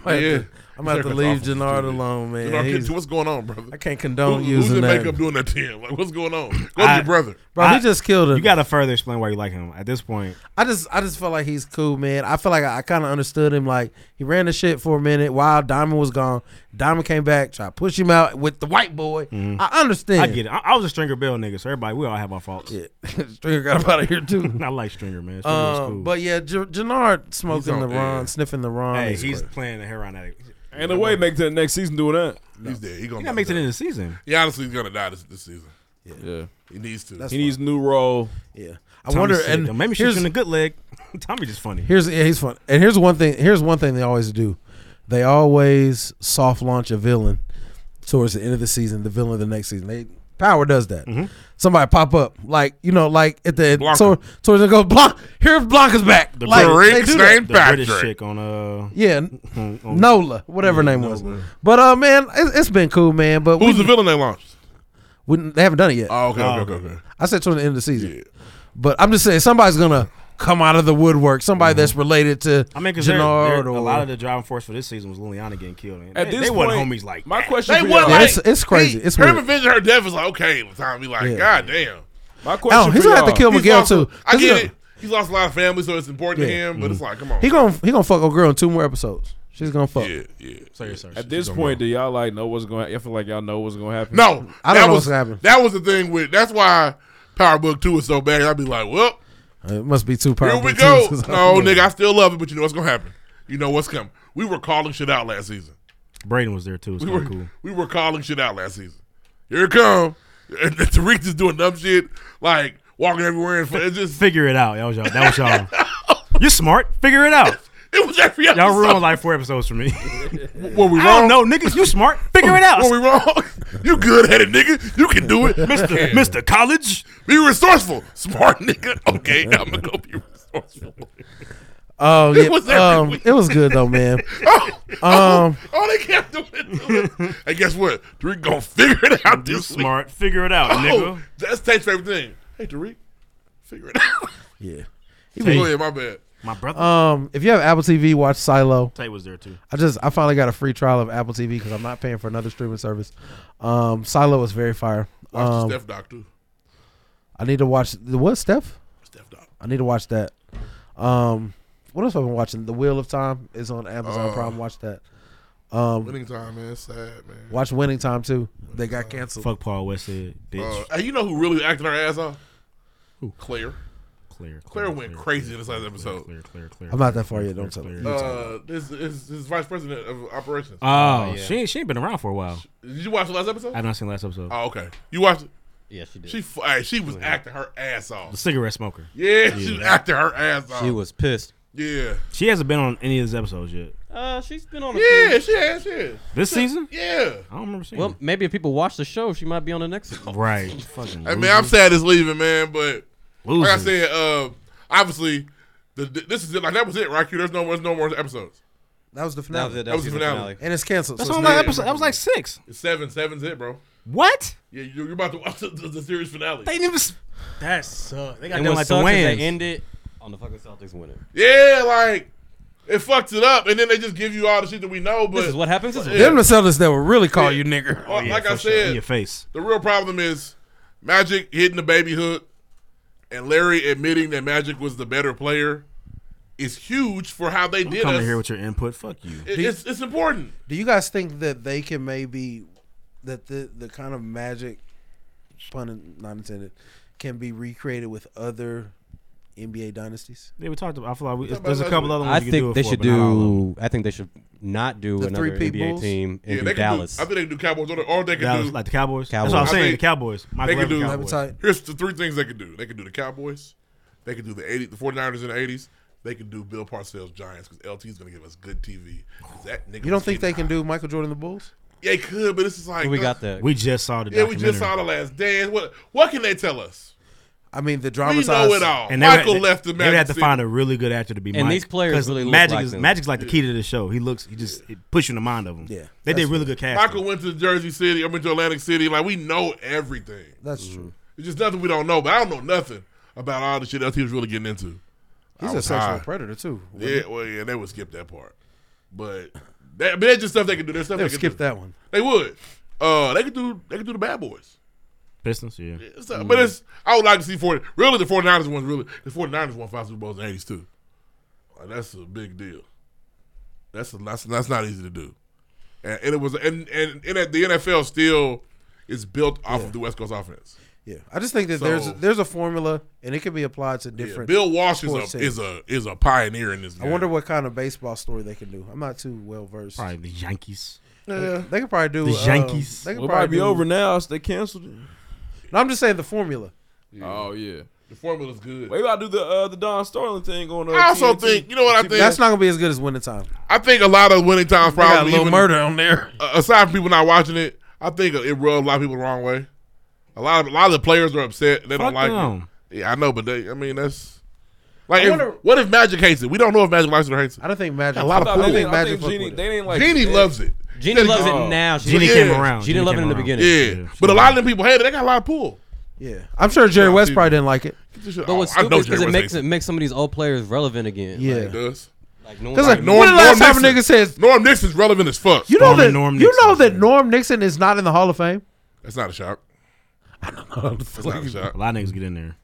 might,
Yeah.
have to, I'm about to
That's
leave
awful,
Jannard
dude.
alone, man.
Jannard,
He's-
get- what's going on, brother?
I can't condone
Who- Who's
using
in
that.
makeup doing that to him? Like, what's going on? Go to
I-
your brother.
Bro, he
I-
just killed him.
You gotta further explain why you like him at this point.
I just I just felt like he's cool, man. I feel like I, I kind of understood him. Like he ran the shit for a minute while Diamond was gone. Diamond came back, tried to push him out with the white boy.
Mhm.
I understand.
I get it. I, I was a Stringer Bell nigga, so everybody, we all have our faults. Yeah.
*laughs* Stringer got up out of here too.
*laughs* I like Stringer, man. Stringer was
Um,
cool.
But yeah, J- Jannard
He's
smoking
on
the
air.
Ron, sniffing the Ron.
Hey,
is
he's
crazy.
playing the heroin addict.
Ain't no way make to the next season doing that.
He's dead. He gonna
He not make it in the season.
Yeah, honestly, he's gonna die this, this season. Yeah.
Yeah.
he needs to.
he needs a new role.
Yeah. I
Tommy
wonder.
sick, though.
And
maybe
here's-
she's in the good leg. *laughs* Tommy just funny.
Here's yeah, he's fun. And here's one thing. Here's one thing they always do. They always soft launch a villain towards the end of the season. The villain of the next season. They power does that.
Mm-hmm.
Somebody pop up like you know like at the so, towards the go Blanc. Here's Blanca's back.
The
like,
British-
they do
the
that.
British chick on uh
Yeah,
on- on-
Nola, whatever her
Yeah,
name was.
Nola.
But uh, man, it, it's been cool, man. But
Who's
we-
the villain they launched?
we, they haven't done it yet.
Oh, okay,
Um,
okay, okay, okay.
I said towards the end of the season. But I'm just saying somebody's gonna come out of the woodwork. Somebody
Mm-hmm.
that's related to
I mean, because a
Gennard or
lot of the driving force for this season was Liliana getting killed. Man.
At
they,
this
they wasn't
point,
homies like
my
that.
question
They
for
were
y'all-
like,
It's- it's crazy.
He,
It's
her
weird.
avenging her death is like okay. Tommy, like
Yeah.
god damn.
My
question Oh, he's for gonna have to y'all- kill
He's
Miguel,
also-
too.
I
'Cause
get
he
it. He's lost a lot of family, so it's important to
Yeah.
him. But it's like, come on.
he gonna he gonna fuck a girl in two more episodes. She's gonna fuck.
Yeah, yeah.
Sorry, sorry.
At this point, do y'all like know what's going? to I feel like y'all know what's going to happen.
No,
I don't know
that was,
what's gonna
*laughs*
happen.
That was the thing with. That's why Power Book Two is so bad. I'd be like, well,
It must be two
here
powerful.
we go.
teams.
No, nigga, I still love it, but you know what's gonna happen. You know what's coming. We were calling shit out last season.
Braden was there too. It's
we
kind
were
of cool.
we were calling shit out last season. Here it come. And Tariq just doing dumb shit, like walking everywhere and it's just
Figure it out. That was y'all. That was y'all. You're smart. Figure it out.
*laughs* It was every
Y'all
episode.
ruined like four episodes for
*laughs*
me.
Were we
I don't know, niggas. You *laughs* smart. Figure it out.
Were we wrong? *laughs* You good at it, nigga. You can do it, *laughs*
Mister- Mister College.
Be resourceful, smart nigga. Okay, I'm gonna go be resourceful.
Oh
*laughs* It
yeah,
was every
um,
week.
it was good though, man.
*laughs* Oh,
um,
oh, they kept doing
*laughs*
it. And guess what? Tariq gonna figure it out
You
this week.
smart. Figure it out,
Oh,
nigga.
That's Tate's favorite thing. Hey, Tariq, figure it out.
yeah.
*laughs* Go ahead, my bad.
My
oh,
brother.
Um, if you have Apple TV, watch Silo.
Tay was there too.
I just I finally got a free trial of Apple TV because I'm not paying for another streaming service. Um, Silo is very fire.
Watch
Um,
the Steph Doctor.
I need to watch the what Steph?
Steph Doc.
I need to watch that. Um, what else have I been watching? The Wheel of Time is on Amazon
Uh,
Prime. Watch that. Um,
Winning time, man. It's sad, man.
watch Winning Time too. They got canceled.
Fuck Paul West said, bitch.
Uh, hey, you know who really acting her ass off? Who? Claire.
Claire.
Claire went crazy in this last episode.
Claire, Claire, Claire.
I'm not that far yet. Don't tell me.
Uh, this is this is vice president of operations.
Oh, she ain't- she ain't been around for a while.
Did you watch the last episode?
I've not seen the last episode.
Oh, okay. You watched it?
Yeah, she did.
She f- hey, she was acting her ass off.
The cigarette smoker.
Yeah, *laughs* she was acting her ass off.
She was pissed.
Yeah.
She hasn't been on any of these episodes yet.
Uh, she's been on. A
Yeah,
few-
she has. She has.
This season?
Yeah.
I don't remember seeing.
Well, maybe if people watch the show, she might be on the next.
it.
*laughs*
right. Fucking.
Hey man, I'm
loser.
sad it's leaving, man. But like I
Losers.
said, uh, obviously, the, th- this is it. Like that was it, right? Q. There's no more. There's no more episodes.
That was the finale.
That was it.
That was the
season
finale.
And it's canceled.
That's
so
only
it's
like
not-
episode. That was like six.
It's seven. Seven's it, bro.
What?
Yeah, you- you're about to watch the, the, the series finale.
They didn't even. s- That sucked. They got
And
done like
what like
the
sucks is
Wayans.
they ended on the fucking Celtics winning.
Yeah, like it fucks it up, and then they just give you all the shit that we know. But
This is what happens. This is
Them the sellers that will really call you nigger.
Well,
Oh, yeah,
Oh, like
for
I
sure.
said,
In your face.
The real problem is Magic hitting the baby hook, and Larry admitting that Magic was the better player is huge for how they
I'm
did
coming
us.
here with your input. Fuck you.
It- it's, it's important.
Do you guys think that they can maybe that the the kind of magic, pun in- not intended, can be recreated with other NBA dynasties?
Yeah, we talked about. I feel like we,
Talked about
there's a
last
couple
week.
other ones.
I
you can
think
do it
they
for,
should
but not all of them.
do. I think they should not do
The
another
three-peat
NBA
Bulls?
team and
yeah,
do
they
Dallas.
can do. I think they can do Cowboys order, or they can
Dallas,
do.
like the Cowboys.
Cowboys.
That's what I'm
I
saying.
think
the Cowboys.
they
Michael
can do.
Irvin Cowboys.
Appetite.
Here's the three things they can do. They can do the Cowboys. They can do the 80, the 49ers in the 80s. They can do Bill Parcells Giants because LT is going to give us good TV. 'Cause That nigga
You
was
don't think
getting
they can do Michael Jordan the Bulls?
hot. Yeah, they could, but this is like
we
uh,
got the.
We just saw the.
Yeah, we just
documentary.
saw the last dance. What what can they tell us?
I mean, the
We
dramatized.
know it all.
And they
Oh, Michael
would,
left the
They would
Magic
have to
City.
find a really good actor to be.
And
Mike,
these players
'cause
really look
Magic
like
is
them.
Magic's like the key to the show. He looks. He just it pushing the mind of him.
Yeah,
they did
that's
really good casting.
Michael went to Jersey City. I went to Atlantic City. Like we know everything.
That's
Mm-hmm.
true.
It's just nothing we don't know. But I don't know nothing about all the shit else he was really getting into. I
He's a
was
sexual
high.
predator too.
Yeah, well, yeah, they would skip that part. But that, I mean, that's just stuff they can do. There's stuff
They'll
they could
skip
do.
that one.
They would. Uh, they could do. They could do the Bad Boys.
Pistons, yeah. Mm.
It's, uh,
Mm.
But it's. I would like to see 40. Really, the 49ers won. Really, the 49ers won five Super Bowls in the 80s too. Like, that's a big deal. That's a, that's that's not easy to do. And, and it was and and, and the NFL still is built off of the West Coast offense.
Yeah, I just think that
So-
there's there's a formula, and it can be applied to
Yeah,
different.
Bill Walsh is
sports
a,
teams.
is a is a pioneer in this.
I wonder what kind of baseball story they can do. I'm not too well versed.
Probably the Yankees.
Yeah, they could probably do
The
um,
Yankees.
they could
Well, it
probably
might be
do-
over
now. So they canceled it.
No, I'm just saying the formula.
Oh yeah.
The formula's good.
Maybe I do the uh, the Don Sterling thing on. Uh,
I also
TNT.
think you know what I think.
That's not gonna be as good as winning time.
I think a lot of winning times
They got
probably
a little
even-
murder on there.
Uh, aside from people not watching it, I think it rubbed a lot of people the wrong way. A lot of a lot of the players are upset. They don't
Fuck
like
them.
it. Yeah, I know, but they. I mean, that's like
I
if-
wonder-
what if Magic hates it? We don't know if Magic likes it or hates it.
I don't think Magic.
A lot of
I don't
people.
think Magic. fuck with it.
they didn't like
Jeannie loves it.
Jeannie loves it now. She
Jeannie
didn't-
came
around.
She
Jeannie
didn't love it in the
came around.
beginning.
Yeah, but a lot of them people hate it. They got a lot of pull.
Yeah, I'm sure Jerry West probably didn't like it.
Get this shit-
But what's
oh, I
stupid
know
is because
Jerry
it
West
makes
hates
it makes some of these old players relevant again.
Yeah.
Like,
it. does.
like no one-
Because like,
like,
Norm, when the last time a
Nixon-
nigga says
Norm Nixon's relevant as fuck.
you know
Norman
that
Norm
you know that Norm Nixon is not in the Hall of Fame? *laughs*
That's not a shock. That's not a shock.
A lot of niggas get in there.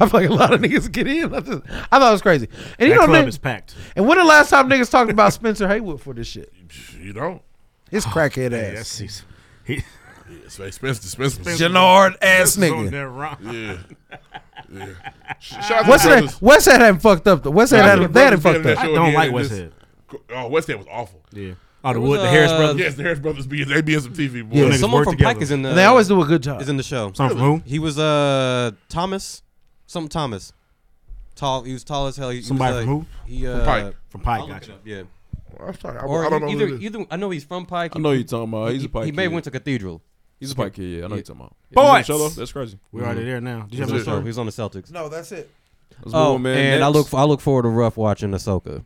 I feel like a lot of niggas get in. I, just- I thought it was crazy. And you
That
know
club
nigg-
is packed.
And when the last time niggas talked about Spencer Haywood for this shit?
You don't.
His
*sighs*
crackhead ass.
Yes, he's, he,
Yeah, Spencer, Spencer, Spencer.
Gennard ass
Spencer's on
nigga.
there wrong.
Yeah. yeah. Sh- *laughs* Shout out to
What's
the
that?
brothers.
What's that? Hadn't fucked up. The What's
Shout out
that?
to the
Hadn't, they hadn't
brothers
fucked
being that
up.
show
I don't
again.
like West
This-
Head.
Oh, West Head was awful.
Yeah. Oh, the
was,
Wood, the Harris
uh,
brothers.
Yes, the Harris brothers be they be in some TV. Boy.
yeah,
niggas
someone
work
from
together.
Pike is in the.
They always do a good job.
is in the show.
Someone from who?
He was uh Thomas, something Thomas, tall. He was tall as hell. He, he was,
Somebody
uh,
from who?
He uh,
From Pike.
From Pike,
I'll look it
gotcha.
up, Yeah.
I'm sorry, I,
Or
I don't know.
either,
who it is.
either I know he's from Pike.
I know you're talking about. He's a Pike
He may
kid.
have went to Cathedral.
He's a Pike kid. Yeah, I know you're talking about.
Boys!
Yeah, he's on the show, though. That's crazy.
We're
Mm-hmm.
already there now. Did you
He's
have
on
a
the show.
show?
He was on the Celtics.
No, that's it.
Let's move
Oh,
on, man.
and I
Next.
look I look forward to Ruff watching Ahsoka.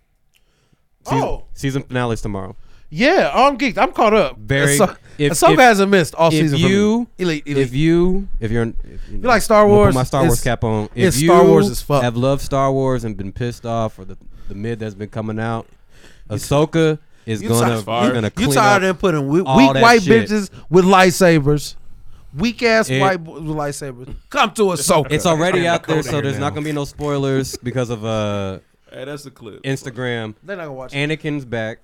Season,
Oh.
season finales tomorrow.
Yeah, I'm geeked. I'm caught up.
Very.
Ahso-
if-
Ahsoka
if-
hasn't missed all
if
season. for me.
You,
elite, elite.
If you, if you're, if, you, know,
like Star
I'm gonna
Wars,
put my Star
it's-
Wars cap on. If
it's
you
Star Wars as fuck.
have loved Star Wars and been pissed off for the the mid that's been coming out, Ahsoka is
You
gonna
tired-
is gonna
You
clean
tired
up
of them putting we- weak
all that
white
shit.
bitches with lightsabers, weak ass
It-
white boys with lightsabers. Come to Ahsoka.
It's already out there, so
Kodak
there's
now.
not gonna be no spoilers because of uh
Hey, that's the clip.
Instagram.
They're not gonna watch. it.
Anakin's back.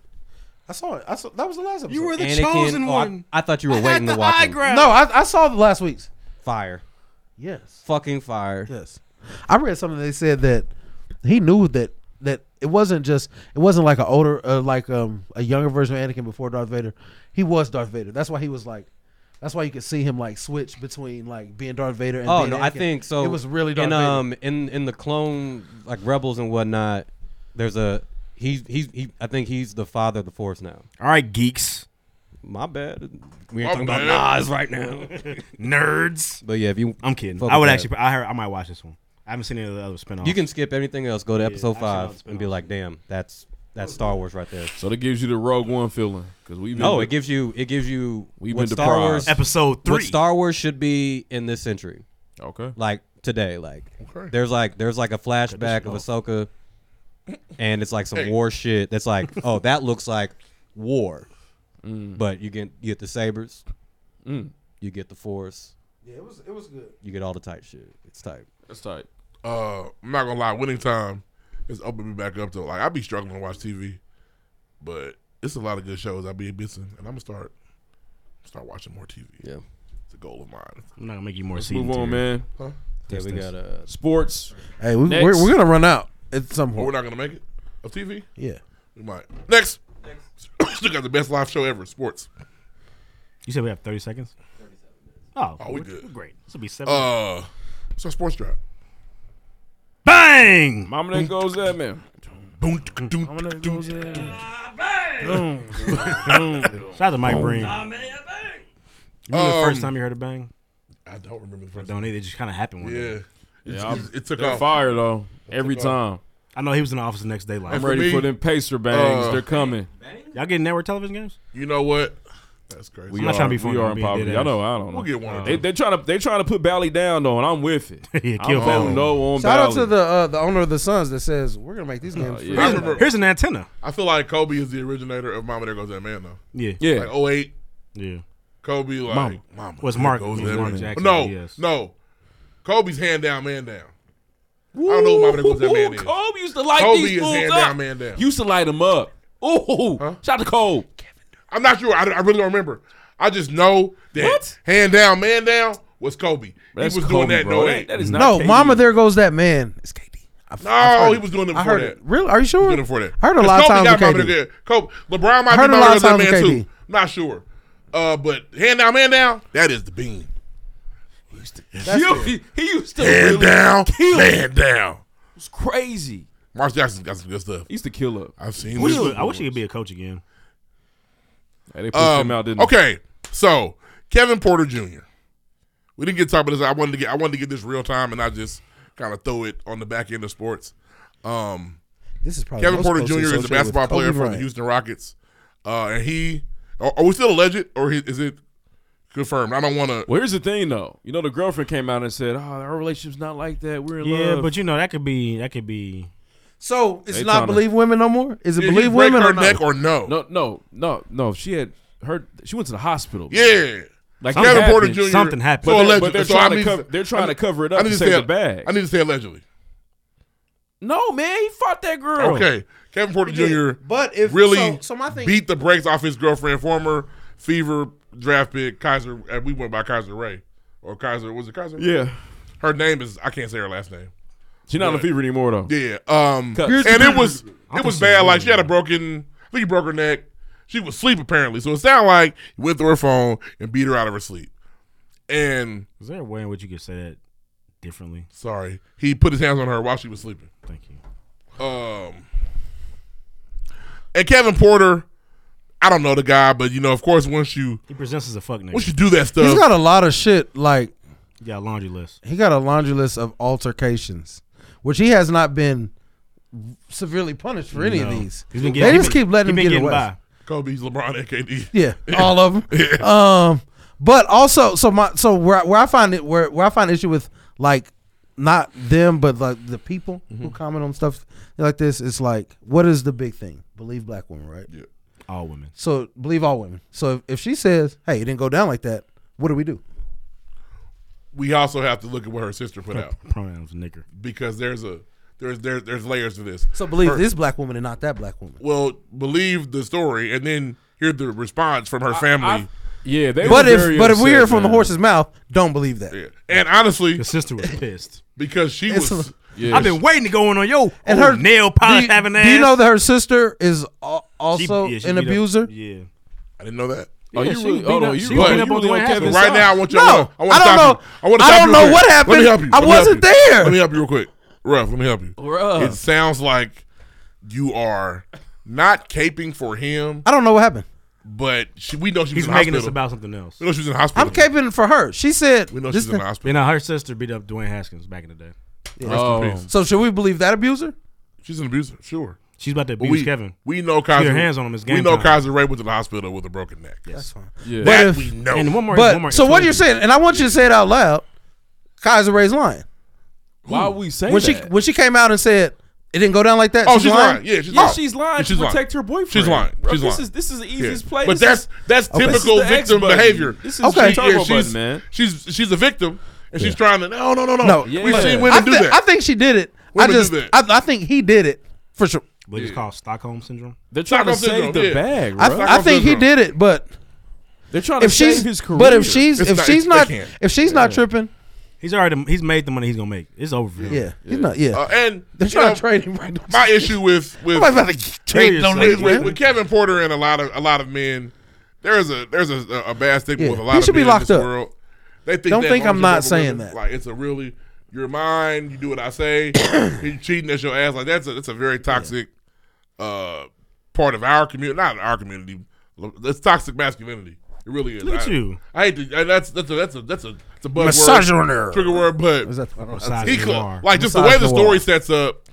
I saw it. I saw that was the last episode.
You were the
Anakin,
chosen
oh, I-
one.
I, thought you were waiting to watch him.
no, I, I saw the last week's.
Fire,
Yes,
fucking fire.
yes. I read something. They said that he knew that that it wasn't just it wasn't like an older uh, like um a younger version of Anakin before Darth Vader. He was Darth Vader. That's why he was like. That's why you could see him like switch between like being Darth Vader and
Oh
being
no, I
Anakin.
think so.
It was really Darth
in
Vader.
um in in the clone like rebels and whatnot. There's a he's he's he. I think he's the father of the force now.
All right, geeks.
My bad. We ain't
My
talking
bad.
about Nas right now.
*laughs* Nerds.
but yeah, if you
I'm kidding.
fuck
I
with
would
that.
actually. I heard. I might watch this one. I haven't seen any of the other spinoffs.
you can skip everything else. Go to episode
I've seen all the
five and be like, damn, that's that's Star Wars right there.
So that gives you the Rogue One feeling because we've been
No, it gives you it gives you
We've
what
been
Star
deprived.
Wars
episode three.
what Star Wars should be in this century.
okay.
like today. Like there's like there's like a flashback of Ahsoka, and it's like some war shit.
*laughs*
That's like oh that looks like war,
Mm.
but you get you get the sabers, you get the force,
Yeah, it was it was good.
you get all the tight shit. It's tight.
That's tight.
uh, I'm not gonna lie, winning time is opened me back up to like I be struggling to watch TV, but it's a lot of good shows I be missing, and I'm gonna start start watching more TV.
Yeah.
It's a goal of mine.
I'm not gonna make you more.
Let's move on, man.
Yeah, we got uh,
Sports.
Hey, we,
Next.
we're, we're gonna run out at some
But we're
point.
not gonna make it of TV.
Yeah.
We might next. *coughs* Still got the best live show ever. Sports.
You said we have 30 seconds. Oh,
Oh, we
we're-
good.
we're Great. This will be seven.
Uh, so sports drop.
Bang!
Mama, that goes that man.
Boom, tick, doom,
Mama, that
tick, doom.
goes that.
Shout out to Mike Breen. Remember the first
Um,
time you heard a bang?
I don't remember the first.
Don't either. It just kind of happened one
Yeah.
day.
It,
Yeah,
it- it took
They're
off.
fire though. Every
off.
time.
I know he was in the office the next day. Like,
I'm ready
me,
for them pacer bangs.
uh,
They're coming.
y'all getting network television games?
You know what? That's crazy.
We
I'm not
are-
trying to be
We
funny.
are
I'm
in
being
poverty.
dead
I know.
ass.
I don't know. Uh,
We'll get one of
They,
them.
they're trying to. They're trying to put Bally down though, and I'm with it.
*laughs* yeah,
I'm voting no on
Shout out
Bally.
to the uh, the owner of the Suns that says we're gonna
Oh,
make these games. free.
I remember-
antenna.
I feel like Kobe is the originator of Mama There Goes That Man, though.
Yeah.
Yeah.
Like 08.
Yeah.
Kobe, like,
Mama.
Mama.
Was
There
Mark-
Goes
was
That
Mark
Man.
Jackson,
No,
yes.
no. Kobe's hand down, man down. I don't know who Mama There Goes That Man is.
Kobe used to light
Kobe
these
is
fools
hand
up.
down, man down.
Used to light them up. Ooh, shout to Cole.
I'm not sure. I, I really don't remember. I just know that hand down, man down was Kobe.
That's
he was
Kobe,
doing that
bro.
in
That-
08.
that is
No, Mama, there goes that man. It's KD. I've-
No,
I've heard
he was doing it
I
before
heard
that.
Really? Are you sure?
He was doing it before that.
I heard a
'Cause
lot of
Kobe
times
got
with
Mama
KD.
there. Kobe, LeBron
I
might
heard
be
a
Mama
lot
there
of
goes that
times with
man
KD.
too. Not sure. Uh, but hand down, man down. That is the beam. *laughs*
He, he, he used to
hand
really
down,
kill.
man down.
It was crazy.
Mark Jackson got some good stuff.
He used to kill up.
I've seen.
I wish,
this
he would- I wish he
before.
could be a coach again.
Hey, they pushed
Um,
him out, didn't they?
okay, so Kevin Porter Jr. We didn't get to talk about this. I wanted to get I wanted to get this real time, and I just kind of throw it on the back end of sports. Um,
This is probably
Kevin
most
Porter
closely
Jr. is a
associated with
basketball
Kobe
player for the
Bryant.
Houston Rockets, uh, and he are, are we still a legend or is it confirmed? I don't want to.
Well, here's the thing though. You know, the girlfriend came out and said, "Oh, our relationship's not like that. We're in
Yeah,
love."
but you know that could be that could be.
So it's
They
not
tryna-
believe women no more. Is it
Did he
believe
break
women
her
or not?
neck or no?
No, no, no, no. She had her. She went to the hospital.
Yeah.
Like
Kevin
something
Porter
happened.
Jr.
But
So
they're,
allegedly,
but they're
so I
trying to
need
cover.
to-
They're
I
trying to
need-
cover it
I
up
need
to
to
save
say-
the bag.
I need to say allegedly.
No, man, he fought that girl.
Okay, Kevin Porter Jr.
But if-
really
so- so my thing-
beat the brakes off his girlfriend, former Fever draft pick Kaiser. uh, We went by Kaiser Ray or Kaiser. Was it Kaiser? Ray?
Yeah.
Her name is I can't say her last name.
She's not in a
But-
fever anymore though.
Yeah. Um.
Cut. Here's
And
the-
it was
I
it
think
was
she's
bad. Like
really
she had a broken. I think he broke her neck. She was asleep apparently. So it sounded like he went through her phone and beat her out of her sleep. And
Is there a way in which you could say that differently?
sorry, he put his hands on her while she was sleeping.
Thank you.
Um, and Kevin Porter, I don't know the guy, but you know, of course, once you
He presents as a fuck nigga.
once you do that stuff,
He's got a lot of shit. Like
Yeah, laundry list.
he got a laundry list of altercations, which he has not been severely punished for any of
No.
these.
He's been
they
getting-
just
he been-
keep letting
he
him
been
get
getting
away.
by. Kobe's LeBron and KD. *laughs*
Yeah, all of them. Um, but also, so my so where I- where I find it where where I find issue with like not them, but like the people
Mm-hmm.
who comment on stuff like this. It's like, what is the big thing? Believe black women, right?
Yeah,
all women.
So believe all women. So if, if she says, "Hey, it didn't go down like that," what do we do?
we also have to look at what her sister put out
Pronouns nigger.
because there's a there's there's there's layers to this.
So believe
Her-
this black woman and not that black woman.
Well, believe the story, and then hear the response from her family.
yeah, they.
but
were
if
very
but if we
upset,
hear from the
man.
horse's mouth, don't believe that.
and honestly,
the sister was pissed
because she
It's
was.
a-
Yeah.
I've been waiting to go in on yo
And
and
her
her Oh, nail polish
do,
having
you-
ass.
do you know that her sister is uh, al-
She-
also
yeah, she
an
beat up-
abuser?
yeah.
I didn't know that.
Oh, you
she
really?
beat
Oh, no,
up-
you
she
really?
beat
you
up on
really
Dwayne
on Kevin's
Haskins.
right
side?
now, I want you.
No,
I, wanna- I, wanna
I don't
stop
know.
You. I, wanna
I
stop
don't
you
know
real
what
quick.
happened.
Let me help you.
I
Let me help
wasn't
you.
there.
Let me help you real quick. Ruff, let me help you.
Ruff.
It sounds like you are not caping for him,
I don't know what happened.
but she, we know she was
He's
in
making
hospital.
this about something else.
We know she was in hospital.
I'm caping for her. She said,
we know
this
she's in the
thing-
hospital.
You know, her sister beat up Dwayne Haskins back in the day.
Rest
Oh.
in peace.
"So should we believe that abuser?"
She's an abuser, sure.
She's about to
But
abuse
we,
Kevin.
We know
She had
Kaiser.
her hands on him. It's game
we know
time.
Kaiser Ray went to the hospital with a broken neck.
That's fine.
Yeah.
That
if-
we know.
And one more.
but
one more
so what
info.
you're saying, and I want you to say it out loud. Kaiser Ray's lying.
Why we saying
When she
that?
when she came out and said it didn't go down like that.
Oh, she's lying. Yeah, she's
yeah,
lying.
she's lying
Yeah, she's
to
lying.
protect her boyfriend.
She's lying.
Bro,
She's
this
lying.
is this is the
Yeah.
easiest play.
But
This is-
that's that's
Okay. This is
typical
the X
victim
button.
behavior.
This is
Okay.
She-
turbo
yeah, she's,
button, man.
She's she's a victim and she's trying to no no no no.
No,
We've seen
I,
women do
thi-
that.
I think she did it.
Women
I
do
just
that.
I, I think he did it for sure.
But it's called Stockholm syndrome.
They're trying to save
Stockholm syndrome,
the
yeah.
bag,
I,
bro.
I think he did it, but
They're trying to
if
save
she's
his career.
but if she's
It's
if
not-
she's
they
not
can't.
if she's not tripping,
He's already he's made the money he's gonna make. It's over for him.
yeah, he's not. Yeah,
Uh, and
they're
you
trying
know,
to trade him right now.
My issue with with
Nobody about to trade no
with,
nigga.
with, with Kevin Porter and a lot of a lot of men, there is a there's a, a bad stigma
Yeah,
with a
he
lot
should
of
be
men
locked
in this
up.
world. They think
Don't
that
think I'm
ownership
not
over
saying
women,
that.
Like it's a really you're mine. You do what I say.
*coughs*
you cheating at your ass. Like that's a that's a very toxic uh, part of our community. Not our community. It's toxic masculinity. It really is.
Look at
I-
you.
I hate to. and That's that's a that's a that's a it's a buzzword.
Misogynoir.
Trigger word, but
Is that the-
he
Misogynoir.
cl- like just the way the story sets up.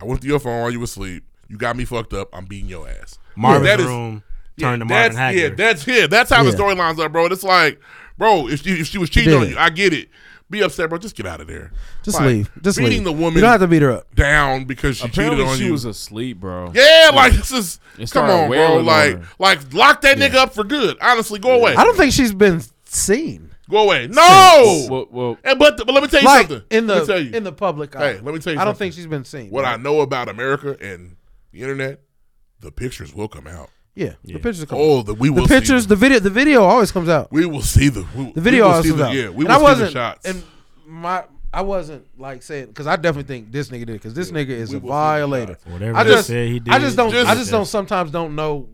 I went through your phone while you were asleep. You got me fucked up. I'm beating your ass.
Marvin's
That is-
room. turned to
that's,
Marvin Hagler.
Yeah, that's yeah, that's how the
Yeah.
story lines up, bro. It's like, bro, if she, if she was cheating on you, I get it. Be upset, bro. Just get out of there.
Just
Like,
leave. Just leave.
beating the
You
woman.
don't have to beat her up.
down because she
Apparently
cheated on
she
you.
was asleep, bro.
Yeah, like this is
It
come
started
on, bro.
wailing
Like
on her.
like lock that nigga up for good. Honestly, go away.
I don't think she's been seen.
Go away. No.
Well, well-
and, but, but let me tell you
Like,
something.
in
let
the-
me tell you.
in the public eye.
Hey, let me tell you.
I don't
something.
think she's been seen.
What I know about America and the internet, the pictures will come out.
Yeah, the pictures. Come
oh, the, we will.
the pictures.
See
The video. The video always comes out.
We will see the. We,
the video
we will
always
see
comes
the-
out.
yeah, we
and
will
I
see the
wasn't,
shots.
And my, I wasn't like saying because I definitely think this nigga did because this nigga is a
will see the
violator.
shots. Whatever
I
they
just,
said he
I
did,
just don't.
just-
I just don't. Sometimes don't know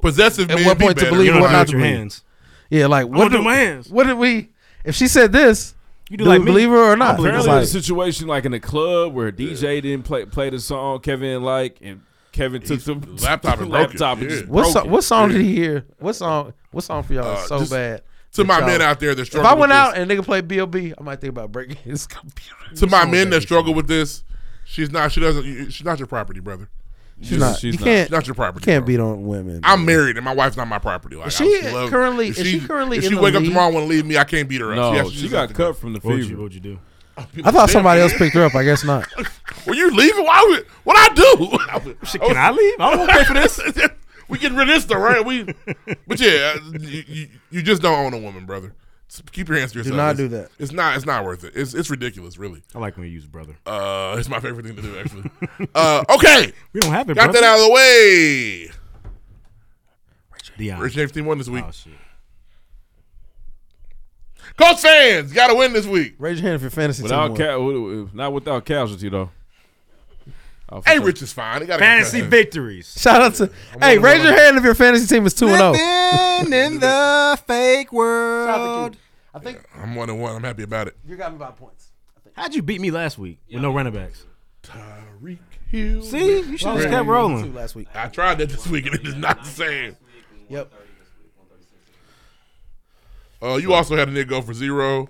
Possessive
at
men
what
be
point to
better. You
believe
don't
what
know
not
with
to
your
believe.
hands.
Yeah, like
I'm
what
gonna do
do-
my hands.
What did we? If she said this,
You
do, we believe her or not?
Apparently,
Like-
a situation like in a club where a DJ didn't play play the song Kevin like, and Kevin took the
*laughs*
*laughs*
laptop and broke it,
laptop and
yeah.
just
What
broke
song?
it.
What song did he hear? What song? What song for y'all is
Uh,
so
just
bad?
to
that
my
y'all-
men out there that
If
struggle
I went
with
out and nigga played B.O.B., I might think about breaking *laughs* his computer.
To
What
my
song
men
is
that struggle with this, she's not. She doesn't. She's not your property, brother.
She's not. you can't.
She's not your property.
You can't
bro.
beat on women.
I'm married and my wife's not my property. Like
Is
I
she
just love-
currently-
If
is she currently
If
in
she
the
wake up
league?
tomorrow and want to leave me, I can't beat her up.
No,
has to
she
do
got
something.
cut from the
What would
fever.
you, what would you do?
I thought somebody else picked her up. I guess
*laughs*
not.
Well, you leaving? Why would? What *laughs* I do?
Shit, can I leave? I don't wanna pay for this.
*laughs* we getting rid of this, though,
*laughs*
right? We. But yeah, uh, you, you, you just don't own a woman, brother. Just Keep your hands to
Do
yourself.
not
It's-
do that.
It's not. It's not worth it. It's it's ridiculous, really.
I like when you use brother.
Uh, it's my favorite thing to do,
*laughs*
actually. uh, okay.
We don't have it,
Got
brother.
that out of the way.
Deion.
Rich James team won this week.
Oh, shit.
Coach fans got to win this week.
Raise your hand if your fantasy
Without
team
ca- w- not without casualty though. Oh, for
Hey,
sure.
Rich is fine. He got a
Fantasy
concussion.
victories.
Shout out to. Hey, raise your hand if your fantasy team is two and oh. zero.
Living in
*laughs*
the fake world.
I think
I'm one and one. I'm happy about it.
you got me by points.
How'd you beat me last week with no running backs?
Tyreek Hill.
See, you should just kept rolling.
last week.
I tried that this week and it is not the same.
Yep.
Uh, you also had a nigga go for zero.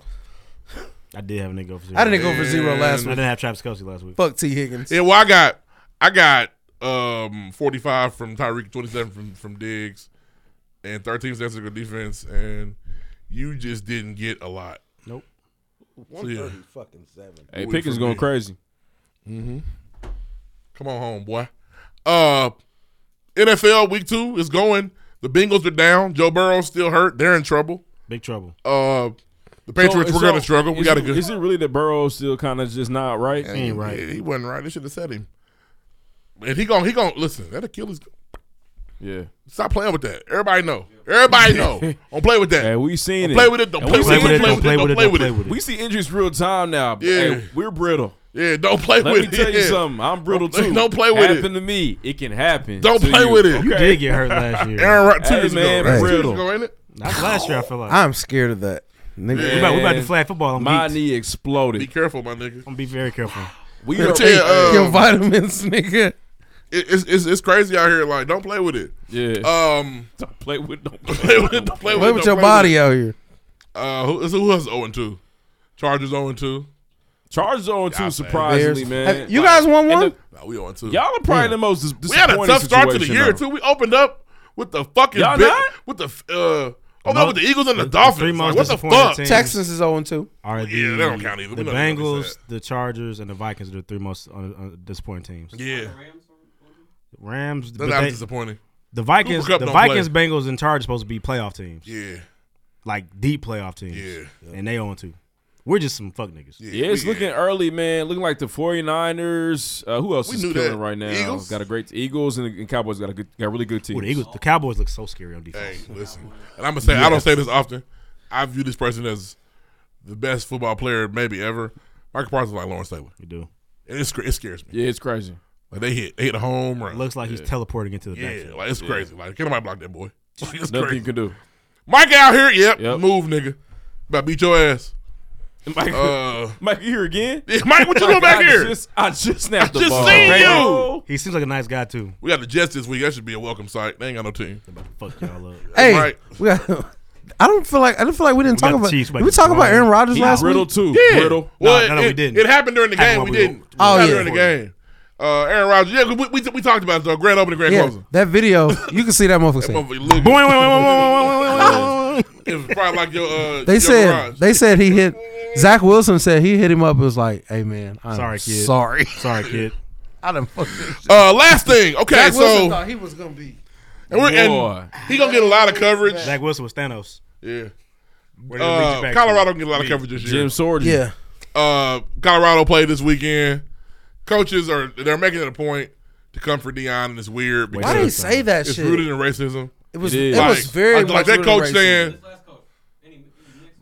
I did have a nigga go for zero.
I didn't go for zero last
I
week.
didn't have Travis Kelsey last week.
Fuck T Higgins.
Yeah, well, I got I got um 45 from Tyreek, 27 from from Diggs, and 13 stats good defense, and you just didn't get a lot.
Nope.
So, yeah.
fucking seven.
Hey,
Ooh,
Pickens
for
going
me. Mm-hmm.
crazy.
Come on home, boy. Uh, NFL Week Two is going. The Bengals are down. Joe Burrow's still hurt. They're in trouble.
Big trouble.
Uh, the Patriots
So- so
were going to struggle. We
is
got a
it-
good.
Is it really that Burrow still kind of just not right?
He ain't right. he wasn't right. They should have set him. And he gon' he gon' listen. That Achilles.
Yeah.
Stop playing with that. Everybody know. Everybody
*laughs*
know. Don't play with that.
Hey, we seen
Don't
it.
play with it. Don't
And
play
we
with it.
seen
Don't play with it. Don't play with it.
We see injuries real time now. But
Yeah.
hey, we're brittle.
Yeah, don't play
Let
with
me
it.
tell you
Yeah.
something. I'm brittle
Don't play-
too.
don't play with it.
Happened to me. It can happen.
Don't
to
play
you.
with it.
You
Okay.
did get hurt last year.
Aaron Rodgers two
Hey,
years
man,
ago, right? Two years
brittle.
ago, ain't it?
Not last year, I feel like.
I'm scared of that. Nigga.
we, about, we about to flag football on
My
meat.
knee exploded.
Be careful, my nigga.
I'm gonna be very careful.
We
Let me
are,
tell you, uh,
Your vitamins, *laughs* nigga.
It, it's, it's it's crazy out here. Like, don't play with it.
yeah.
Um,
Don't play with. Don't
*laughs* play with it. Don't play with
Play
it.
with
Don't
your
play
body
with it.
out here.
Uh, who, who else zero and two? Chargers zero and two.
Chargers on
man.
two surprisingly, man.
Have- you guys won
and
one?
the-
Nah, we zero and two.
Y'all are probably the most dis-
we had
disappointing
a tough start to the
situation,
year
though.
too. We opened up with the fucking
Y'all
big-
not?
with the f- uh oh
Among-
no with the Eagles and the
the three
Dolphins.
most
Like, what the
disappointing
fuck?
teams.
Texans is 0 2.
Are the,
Yeah, they don't count either.
The
We don't even
Bengals,
say
the Chargers, and the Vikings are the three most uh, uh, disappointing teams.
Yeah,
Rams,
that's
but
not
they-
disappointing.
The Vikings,
Cooper Kupp
the
don't play.
Vikings, Bengals, and Chargers supposed to be playoff teams,
Yeah,
like deep playoff teams.
Yeah.
and they own two. We're just some fuck niggas.
Yeah, it's
we-
looking early, man. Looking like the 49ers. Uh, who else
We
is
knew
killing
that.
right now?
Eagles?
Got a great Eagles and, and Cowboys got a good, got really good team.
Ooh, the Eagles, the Cowboys look so scary on defense.
Hey, listen, and I'm gonna say I don't say this often. I view this person as the best football player maybe ever. Michael Parsons is like Lawrence Taylor,
You do.
and it, sc- it scares me.
Yeah, it's crazy.
Like they hit, they hit a home
*laughs*
run.
Looks like he's teleporting into the
yeah,
backfield.
like it's crazy. Like can nobody block that boy? *laughs* Like, it's
Nothing
crazy.
you can do.
Mike out here, yep,
Yep.
move nigga, about to beat your ass.
*laughs* Mike,
Uh,
*laughs* Mike, you here again?
yeah, Mike, what you doing
*laughs*
back
I
here?
Just, I just snapped
I
the
just
ball.
seen you.
Bro.
He seems like a nice guy too.
We got the Jets this week. That should be a welcome sight. They ain't got no team.
Fuck y'all up.
Hey,
right.
we got, I don't feel like I don't feel like we didn't
got
talk
the
about.
Chiefs
did
by
we talk about
destroying.
Aaron Rodgers
He's
last
brittle
week?
too.
Yeah.
Brittle.
Well,
No, no,
it,
no, we didn't.
It happened during the
Happened while
game. We
we
didn't.
were-
it
Oh,
happened
yeah.
during the game. Uh, Aaron Rodgers. Yeah, we, we, we talked about it, though. Grand opening, grand
Yeah,
closing.
that
*laughs*
video, you can see that motherfucker.
That
saying,
motherfucker looking.
"Boing, boing, boing, boing, boing, boing, boing."
It was probably like your. Uh,
They
your
said
garage.
they said he hit Zach Wilson said he hit him up. It was like, hey man, I'm
Sorry, kid.
sorry,
Sorry, kid.
I done fucked this shit.
Uh, last thing. Okay,
Zach
so
Wilson thought he was gonna be.
And, we're,
Boy.
and he gonna get a lot of coverage.
Zach Wilson was Thanos.
Yeah.
Where did it reach
Uh,
back to?
Colorado gonna get a lot of coverage this year.
Jim Sorgi. Yeah.
Uh, Colorado played this weekend. Coaches are they're making it a point to come for Dion, and it's weird.
Why they say that
It's
shit?
rooted in racism.
It was- It is. it was very
like,
much
like that
rooted in
coach
racism.
saying.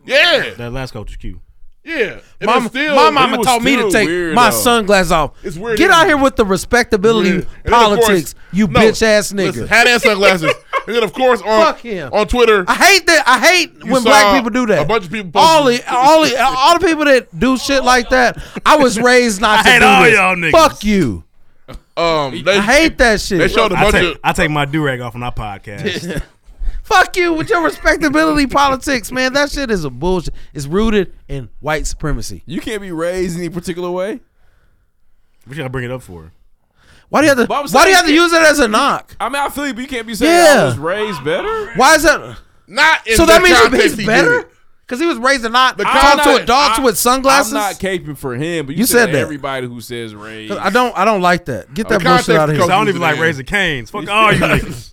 Yeah,
That last coach is cute.
yeah. And
My,
it's still-
my
it
mama
was
taught me to
still
take
weird,
my
though.
sunglasses off.
It's weird,
Get
isn't
out
it?
here with the respectability
Yeah. And then, of course-
politics, you
No,
bitch ass nigga.
Listen, had
*laughs*
that sunglasses. and then of course on
Fuck him.
on Twitter.
I hate that. I hate
You
when
saw
black people do that.
a bunch of people
All the
posted-
all the all the people that do shit like that. I was raised not to
I hate
do
all
this.
y'all niggas.
Fuck you.
Um,
I hate that shit.
They showed a
I
bunch
take,
of.
I take my do rag off on our podcast.
Fuck you with your respectability politics, man. That shit is a bullshit. It's rooted in white supremacy.
You can't be raised any particular way.
What you gotta bring it up for?
Why do you have to?
But I'm
Why do
saying
you have to
you-
use it as a knock?
I mean, I feel you, but you can't be saying "Oh, I
Yeah.
was raised better.
Why is that?
Not in
so that
the
means
context
he's
he did
better
it.
because he was raised to not
The
talk to
context-
adults
I-
with sunglasses.
I'm not caping for him, but you,
You
said,
said
to
that.
everybody who says raised.
*laughs* 'Cause I don't. I don't like that. *laughs* Get
Uh,
The
that bullshit out of
Because
here.
I don't even like raising canes.
*laughs*
Fuck all you niggas.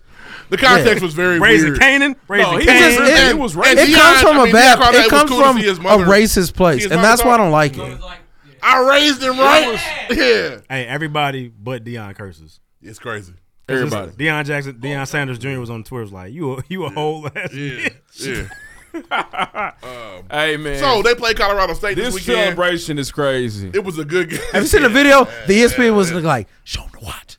The context was very
Raising
weird.
Canaan, raising
he
Canaan.
just-
it,
He was racist.
it
Deion-
comes from
I
a
mean,
bad.
Deion Carter,
it
was
comes
cool to
from
see his
a
mother-
racist place,
see his
and
mama
that's why I don't like
talk.
it.
I raised him right. Yeah,
Hey, everybody but Deion curses.
it's crazy.
Everybody.
Deion Jackson, Deion Sanders Jr. was on Twitter was like, "You, a, you a whole ass
Yeah, yeah.
bitch."
Um,
Hey man.
so they played Colorado State this,
this
weekend.
celebration is crazy.
It was a *laughs* good game.
Have you seen the video? The ESPN was like, "Show them to watch."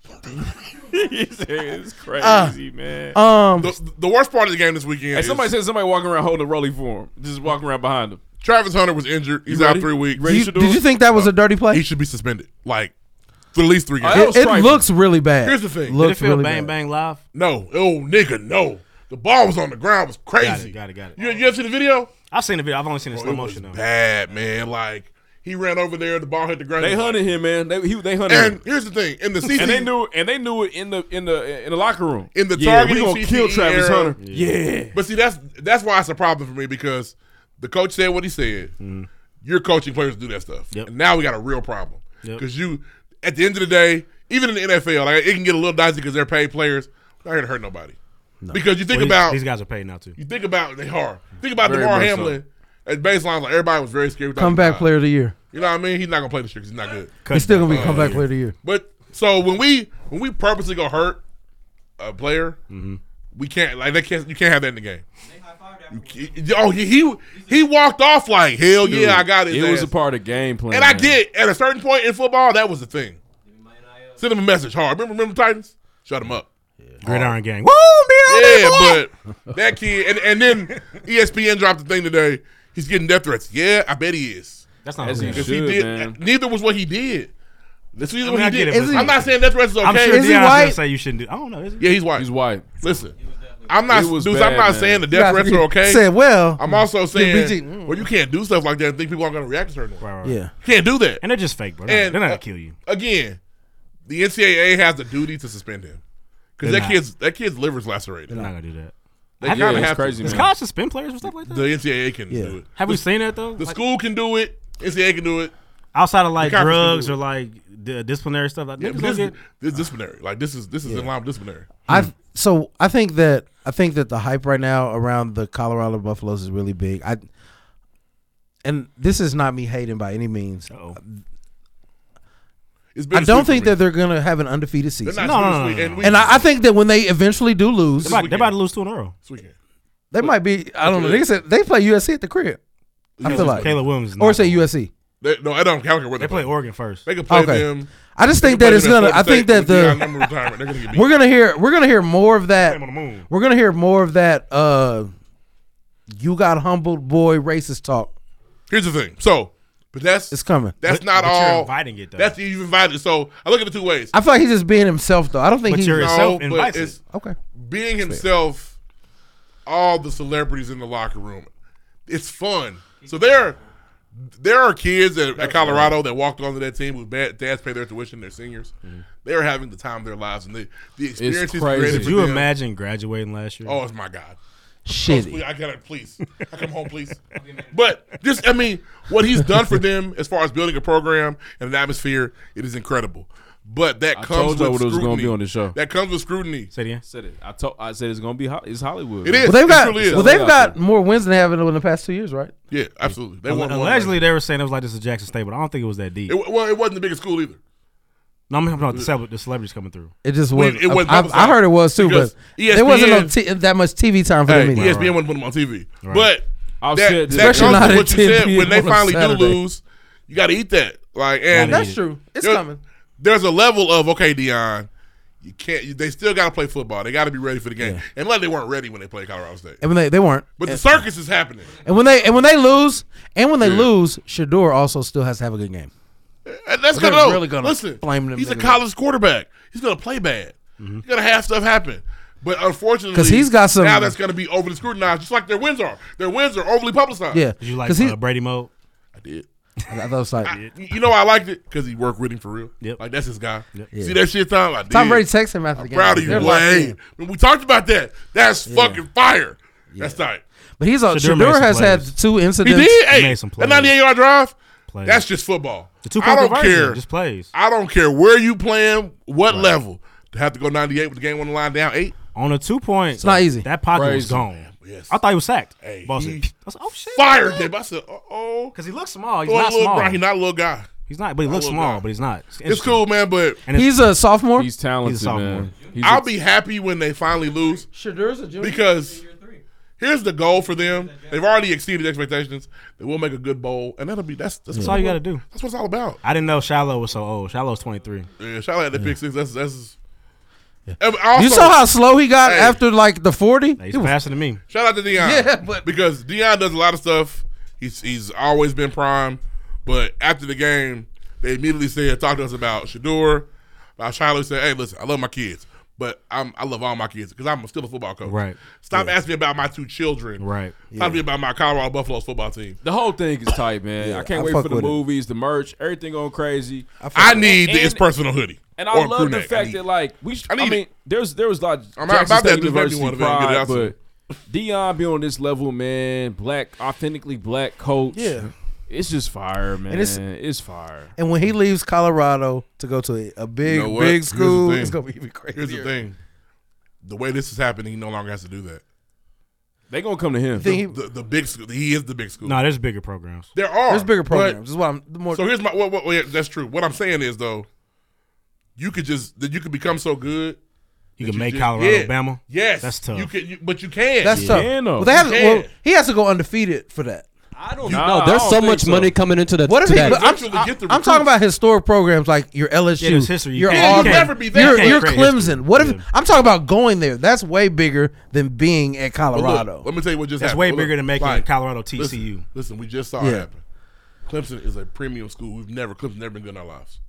it's
Uh,
crazy, man.
Ah, Um,
The, the worst part of the game this weekend.
Hey, somebody
is
said somebody walking around holding a rolly for him, just walking around behind him.
Travis Hunter was injured. He's
You
out
ready?
three weeks.
You ready,
you- did you think that was a dirty play?
He should be suspended, like for at least three games.
Oh, that was
It, it
trifling.
looks really bad.
Here's the thing.
Did it
Looks
feel *laughs*
really
bang
bad.
bang live?
No, oh nigga, no. The ball was on the ground. It was crazy.
Got it, got it, got it.
You, you ever see the video?
I've seen the video. I've only seen it in slow motion though.
Bad man. Like he ran over there. The ball hit the ground.
They hunted him, man. They he, they hunted
And
him.
here's the thing: in the
*laughs*
CT,
And they knew, and they knew it in the in the in the locker room.
in the
yeah, we
targeting
gonna
CTE
kill Travis
era.
Hunter. Yeah,
But see, that's that's why it's a problem for me because the coach said what he said.
Mm.
You're coaching players to do that stuff.
Yep.
And now we got a real problem
Yep.
because you, at the end of the day, even in the NFL, like it can get a little dicey because they're paid players. Not here to hurt nobody. Because you
Well,
think
these-
about
these guys are paid now too.
you think about they are. Think about
Very
DeMar
much so.
Hamlin at baseline. Like everybody was very scared. We thought he
Comeback
died.
player of the year.
You know what I mean? He's not gonna play this year 'cause he's not good.
He's still gonna be
Uh,
comeback player of the year.
But so when we when we purposely go hurt a player,
Mm-hmm.
we can't like they can't you can't have that in the game. You ca- Oh, he he, he walked off like hell
Dude,
yeah, I got his
It was
ass.
a part of game plan,
and I
man.
get at a certain point in football that was the thing. Send him a message hard. Remember, remember Titans? Shut him up.
Gridiron gang. Woo,
Yeah, but that kid and, and then E ESPN dropped the thing today. He's getting death threats. Yeah, I bet he is.
That's not
As
okay.
he
Because
should,
he did.
man.
Neither was what he did. This is
I
what
mean, I
he
get
did.
it, but Is he-
I'm not saying death threats is okay.
I'm sure
Is he
Deion's gonna
white?
say you shouldn't do. I don't know. Is he?
Yeah, he's white.
He's white.
Listen, I'm not,
It was
dudes.
bad,
I'm not
man.
saying the death threats are okay.
Said well.
I'm also saying,
BG, mm.
well, you can't do stuff like that and think people aren't going to react a certain way.
Right, right, right.
yeah.
You can't do that.
And they're just fake, bro. They're,
And,
not
uh,
gonna kill you.
Again, the NCAA has a duty to suspend him because
They're
that
not.
kid's that kid's liver's
They're
lacerated.
not gonna do that.
They
I-
gotta
yeah, it's
have to.
crazy,
Does
man.
college suspend players and stuff like that?
The NCAA can do it.
Have we seen that though?
The
Like,
school can do it. NCAA can do it.
outside of like
the
drugs
conference can do it.
or like d- disciplinary stuff. Like,
Yeah,
niggas
but
don't
this,
get,
is- this is disciplinary. Like this is this is in line with disciplinary. Hmm.
I so I think that I think that the hype right now around the Colorado Buffaloes is really big. I and this is not me hating by any means.
Uh-oh.
It's
I don't think
bittersweet for me.
that they're gonna have an undefeated season.
They're not
No, no, no,
bittersweet,
no,
and
no.
we-
and I, I think that when they eventually do lose,
They're about, they're about to lose two in a row.
this weekend.
they might be. I don't know. They said they play USC at the crib. I feel like,
Caleb Williams, is
or
not-
say USC.
They, no, I don't care where
They play Oregon first.
They can play
Okay.
them.
I just think
They
that
can
it's
play them
gonna.
at
I
Florida
think that
State with Deion
the
Hamler retirement. They're gonna get beat.
we're gonna hear we're gonna hear more of that.
Came on the moon.
We're gonna hear more of that. Uh, you got humbled, boy. Racist talk.
Here's the thing. So, but that's
It's coming.
that's
But-
not
but you're
all.
inviting it, though.
That's you've invited. So I look at it two ways.
I feel like he's just being himself, though. I don't think
But
he's
you're-
no,
Yourself
but
invites
it's
okay.
being himself. All the celebrities in the locker room. It's fun. So they're There are kids at, at Colorado that walked onto that team whose ba- dads paid their tuition, their seniors.
Mm-hmm.
They are having the time of their lives, and they, the experience is created
Could
for
you
them.
imagine graduating last year?
Oh, it's my God.
Shitty.
Coach, please, I gotta please. I come home, please. But just I mean, what he's done for them as far as building a program and an atmosphere, it is incredible. But that
I
comes
told y'all
with
what it was gonna
scrutiny.
be on this show.
That comes with scrutiny.
Say it again.
Said it. I told. I said it's gonna be. Ho- it's Hollywood.
It
man.
is.
Well, they've got
is.
well, they've got more wins than they have in the past two years, right?
Yeah, absolutely. They
Alle-
won one.
allegedly, they were saying it was like this is Jackson State, but I don't think it was that deep.
It, well, it wasn't the biggest school either.
no, I'm talking about the, celeb- the celebrities coming through.
It just
Well,
was.
it wasn't
I, I
publicized
heard it was too,
because E
but there wasn't no
ESPN
t- that much TV time for
Hey, E
them. either.
ESPN wouldn't put them on TV.
Right.
But
I'll
that,
say it
that
this- Especially
comes
not
with
at
what
10
you said. When they
p.m. on a
finally do
Saturday.
lose, you got to eat that. Like, and
That's true. It's
there-
coming.
There's a level of okay, Dion. You can't. You, they still got to play football. They got to be ready for the game. And like they weren't ready when they played Colorado State.
And when they- they weren't.
But the
And-
circus is happening.
And when they and when they lose, and when they lose, Shador also still has to have a good game.
And that's
They're
gonna
really gonna
listen.
blame them
he's a
niggas. Mm-hmm.
college quarterback. He's gonna play bad. He's gonna have stuff happen. But unfortunately,
'Cause he's got some-
now that's gonna be overly scrutinized, just like their wins are. Their wins are overly publicized.
Yeah,
Did you like
'Cause he-
uh, Brady mode?
I did.
I thought it was like
You know why I liked it because he worked with him for real. Yep. Like that's his guy. See that shit, Tom. I
Tom
did.
Brady texted him after
I'm
the game.
proud of you,
They're locked
Wayne.
in.
When we talked about that, that's fucking fire. That's tight.
But he's a
Shador
Shador,
made some
has
plays.
had two incidents.
He did. Hey,
made some
that
plays.
98 yard drive.
Plays.
That's just football.
The two
I don't
controversial,
care.
just plays.
I don't care where you playing, what level. To have to go 98 with the game on the line down eight.
On a two point, it's
not easy.
That pocket was
Crazy,
gone.
man. Yes.
I thought he was sacked.
Hey,
Ball said,
he-
"Pfft." I was like, oh shit,
Fired him. I said, uh oh.
because he looks small. He's
Throw a
not
little
small.
grind. He's not a little guy.
He's not, but he
Not a
looks
little
small,
guy.
but he's not.
It's cool, man, but
And it's-
He's a sophomore.
He's talented,
He's a sophomore.
man. He's
I'll be happy when they finally lose.
Shadur's a junior.
Because here's the goal for them. They've already exceeded expectations. They will make a good bowl, and that'll be that's that's,
That's
what
all you
it
got to
was.
do.
That's what it's all about.
I didn't know Shallow was so old. Shallow's 23.
Yeah, shout out to the pick six. That's that's. And
you
also-
saw how slow he got
Hey,
after like the forty.
He's faster than me.
Shout out to Dion.
Yeah, but-
because Dion does a lot of stuff. He's he's always been prime, but after the game, they immediately said talk to us about Shador, about Shiloh. Said, hey, listen, I love my kids, but I'm I love all my kids because I'm still a football coach.
Right.
Stop asking me about my two children.
Right.
Stop me about my Colorado Buffaloes football team.
The whole thing is tight, man. I can't
I
wait
fuck
for the
with it.
movies, the merch, everything going crazy.
I need the- his
And-
personal hoodie
And
or
I
a
love
crew
the
neck. I
fact
need
that
it.
like we, sh-
I
I,
need
mean,
it.
there's there was like
I'm
I'm
not
Jackson
about that
State
to make me
University
one if I can get it
pride,
out soon.
but Dion be on this level, man. Black, authentically black coach.
Yeah.
it's just fire, man.
it's-
it's, fire.
And when he leaves Colorado to go to a, a big,
You know what?
big
Here's the
school,
thing.
it's gonna be even crazy.
Here's the thing: the way this is happening, he no longer has to do that.
They gonna come to him.
The, the, the big school, he is the big school.
No, there's bigger programs.
There are.
There's bigger
but-
programs. This is why I'm the more.
So here's my. What, what, what- yeah, that's true. What I'm saying is though, you could just that you could become so good.
You
that
can make
just-
Colorado,
yeah,
Bama.
Yes,
That's tough.
You can, you, but you can.
that's tough.
Yeah, no.
well, they have to,
You
well,
can.
he has to go undefeated for that.
I don't
No, there's so much money coming into the
What if he?
today.
But I'm,
Eventually
I-
get the
I'm talking
recruits.
about historic programs like your LSU,
Yeah, there's history. You
your
can't- you
Auburn,
can't- You'll never
be there.
your,
You can't
your
create
Clemson.
history.
What if
Yeah.
I'm talking about going there? That's way bigger than being at
But look,
Colorado.
let me tell you what just
That's
happened.
way
Look,
bigger than making
like,
Colorado
Listen,
TCU.
listen, we just saw
Yeah.
it happen. Clemson is a premium school. We've never Clemson never been good in our lives,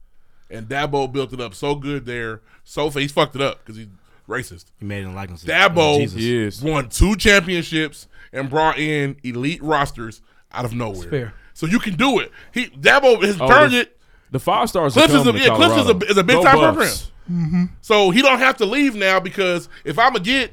and Dabo built it up so good there. So fa- he fucked it up because he's racist.
He made it in likeness. of- of
Dabo
Oh, Jesus.
Yes.
won two championships and brought in elite rosters out of nowhere.
fair.
So you can do it. He Dabo has
Oh,
turned
the-
it.
The five stars. are
Clemson's
coming to
a, yeah, Clemson's
Colorado.
a, is a big
Go
time
Buffs.
program. Mm-hmm. So he don't have to leave now because if I'm gonna get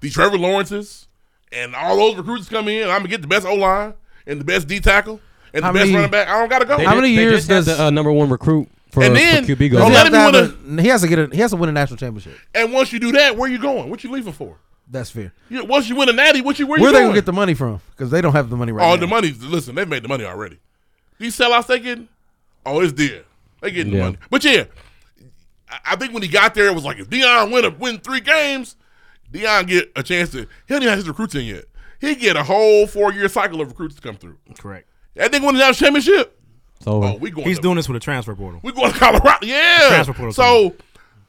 the Trevor Lawrences and all those recruits come in, I'm gonna get the best O line and the best D tackle and
How
the best
many-
running back. I don't gotta go.
They How did- many
They
years
just had
does-
the uh, number one recruit for,
And
for
then-
QB
Don't
goes?
Does he,
let
have
him
to
win
have a- he has to get a he has to win a national championship.
and once you do that, where you going? What you leaving for?
That's fair.
You, once you win a natty, what you where,
Where
you
they
going?
gonna get the money from? Because they don't have the money right
oh,
now.
the money. Listen, they've made the money already. These sellouts they getting? Oh, it's there. They getting the
Yeah.
money. But yeah, I- I think when he got there, it was like if Dion win a, win three games, Dion get a chance to. He don't even have his recruits in yet. He get a whole four year cycle of recruits to come through.
Correct.
That nigga won the national championship.
It's over.
Oh, we going.
He's
to,
doing this with a transfer portal.
We going to Colorado. *laughs* Yeah.
Transfer portal
So,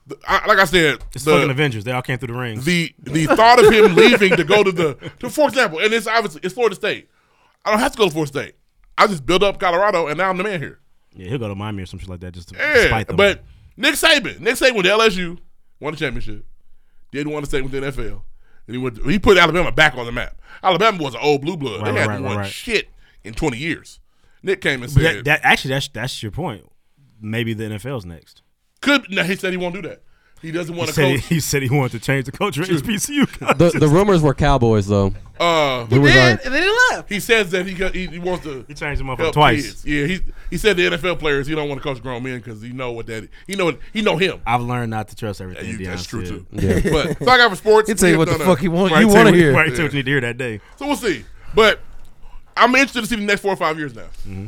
the, I, like I said,
It's
the-
fucking Avengers. They all came through the rings.
the the thought of
*laughs*
him *laughs* leaving to go to the to for example, and it's obviously it's Florida State. I don't have to go to Florida State. I just build up Colorado, and now I'm the man here.
yeah, he'll go to Miami or some shit like that just to
Yeah,
spite them.
but Nick Saban, Nick Saban went to LSU, won the championship, didn't want to stay with the NFL, and he went. To, he put Alabama back on the map. Alabama was an old blue blood.
Right,
they
right,
hadn't
right, right,
won
right.
shit in 20 years. Nick came and
But
said
that, that- actually that's that's your point. Maybe the NFL's next.
could. No, he said he won't do that. He doesn't
He
want to
said, he,
coach.
he said he wanted to change the culture of HBCU.
The, the rumors were Cowboys though.
Uh,
He Rumors did, aren't-
and then he left. He says that he got, he, he wants to. He
changed him up twice.
Yeah, he he said the NFL players he don't want to coach grown men because he know what that is. he know he know him.
I've learned not to trust everything.
Yeah, you-
Deion
that's true,
said.
too. Yeah. But, so I got for sports, He tell you we what have the done fuck a- he want-
Right,
you
tell
wanna
what-
hear.
Right, tell
Yeah.
what you need to hear that day.
So we'll see. But I'm interested to see the next four or five years now.
Mm-hmm.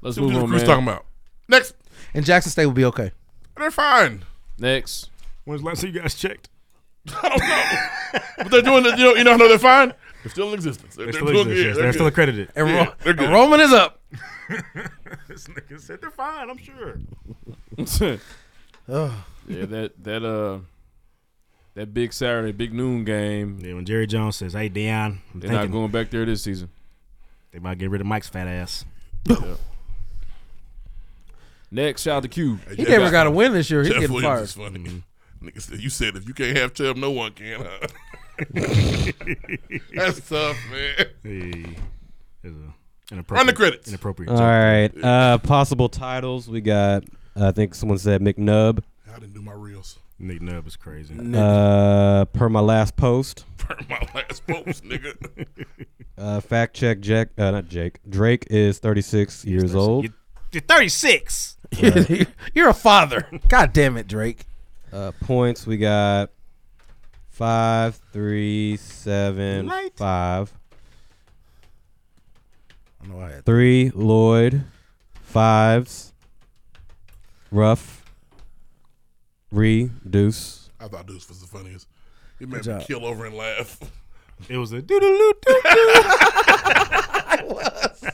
Let's
see what
move
the
on,
recruits
man.
talking about. Next,
Mm-hmm. And Jackson State will be okay.
they're fine.
Next.
When's the last time you
*laughs*
guys checked?
But they're doing the, you know you know how they're fine. They're still in existence. They're,
They
they're
still
doing
exist, yes.
good.
They're still
good.
accredited.
Yeah,
Enroll-
they're good.
enrollment
is up.
*laughs* this nigga said they're fine. I'm sure.
yeah, that that uh that big Saturday, big noon game.
Yeah, when Jerry Jones says, "Hey, Deion, I'm
they're not
thinking."
going back there this season.
They might get rid of Mike's fat ass.
*laughs* Yeah. Next, shout out to Q.
Hey, Jeff- Jeff Williams is funny. Nigga said, you said if you can't have Chubb, no one can. Huh?
*laughs*
That's tough, man.
Hey, there's a-
Run the credits.
Inappropriate.
All right, uh, possible titles we got. uh, I think someone said McNubb.
I didn't do my reels.
Nick Nubb is crazy.
Uh, per my last post,
Burn *laughs* my last
*laughs*
post, nigga.
uh, fact check Jack, uh, not Jake. Drake is 36 years old.
You're 36.
*laughs* You're a father. *laughs* God damn it, Drake.
Uh, points we got five, three, seven,
Light.
five.
I know I had
Three Lloyd, fives, rough, reduce.
I thought Deuce was the funniest. He
Good
made me
job.
kill over and laugh.
*laughs* It was a doo doo doo
I *laughs* was.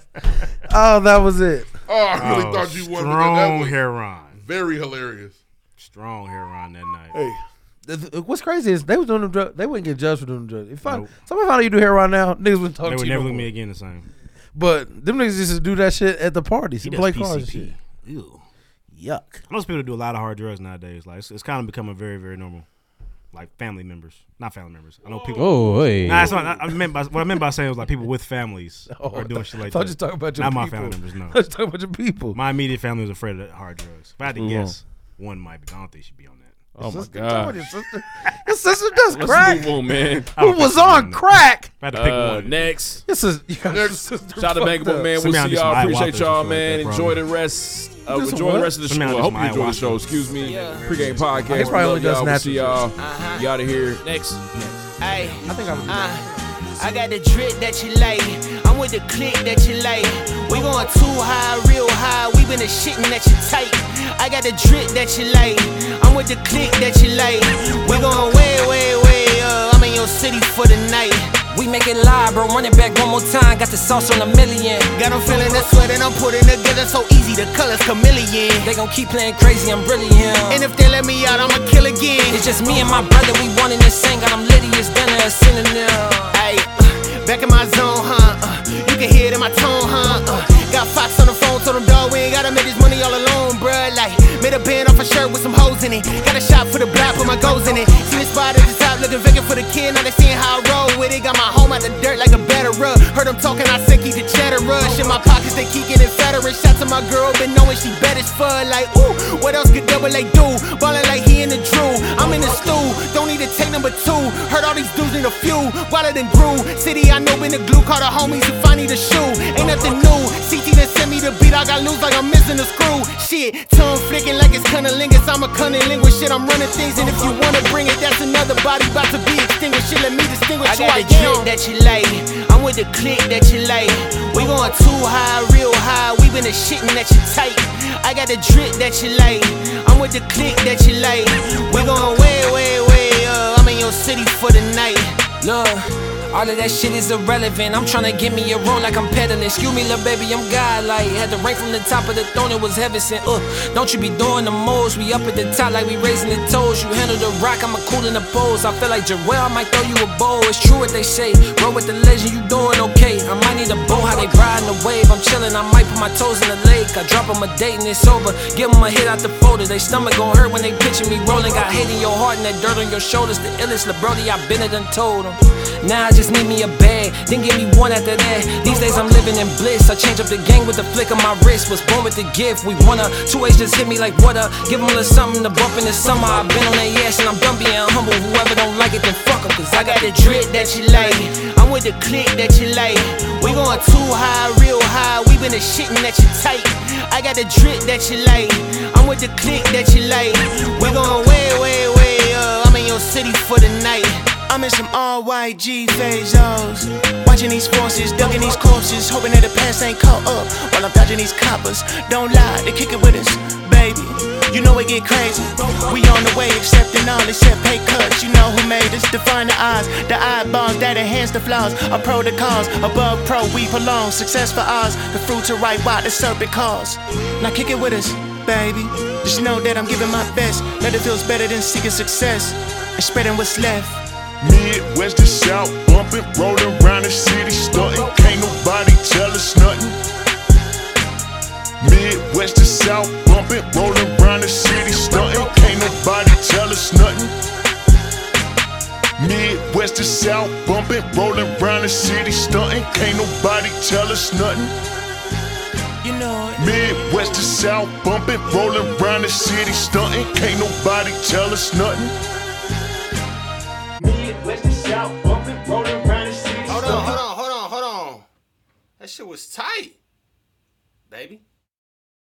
Oh, that was it.
*laughs* Oh, I really
Oh,
thought you wanted
strong
that.
hair on.
Very hilarious.
Strong hair on that night.
Hey,
The- the- What's crazy is they was doing them drugs. They wouldn't get judged for doing them drugs. If I,
Nope.
somebody found out you do hair right now, niggas wouldn't talk
They
to
would
you.
never
no
look
more.
me again the same.
But them niggas used to do that shit at the parties.
He
He
does
play cards and
PCP.
shit.
Ew.
Yuck.
Most people do a lot of hard drugs nowadays. Like it's, it's kind of becoming very, very normal. Like family members, not family members. I know people.
Oh, hey.
Nah, it's not, I, I meant by, what I meant by saying was like people with families
*laughs* Oh,
are doing
I
shit like
thought
that.
you was talking about your
not my
people.
family members. No,
*laughs* I was talking about your people.
My immediate family was afraid of hard drugs. If I had to
Move
guess, one might be. I don't think she'd be on that.
Oh my
Sister, come on,
god.
your sister. Your sister does
Let's
crack.
move
*laughs*
on, man.
Who was on crack?
I had to pick
Uh,
one.
Next.
This is *laughs*
Shout out to Bankable, man. We'll see y'all. Appreciate y'all, man. enjoy the rest. Uh,
This
enjoy
what?
the rest of the show.
Somebody
Well, I
just
hope you enjoy the
might
show. Excuse me. Pre-game
I guess
podcast. We
probably
love
only does
y'all. We'll see y'all.
natural.
You out of here. Next.
Ay, I think I would. uh, I got the drip that you like. I'm with the click that you like. We going too high, real high. We been a shitting that you tight. I got the drip that you like. I'm with the click that you like. We going way, way, way up. I'm in your city for the night.
We make it live, bro. Run it back one more time. Got the sauce on a million.
Got them feeling the sweat and I'm putting together so easy. The colors chameleon.
They gon' keep playing crazy. I'm brilliant.
And if they let me out, I'ma kill again.
It's just me and my brother. We one in the same. Got them litty. It's been a synonym.
Ay, uh, back in my zone, huh? Uh, you can hear it in my tone, huh? Uh, got Fox on the phone, told him, dog, we ain't gotta make this money all alone, bruh. Like, made a band off a shirt with some hoes in it. Got a shot for the block, put my goals in it. See this spot at the top, looking vacant for the kid. Now they seeing how I roll with it. Got my home out the dirt like a better rug. Heard them talking, I said, keep the cheddar rush. In my pockets, they keep getting fatter. And shots to my girl, been knowing she bad as fuck. Like, ooh, what else could double A do? Ballin' like he in the Drew. I'm in the stew, don't need to take number two. Heard all these dudes need a few, wilder than grew. City, I know been the glue, call the homies if I need a shoe. Ain't nothing new. CT done sent me the beat, I got loose like I'm missing a screw. Shit, tongue flicking like it's cunnilingus. I'm a cunning linguist, shit, I'm running things. And if you wanna bring it, that's another body about to be extinguished. Shit, let me distinguish I who got I the am. drip that you like. I'm with the click that you like. We going too high, real high. We been a shitting that you tight. I got the drip that you like. I'm with the click that you like. We going way, way, way up. I'm in your city for the night.
Look, all of that shit is irrelevant. I'm tryna get me a roll like I'm peddling. Excuse me, little baby, I'm godlike. Had to rank from the top of the throne, it was heaven sent. Uh, don't you be doing the most. We up at the top like we raising the toes. You handle the rock, I'ma cool in the pose. I feel like Jarrell, I might throw you a bowl. It's true what they say. Roll with the legend, you doing okay. I might need a bow, how they riding the wave. I'm chilling, I might put my toes in the lake. I drop 'em a date and it's over. Give 'em a hit out the folder. They stomach gon' hurt when they picture me rolling. Got hate in your heart and that dirt on your shoulders. The illest LeBrody, I been it and told 'em. Now I just Just need me a bag, then give me one after that. These days I'm living in bliss. I change up the game with the flick of my wrist. Was born with the gift. We wanna two A's just hit me like water. Give 'em a little something to bump in the summer. I've been on their ass and I'm done being humble. Whoever don't like it, then fuck 'em, Cause I got the drip that you like.
I'm with the click that you like. We going too high, real high. We been the shitting that you tight. I got the drip that you like. I'm with the click that you like. We going way, way, way up. I'm in your city for the night. I'm in some all white G phasos. Watching these forces, ducking these corpses. Hoping that the past ain't caught up while I'm dodging these coppers. Don't lie, they kick it with us, baby. You know it get crazy. We on the way, accepting all except pay cuts. You know who made us define the odds, the eyeballs that enhance the flaws. Our protocols, above pro, we prolong success for ours. The fruits are ripe while the serpent calls. Now kick it with us, baby. Just know that I'm giving my best. Nothing feels better than seeking success and spreading what's left.
Midwest to South, bumping, rolling around the city, stunting. Can't nobody tell us nothing. Midwest to South, bumping, rolling around the city, stunting. Can't nobody tell us nothing. Midwest to South, bumping, rolling around the city, stunting. Can't nobody tell us nothing.
You know it.
Midwest to South, bumping, rolling around the city, stunting. Can't nobody tell us nothing.
Hold on, hold on, hold on, hold on. That shit was tight, baby.